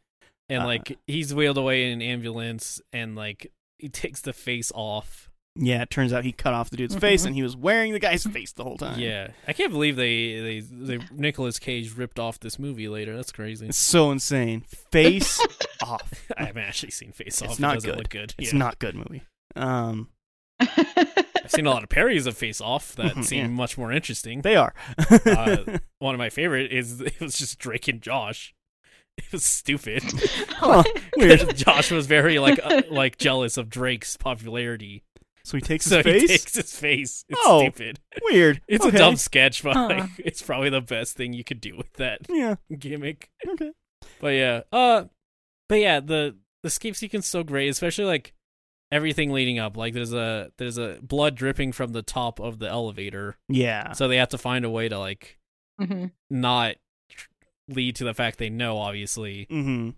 Speaker 2: and
Speaker 1: Uh,
Speaker 2: like he's wheeled away in an ambulance and like he takes the face off
Speaker 1: Yeah, it turns out he cut off the dude's face
Speaker 3: Mhm.
Speaker 1: and he was wearing the guy's face the whole time.
Speaker 2: yeah i can't believe they they, they nicholas cage ripped off this movie later that's crazy
Speaker 1: It's so insane. Face off.
Speaker 2: i haven't actually seen face off
Speaker 1: It's not
Speaker 2: it doesn't
Speaker 1: good.
Speaker 2: look good
Speaker 1: It's
Speaker 2: Yeah.
Speaker 1: not good movie. Um,
Speaker 2: i've seen a lot of parries of face off that
Speaker 1: Mhm,
Speaker 2: seem
Speaker 1: yeah.
Speaker 2: much more interesting
Speaker 1: they are.
Speaker 2: Uh, one of my favorite is it was just drake and josh it was stupid
Speaker 1: Huh, weird.
Speaker 2: josh was very like uh, like jealous of drake's popularity
Speaker 1: So he takes
Speaker 2: so
Speaker 1: his face.
Speaker 2: he takes his face it's
Speaker 1: Oh.
Speaker 2: stupid
Speaker 1: Weird.
Speaker 2: It's
Speaker 1: Okay.
Speaker 2: a dumb sketch, but
Speaker 3: Huh.
Speaker 2: like, it's probably the best thing you could do with that
Speaker 1: Yeah.
Speaker 2: gimmick.
Speaker 1: Okay.
Speaker 2: But yeah, uh, but yeah, the the escape sequence is so great, especially like everything leading up. Like there's a there's a blood dripping from the top of the elevator,
Speaker 1: Yeah.
Speaker 2: so they have to find a way to like
Speaker 3: Mhm.
Speaker 2: not tr- lead to the fact they know, obviously.
Speaker 1: Mm-hmm.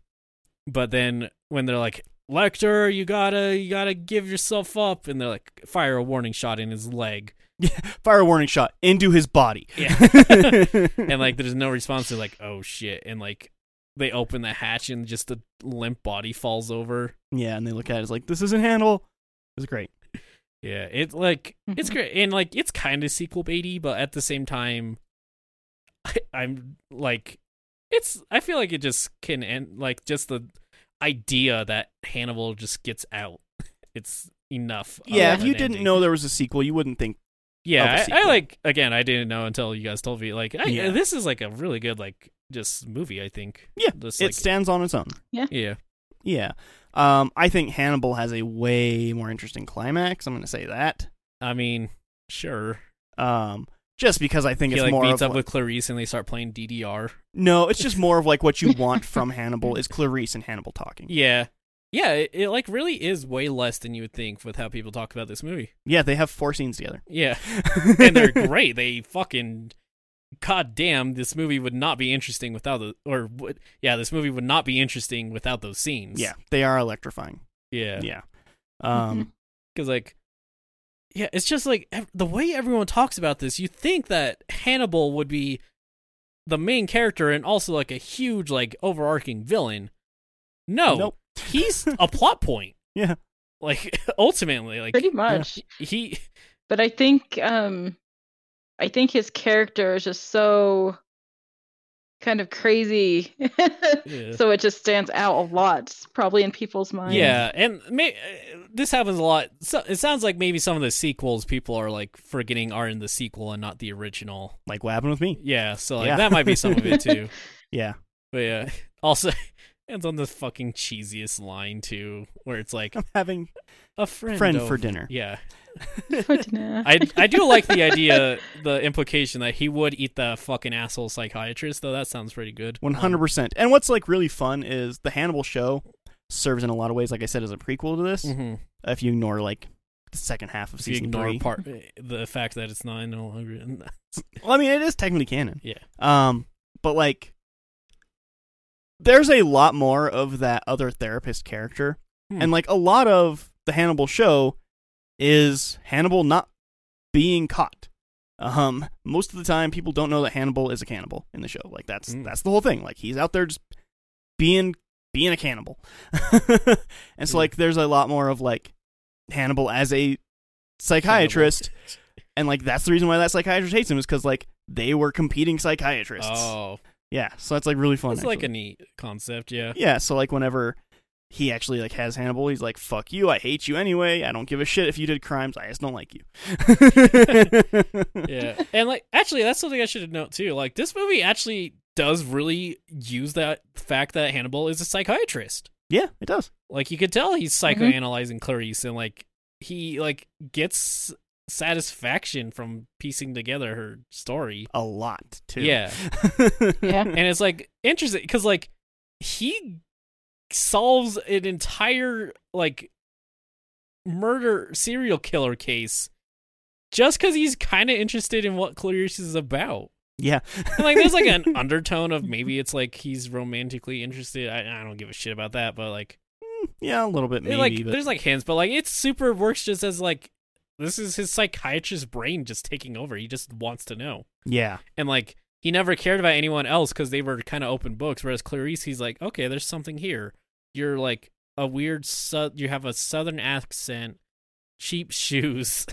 Speaker 2: But then when they're like. Lecter, you gotta you gotta give yourself up, and they're like fire a warning shot in his leg,
Speaker 1: Fire a warning shot into his body.
Speaker 2: Yeah. and like there's no response to like oh shit and like they open the hatch and just the limp body falls over
Speaker 1: yeah, and they look at it it's like this isn't handle. It was great.
Speaker 2: yeah it's like it's
Speaker 3: Mhm.
Speaker 1: Mm-hmm.
Speaker 2: great and like it's kind of sequel baity but at the same time I'm like, it's. I feel like it just can end. Like just the idea that Hannibal just gets out. It's enough. of
Speaker 1: Oh, Yeah, if
Speaker 2: an
Speaker 1: you didn't
Speaker 2: ending.
Speaker 1: know there was a sequel, you wouldn't think. of a
Speaker 2: Yeah, I, I
Speaker 1: sequel.
Speaker 2: like again. I didn't know until you guys told me. Like, I,
Speaker 1: Yeah.
Speaker 2: this is like a really good like just movie. I think.
Speaker 1: Yeah,
Speaker 2: This,
Speaker 1: it
Speaker 2: like-
Speaker 1: stands on its own.
Speaker 2: yeah.
Speaker 1: Yeah. Um, I think Hannibal has a way more interesting climax. I'm going to say that.
Speaker 2: I mean, sure.
Speaker 1: Um, just because I think
Speaker 2: He
Speaker 1: it's
Speaker 2: like
Speaker 1: more
Speaker 2: meets
Speaker 1: of
Speaker 2: up
Speaker 1: like-
Speaker 2: with Clarice and they start playing DDR.
Speaker 1: no, it's just more of like what you want from Hannibal is Clarice and Hannibal talking.
Speaker 2: Yeah. Yeah, it, it like really is way less than you would think with how people talk about this movie.
Speaker 1: Yeah, they have four scenes together,
Speaker 2: Yeah. and they're great. They fucking god damn, this movie would not be interesting without the or would, yeah, this movie would not be interesting without those scenes.
Speaker 1: yeah, they are electrifying.
Speaker 2: Yeah.
Speaker 1: Yeah. Um,
Speaker 2: Cuz like yeah, it's just like ev- the way everyone talks about this, you think that Hannibal would be the main character and also like a huge like overarching villain. No.
Speaker 1: Nope.
Speaker 2: He's a plot point.
Speaker 1: Yeah.
Speaker 2: Like ultimately like
Speaker 3: pretty much.
Speaker 2: he
Speaker 3: But I think um I think his character is just so kind of crazy.
Speaker 2: Yeah.
Speaker 3: so it just stands out a lot probably in people's minds.
Speaker 2: Yeah, and may, uh, this happens a lot. So, it sounds like maybe some of the sequels people are like forgetting are in the sequel and not the original.
Speaker 1: like what happened with me?
Speaker 2: Yeah, so like
Speaker 1: Yeah.
Speaker 2: that might be some of it too.
Speaker 1: Yeah.
Speaker 2: But yeah, also ends on the fucking cheesiest line too, where it's like
Speaker 1: I'm having
Speaker 2: a friend
Speaker 1: friend
Speaker 2: over-
Speaker 1: for dinner.
Speaker 2: Yeah,
Speaker 3: I,
Speaker 2: I I do like the idea, the implication that he would eat the fucking asshole psychiatrist though. That sounds pretty good.
Speaker 1: One hundred percent.
Speaker 2: Um,
Speaker 1: And what's like really fun is the Hannibal show serves in a lot of ways, like I said, as a prequel to this.
Speaker 2: Mm-hmm.
Speaker 1: If you ignore like the second half of
Speaker 2: If you
Speaker 1: season
Speaker 2: ignore
Speaker 1: three,
Speaker 2: part eh, the fact that it's not no longer in the
Speaker 1: well, I mean it is technically canon.
Speaker 2: Yeah.
Speaker 1: Um, but like, there's a lot more of that other therapist character,
Speaker 2: Hmm.
Speaker 1: and like a lot of the Hannibal show is Hannibal not being caught. Um, most of the time, people don't know that Hannibal is a cannibal in the show. Like that's
Speaker 2: Hmm.
Speaker 1: that's the whole thing. Like he's out there just being being a cannibal, and so
Speaker 2: Yeah.
Speaker 1: like there's a lot more of like Hannibal as a psychiatrist and like that's the reason why that psychiatrist hates him is because like they were competing psychiatrists.
Speaker 2: Oh,
Speaker 1: Yeah, so that's like really fun.
Speaker 2: it's like a
Speaker 1: actually.
Speaker 2: neat concept. Yeah.
Speaker 1: yeah. So like whenever he actually like has Hannibal, he's like, "Fuck you! I hate you anyway. I don't give a shit if you did crimes. I just don't like you."
Speaker 2: yeah and like actually that's something i should note too like this movie actually does really use that fact that hannibal is a psychiatrist
Speaker 1: Yeah, it does.
Speaker 2: like you could tell he's
Speaker 1: Mm-hmm.
Speaker 2: psychoanalyzing clarice and like he like gets satisfaction from piecing together her story
Speaker 1: A lot too.
Speaker 2: yeah
Speaker 3: yeah.
Speaker 2: and it's like interesting because like he solves an entire like murder serial killer case just because he's kind of interested in what clarice is about
Speaker 1: Yeah.
Speaker 2: and like there's like an undertone of maybe it's like he's romantically interested. I, I don't give a shit about that, but like
Speaker 1: Yeah, a little bit maybe.
Speaker 2: like
Speaker 1: but-
Speaker 2: there's like hints, but like it's super works just as like this is his psychiatrist brain just taking over. He just wants to know.
Speaker 1: yeah,
Speaker 2: And like he never cared about anyone else because they were kind of open books. Whereas Clarice, he's like, okay, there's something here. You're like a weird, su- you have a southern accent, cheap shoes,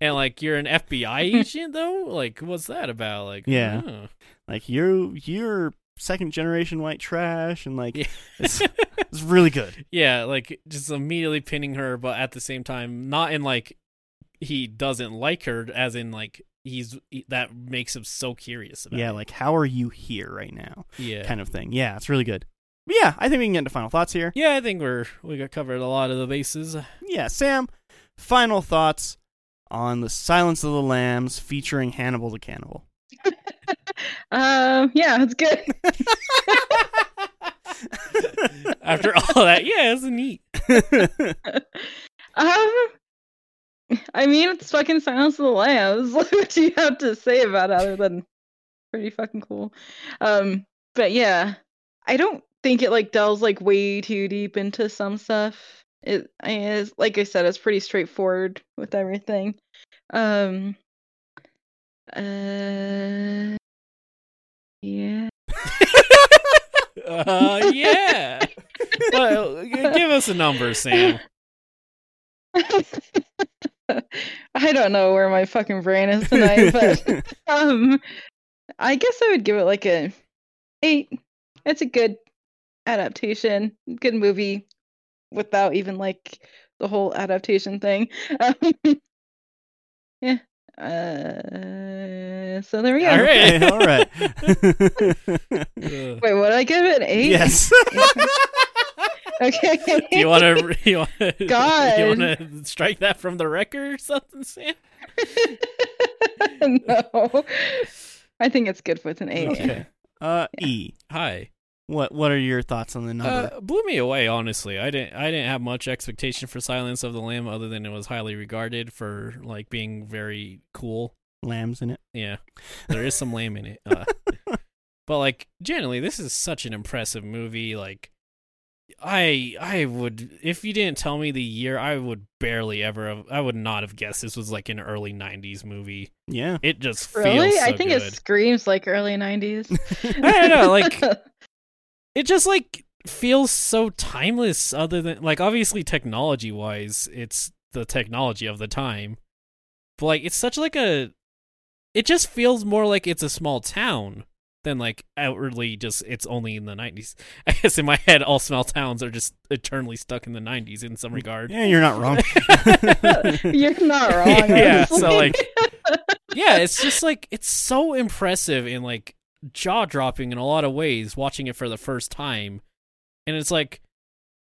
Speaker 2: and like you're an FBI agent though. Like, what's that about? Like,
Speaker 1: Yeah.
Speaker 2: huh.
Speaker 1: like you you're second generation white trash, and like
Speaker 2: Yeah.
Speaker 1: it's, it's really good.
Speaker 2: Yeah, like just immediately pinning her, but at the same time, not in like he doesn't like her, as in like he's that makes him so curious about.
Speaker 1: Yeah,
Speaker 2: it.
Speaker 1: like how are you here right now?
Speaker 2: yeah,
Speaker 1: Kind of thing. Yeah, it's really good. But yeah, I think we can get into final thoughts here.
Speaker 2: yeah. I think we're we got covered a lot of the bases.
Speaker 1: yeah, Sam, final thoughts on The Silence of the Lambs featuring Hannibal the Cannibal.
Speaker 3: Um yeah, it's good.
Speaker 2: After all that, yeah, it's neat.
Speaker 3: Um I mean it's fucking Silence of the Lambs. what do you have to say about it other than pretty fucking cool? Um but yeah. I don't think it like delves like way too deep into some stuff. It I mean, it's like I said, it's pretty straightforward with everything. Um uh yeah.
Speaker 2: Uh, yeah. well, g- give us a number, Sam.
Speaker 3: I don't know where my fucking brain is tonight, but um I guess I would give it like a eight. It's a good adaptation, good movie, without even like the whole adaptation thing. Um, yeah. Uh, so there we go.
Speaker 2: All right.
Speaker 1: Okay, all right.
Speaker 2: Ugh.
Speaker 3: Wait, what did I give it? Eight.
Speaker 1: yes.
Speaker 3: Okay.
Speaker 2: Do you want to? You want to?
Speaker 3: God.
Speaker 2: You want to strike that from the record or something, Sam?
Speaker 3: no. I think it's good with an eight.
Speaker 1: Okay. Uh, E.
Speaker 2: Hi.
Speaker 1: What What are your thoughts on the number?
Speaker 2: Uh, blew me away, honestly. I didn't. I didn't have much expectation for Silence of the Lamb, other than it was highly regarded for like being very cool.
Speaker 1: Lambs in it.
Speaker 2: Yeah, there is some lamb in it. Uh, but like generally, this is such an impressive movie. Like, I I would if you didn't tell me the year, I would barely ever. Have, I would not have guessed this was like an early '90s movie.
Speaker 1: Yeah.
Speaker 2: It just
Speaker 3: Really?
Speaker 2: feels. So
Speaker 3: I think
Speaker 2: good.
Speaker 3: it screams like early 90s.
Speaker 2: I don't know, like- it just like feels so timeless other than like obviously technology wise it's the technology of the time but like it's such like a it just feels more like it's a small town than like outwardly just it's only in the 90s i guess in my head all small towns are just eternally stuck in the 90s in some regard
Speaker 1: Yeah, you're not wrong.
Speaker 3: You're not wrong.
Speaker 2: yeah
Speaker 3: honestly.
Speaker 2: so like yeah it's just like it's so impressive and like jaw-dropping in a lot of ways watching it for the first time and it's like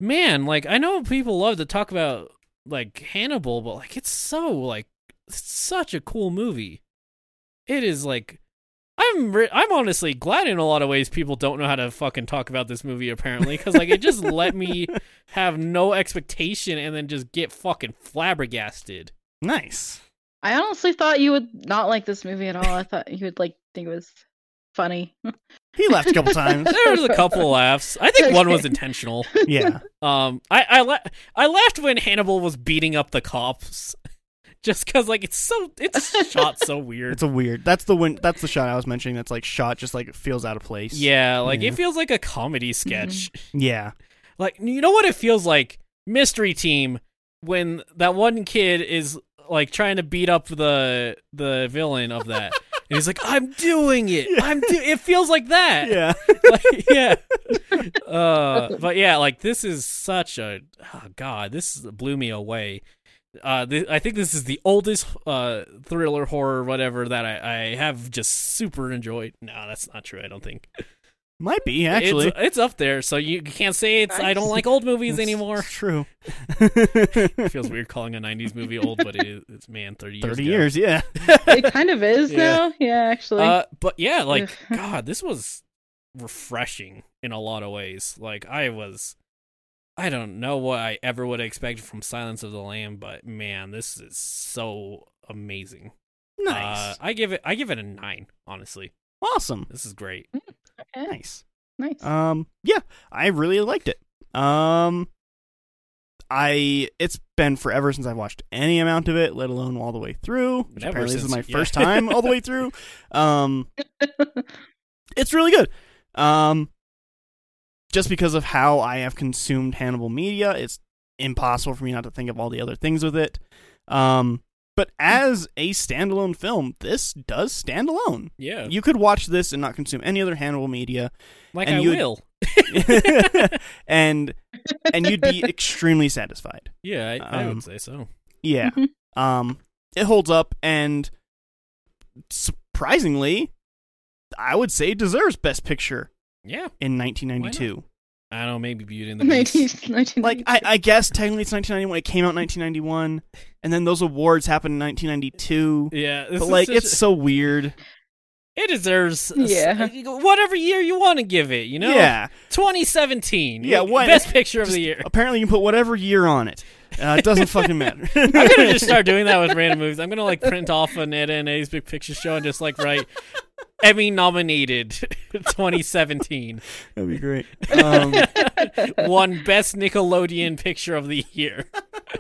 Speaker 2: man like i know people love to talk about like hannibal but like it's so like such a cool movie it is like i'm re- i'm honestly glad in a lot of ways people don't know how to fucking talk about this movie apparently because like it just let me have no expectation and then just get fucking flabbergasted
Speaker 1: nice.
Speaker 3: I honestly thought you would not like this movie at all. I thought you would like think it was funny.
Speaker 1: He laughed a couple times.
Speaker 2: there was a couple laughs. I think one was
Speaker 3: Okay.
Speaker 2: intentional.
Speaker 1: Yeah.
Speaker 2: Um, I I, la- I laughed when Hannibal was beating up the cops, just because like it's so it's shot so weird.
Speaker 1: It's a weird. That's the win. That's the shot I was mentioning. That's like shot just like feels out of place.
Speaker 2: yeah, like
Speaker 1: Yeah. Mm-hmm.
Speaker 2: it feels like a comedy sketch.
Speaker 1: Yeah.
Speaker 2: Like you know what it feels like, Mystery Team, when that one kid is like trying to beat up the the villain of that. And he's like, "I'm doing it. I'm do." It feels like that.
Speaker 1: Yeah.
Speaker 2: like, yeah. Uh, but yeah, like this is such a oh god, this blew me away. Uh, th- I think this is the oldest uh, thriller horror whatever that I, I have just super enjoyed. No, that's not true. I don't think
Speaker 1: Might be actually.
Speaker 2: it's, it's up there. So you can't say it's I don't
Speaker 3: Nice.
Speaker 2: like old movies
Speaker 1: It's-
Speaker 2: anymore.
Speaker 1: It's true.
Speaker 2: It feels weird calling a '90s movie old, but it is, it's man, thirty years.
Speaker 1: Thirty
Speaker 2: ago.
Speaker 1: years. Yeah.
Speaker 3: It kind of is
Speaker 2: Yeah.
Speaker 3: now. Yeah, actually.
Speaker 2: Uh, but yeah, like
Speaker 3: Ugh.
Speaker 2: God, this was refreshing in a lot of ways. Like I was, I don't know what I ever would have expected from Silence of the Lamb, but man, this is so amazing.
Speaker 1: Nice.
Speaker 2: Uh, I give it, I give it a nine. Honestly,
Speaker 1: awesome.
Speaker 2: this is great.
Speaker 3: Yeah,
Speaker 1: Nice.
Speaker 3: nice.
Speaker 1: Um, yeah, I really liked it. Um, I it's been forever since I've watched any amount of it, let alone all the way through. Which
Speaker 2: Ever
Speaker 1: apparently, this is
Speaker 2: since-
Speaker 1: my
Speaker 2: yeah.
Speaker 1: first time all the way through. Um, it's really good. Um, just because of how I have consumed Hannibal media, it's impossible for me not to think of all the other things with it. Um, but as a standalone film, this does stand alone.
Speaker 2: Yeah,
Speaker 1: You could watch this and not consume any other Hannibal media
Speaker 2: like
Speaker 1: and
Speaker 2: I
Speaker 1: you-
Speaker 2: will.
Speaker 1: and and you'd be extremely satisfied.
Speaker 2: Yeah, I, I
Speaker 1: Um,
Speaker 2: would say so.
Speaker 1: Yeah.
Speaker 3: Mhm.
Speaker 1: Um it holds up and surprisingly I would say deserves best picture
Speaker 2: Yeah,
Speaker 1: in 1992.
Speaker 2: I don't know. Maybe Beauty and the Beast.
Speaker 3: 19- 19
Speaker 1: Like I, I guess technically it's 1991. It came out in 1991 and then those awards happened in 1992.
Speaker 2: Yeah, this
Speaker 1: But
Speaker 2: is
Speaker 1: like
Speaker 2: such
Speaker 1: it's
Speaker 2: a-
Speaker 1: so weird.
Speaker 2: it deserves uh,
Speaker 3: Yeah.
Speaker 2: whatever year you want to give it. You know,
Speaker 1: Yeah.
Speaker 2: 2017.
Speaker 1: Yeah, what-
Speaker 2: best picture of
Speaker 1: Just-
Speaker 2: the year.
Speaker 1: Apparently you can put whatever year on it. Uh, it doesn't fucking matter.
Speaker 2: I'm gonna just start doing that with random movies. I'm gonna like print off an Ed and A's Big Picture Show and just like write Emmy nominated 2017,
Speaker 1: That'd be great. Um,
Speaker 2: one best Nickelodeon picture of the year.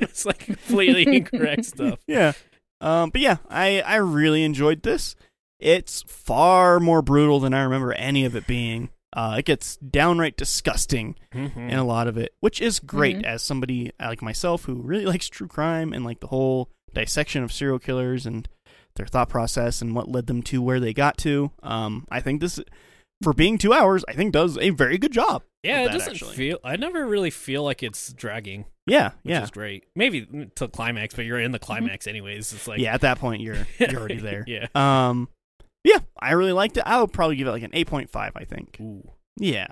Speaker 2: it's like completely incorrect stuff.
Speaker 1: yeah. Um, but yeah, I, I really enjoyed this. It's far more brutal than I remember any of it being. Uh, it gets downright disgusting
Speaker 2: Mm.
Speaker 1: in a lot of it, which is great
Speaker 2: Mm-hmm.
Speaker 3: Mhm.
Speaker 1: as somebody like myself who really likes true crime and like the whole dissection of serial killers and their thought process and what led them to where they got to. Um, I think this, for being two hours, I think does a very good job.
Speaker 2: Yeah,
Speaker 1: with
Speaker 2: it
Speaker 1: that,
Speaker 2: doesn't
Speaker 1: actually.
Speaker 2: feel. I never really feel like it's dragging,
Speaker 1: Yeah,
Speaker 2: which
Speaker 1: yeah, Mm-hmm.
Speaker 2: is great. Maybe to climax, but you're in the climax anyways. It's like
Speaker 1: yeah. At that point, you're you're already there.
Speaker 2: yeah.
Speaker 1: Um, yeah, I really liked it. I would probably give it like an eight point five. I think.
Speaker 2: Ooh.
Speaker 1: Yeah,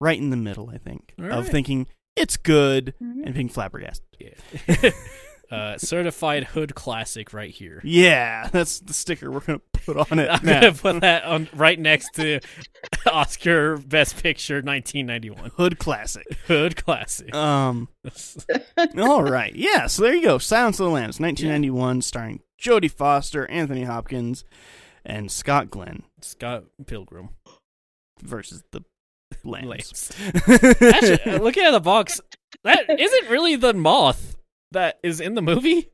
Speaker 1: right in the middle. I think
Speaker 2: All
Speaker 1: of
Speaker 2: right.
Speaker 1: thinking it's good
Speaker 3: Mhm.
Speaker 1: and being flabbergasted.
Speaker 2: Yeah. uh, certified hood classic right here.
Speaker 1: Yeah, that's the sticker we're gonna put on it.
Speaker 2: I'm
Speaker 1: now.
Speaker 2: gonna put that on right next to Oscar Best Picture 1991
Speaker 1: Hood classic.
Speaker 2: hood classic.
Speaker 1: Um. all right. Yeah. So there you go. Silence of the Lambs, 1991, starring Jodie Foster, Anthony Hopkins, and Scott Glenn
Speaker 2: Scott Pilgrim.
Speaker 1: versus the Lambs.
Speaker 2: Lance. Actually, uh, looking at the box, that isn't really the moth that is in the movie.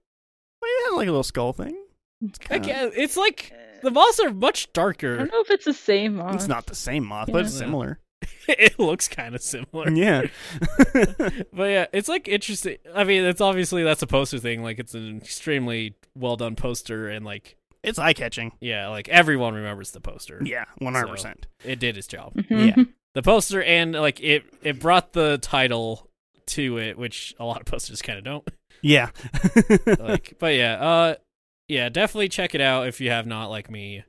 Speaker 1: Well, you had like a little skull thing. It's,
Speaker 2: I
Speaker 1: kinda,
Speaker 2: can't- it's like the moths are much
Speaker 3: I
Speaker 2: darker.
Speaker 3: don't know if it's the same moth.
Speaker 1: it's not the same moth, but it's
Speaker 2: Uh, Yeah.
Speaker 1: similar.
Speaker 2: it looks kind of similar.
Speaker 1: Yeah.
Speaker 2: But yeah, it's like interesting. I mean, it's obviously that's a poster thing. Like it's an extremely well done poster, and like
Speaker 1: it's eye catching.
Speaker 2: yeah, like everyone remembers the poster.
Speaker 1: Yeah, 100%.
Speaker 2: It did its job.
Speaker 3: Mhm.
Speaker 2: The poster and like it it brought the title to it, which a lot of posters kind of don't.
Speaker 1: Yeah.
Speaker 2: Like, but yeah, uh, yeah, definitely check it out if you have not like me.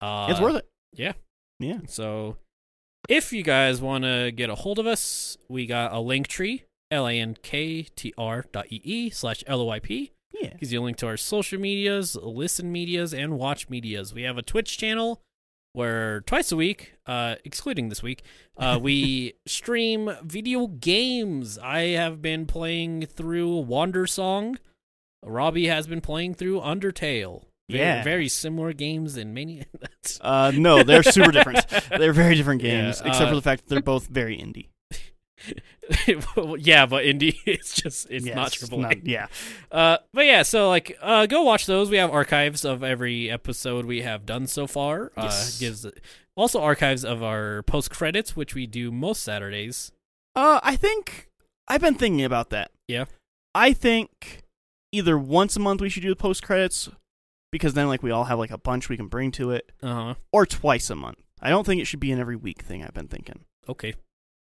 Speaker 2: Uh,
Speaker 1: it's worth it.
Speaker 2: So if you guys want to get a hold of us, we got a link tree, L-A-N-K-T-R dot E-E slash L-O-Y-P.
Speaker 1: Yeah.
Speaker 2: Gives you a link to our social medias, listen medias, and watch medias. We have a Twitch channel where twice a week, uh, excluding this week, uh, we stream video games. I have been playing through Wander Song. Robbie has been playing through Undertale. Very,
Speaker 1: Yeah.
Speaker 2: very similar games in many. That's
Speaker 1: Uh, no, they're super different. They're very different
Speaker 2: Yeah,
Speaker 1: games, except
Speaker 2: uh,
Speaker 1: for the fact that they're both very indie.
Speaker 2: Well, yeah, but indie, it's just it's
Speaker 1: Yeah,
Speaker 2: not
Speaker 1: just
Speaker 2: triple
Speaker 1: not- Yeah.
Speaker 2: A. Uh, but yeah, so like, uh, go watch those. We have archives of every episode we have done so far.
Speaker 1: Yes.
Speaker 2: Uh, gives also archives of our post credits, which we do most Saturdays.
Speaker 1: Uh, I think I've been thinking about that.
Speaker 2: Yeah.
Speaker 1: I think either once a month we should do the post credits because then like we all have like a bunch we can bring to it,
Speaker 2: Uh huh.
Speaker 1: or twice a month. I don't think it should be an every week thing. I've been thinking.
Speaker 2: Okay,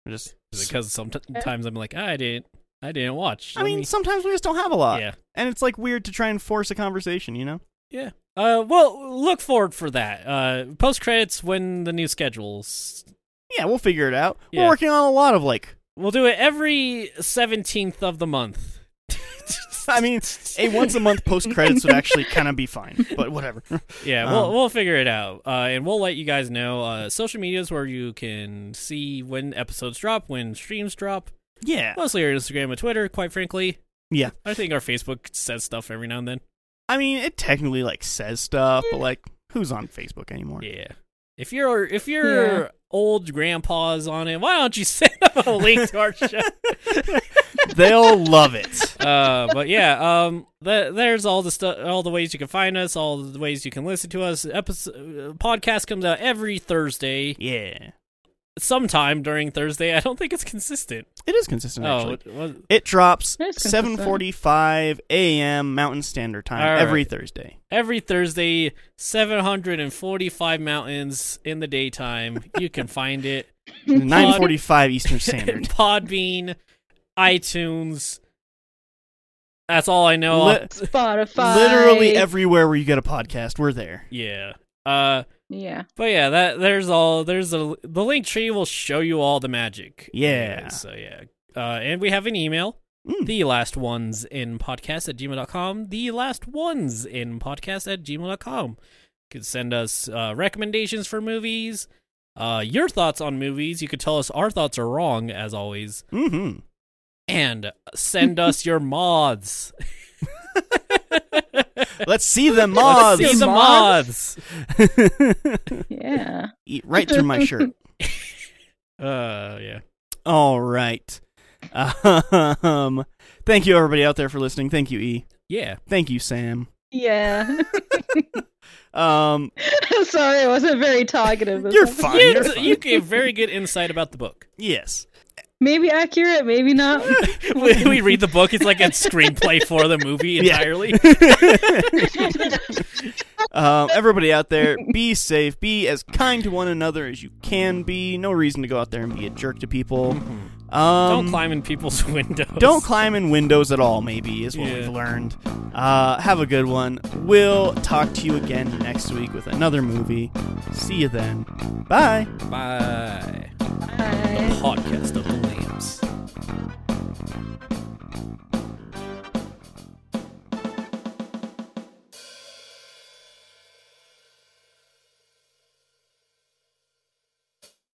Speaker 1: I just
Speaker 2: because sometimes I'm like, I didn't, I didn't watch.
Speaker 1: I
Speaker 2: Let
Speaker 1: mean,
Speaker 2: me-
Speaker 1: sometimes we just don't have a lot,
Speaker 2: yeah,
Speaker 1: and it's like weird to try and force a conversation, you know?
Speaker 2: yeah. Uh, well, look forward for that. Uh, post credits when the new schedules.
Speaker 1: Yeah, we'll figure it out. We're
Speaker 2: Yeah.
Speaker 1: working on a lot of like.
Speaker 2: We'll do it every seventeenth of the month.
Speaker 1: I mean, a once a month post credits would actually kind of be fine, but whatever.
Speaker 2: Yeah,
Speaker 1: Um,
Speaker 2: we'll we'll figure it out, uh, and we'll let you guys know. Uh, social medias where you can see when episodes drop, when streams drop.
Speaker 1: Yeah,
Speaker 2: Mostly our Instagram and Twitter. Quite frankly,
Speaker 1: yeah.
Speaker 2: I think our Facebook says stuff every now and then.
Speaker 1: I mean, it technically like says stuff, but like, who's on Facebook anymore?
Speaker 2: Yeah, if you're if your
Speaker 3: Yeah.
Speaker 2: old grandpa's on it, why don't you send them a link to our show?
Speaker 1: They'll love it.
Speaker 2: uh, but yeah, um, th- there's all the stuff, all the ways you can find us, all the ways you can listen to us. Episode uh, podcast comes out every Thursday,
Speaker 1: Yeah.
Speaker 2: sometime during Thursday. I don't think it's consistent.
Speaker 1: It is consistent
Speaker 2: Oh,
Speaker 1: actually.
Speaker 2: it was,
Speaker 1: It drops
Speaker 3: It is consistent.
Speaker 1: 7:45 a.m. Mountain Standard Time
Speaker 2: All
Speaker 1: every
Speaker 2: right.
Speaker 1: Thursday.
Speaker 2: every Thursday, 745 mountains in the daytime. You can find it
Speaker 1: 9:45 Eastern Standard.
Speaker 2: Podbean, iTunes. That's all I know.
Speaker 1: Lit-
Speaker 3: Spotify.
Speaker 1: literally everywhere where you get a podcast, we're there.
Speaker 2: yeah. Uh,
Speaker 3: Yeah.
Speaker 2: but yeah, that there's all there's a the link tree will show you all the magic.
Speaker 1: Yeah.
Speaker 2: So yeah. Uh, and we have an email.
Speaker 1: Mm.
Speaker 2: The last ones in podcast at gmail.com. The last ones in podcast at gmail.com. You could send us uh, recommendations for movies, uh, your thoughts on movies. You could tell us our thoughts are wrong, as always,
Speaker 1: Mm-hmm.
Speaker 2: and send us your moths.
Speaker 1: Let's see them
Speaker 2: Let's see
Speaker 1: moths.
Speaker 2: the moths.
Speaker 3: Yeah.
Speaker 1: Eat right through my shirt.
Speaker 2: Uh, yeah.
Speaker 1: All right. Um, thank you everybody out there for listening. Thank you E.
Speaker 2: Yeah.
Speaker 1: Thank you Sam.
Speaker 3: Yeah.
Speaker 1: Um,
Speaker 3: Sorry, I wasn't very talkative. this
Speaker 1: you're
Speaker 3: episode.
Speaker 1: fine.
Speaker 2: You-
Speaker 1: You're fine.
Speaker 2: you gave very good insight about the book.
Speaker 1: Yes.
Speaker 3: maybe accurate, maybe not.
Speaker 2: we, we read the book. It's like a screenplay for the movie
Speaker 1: Yeah.
Speaker 2: entirely.
Speaker 1: Um, everybody out there, be safe. Be as kind to one another as you can be. No reason to go out there and be a jerk to people. Um,
Speaker 2: Don't climb in people's windows.
Speaker 1: Don't climb in windows at all, maybe, is what
Speaker 2: Yeah.
Speaker 1: we've learned. Uh, have a good one. We'll talk to you again next week with another movie. See you then. Bye.
Speaker 2: Bye.
Speaker 3: Bye.
Speaker 2: Podcast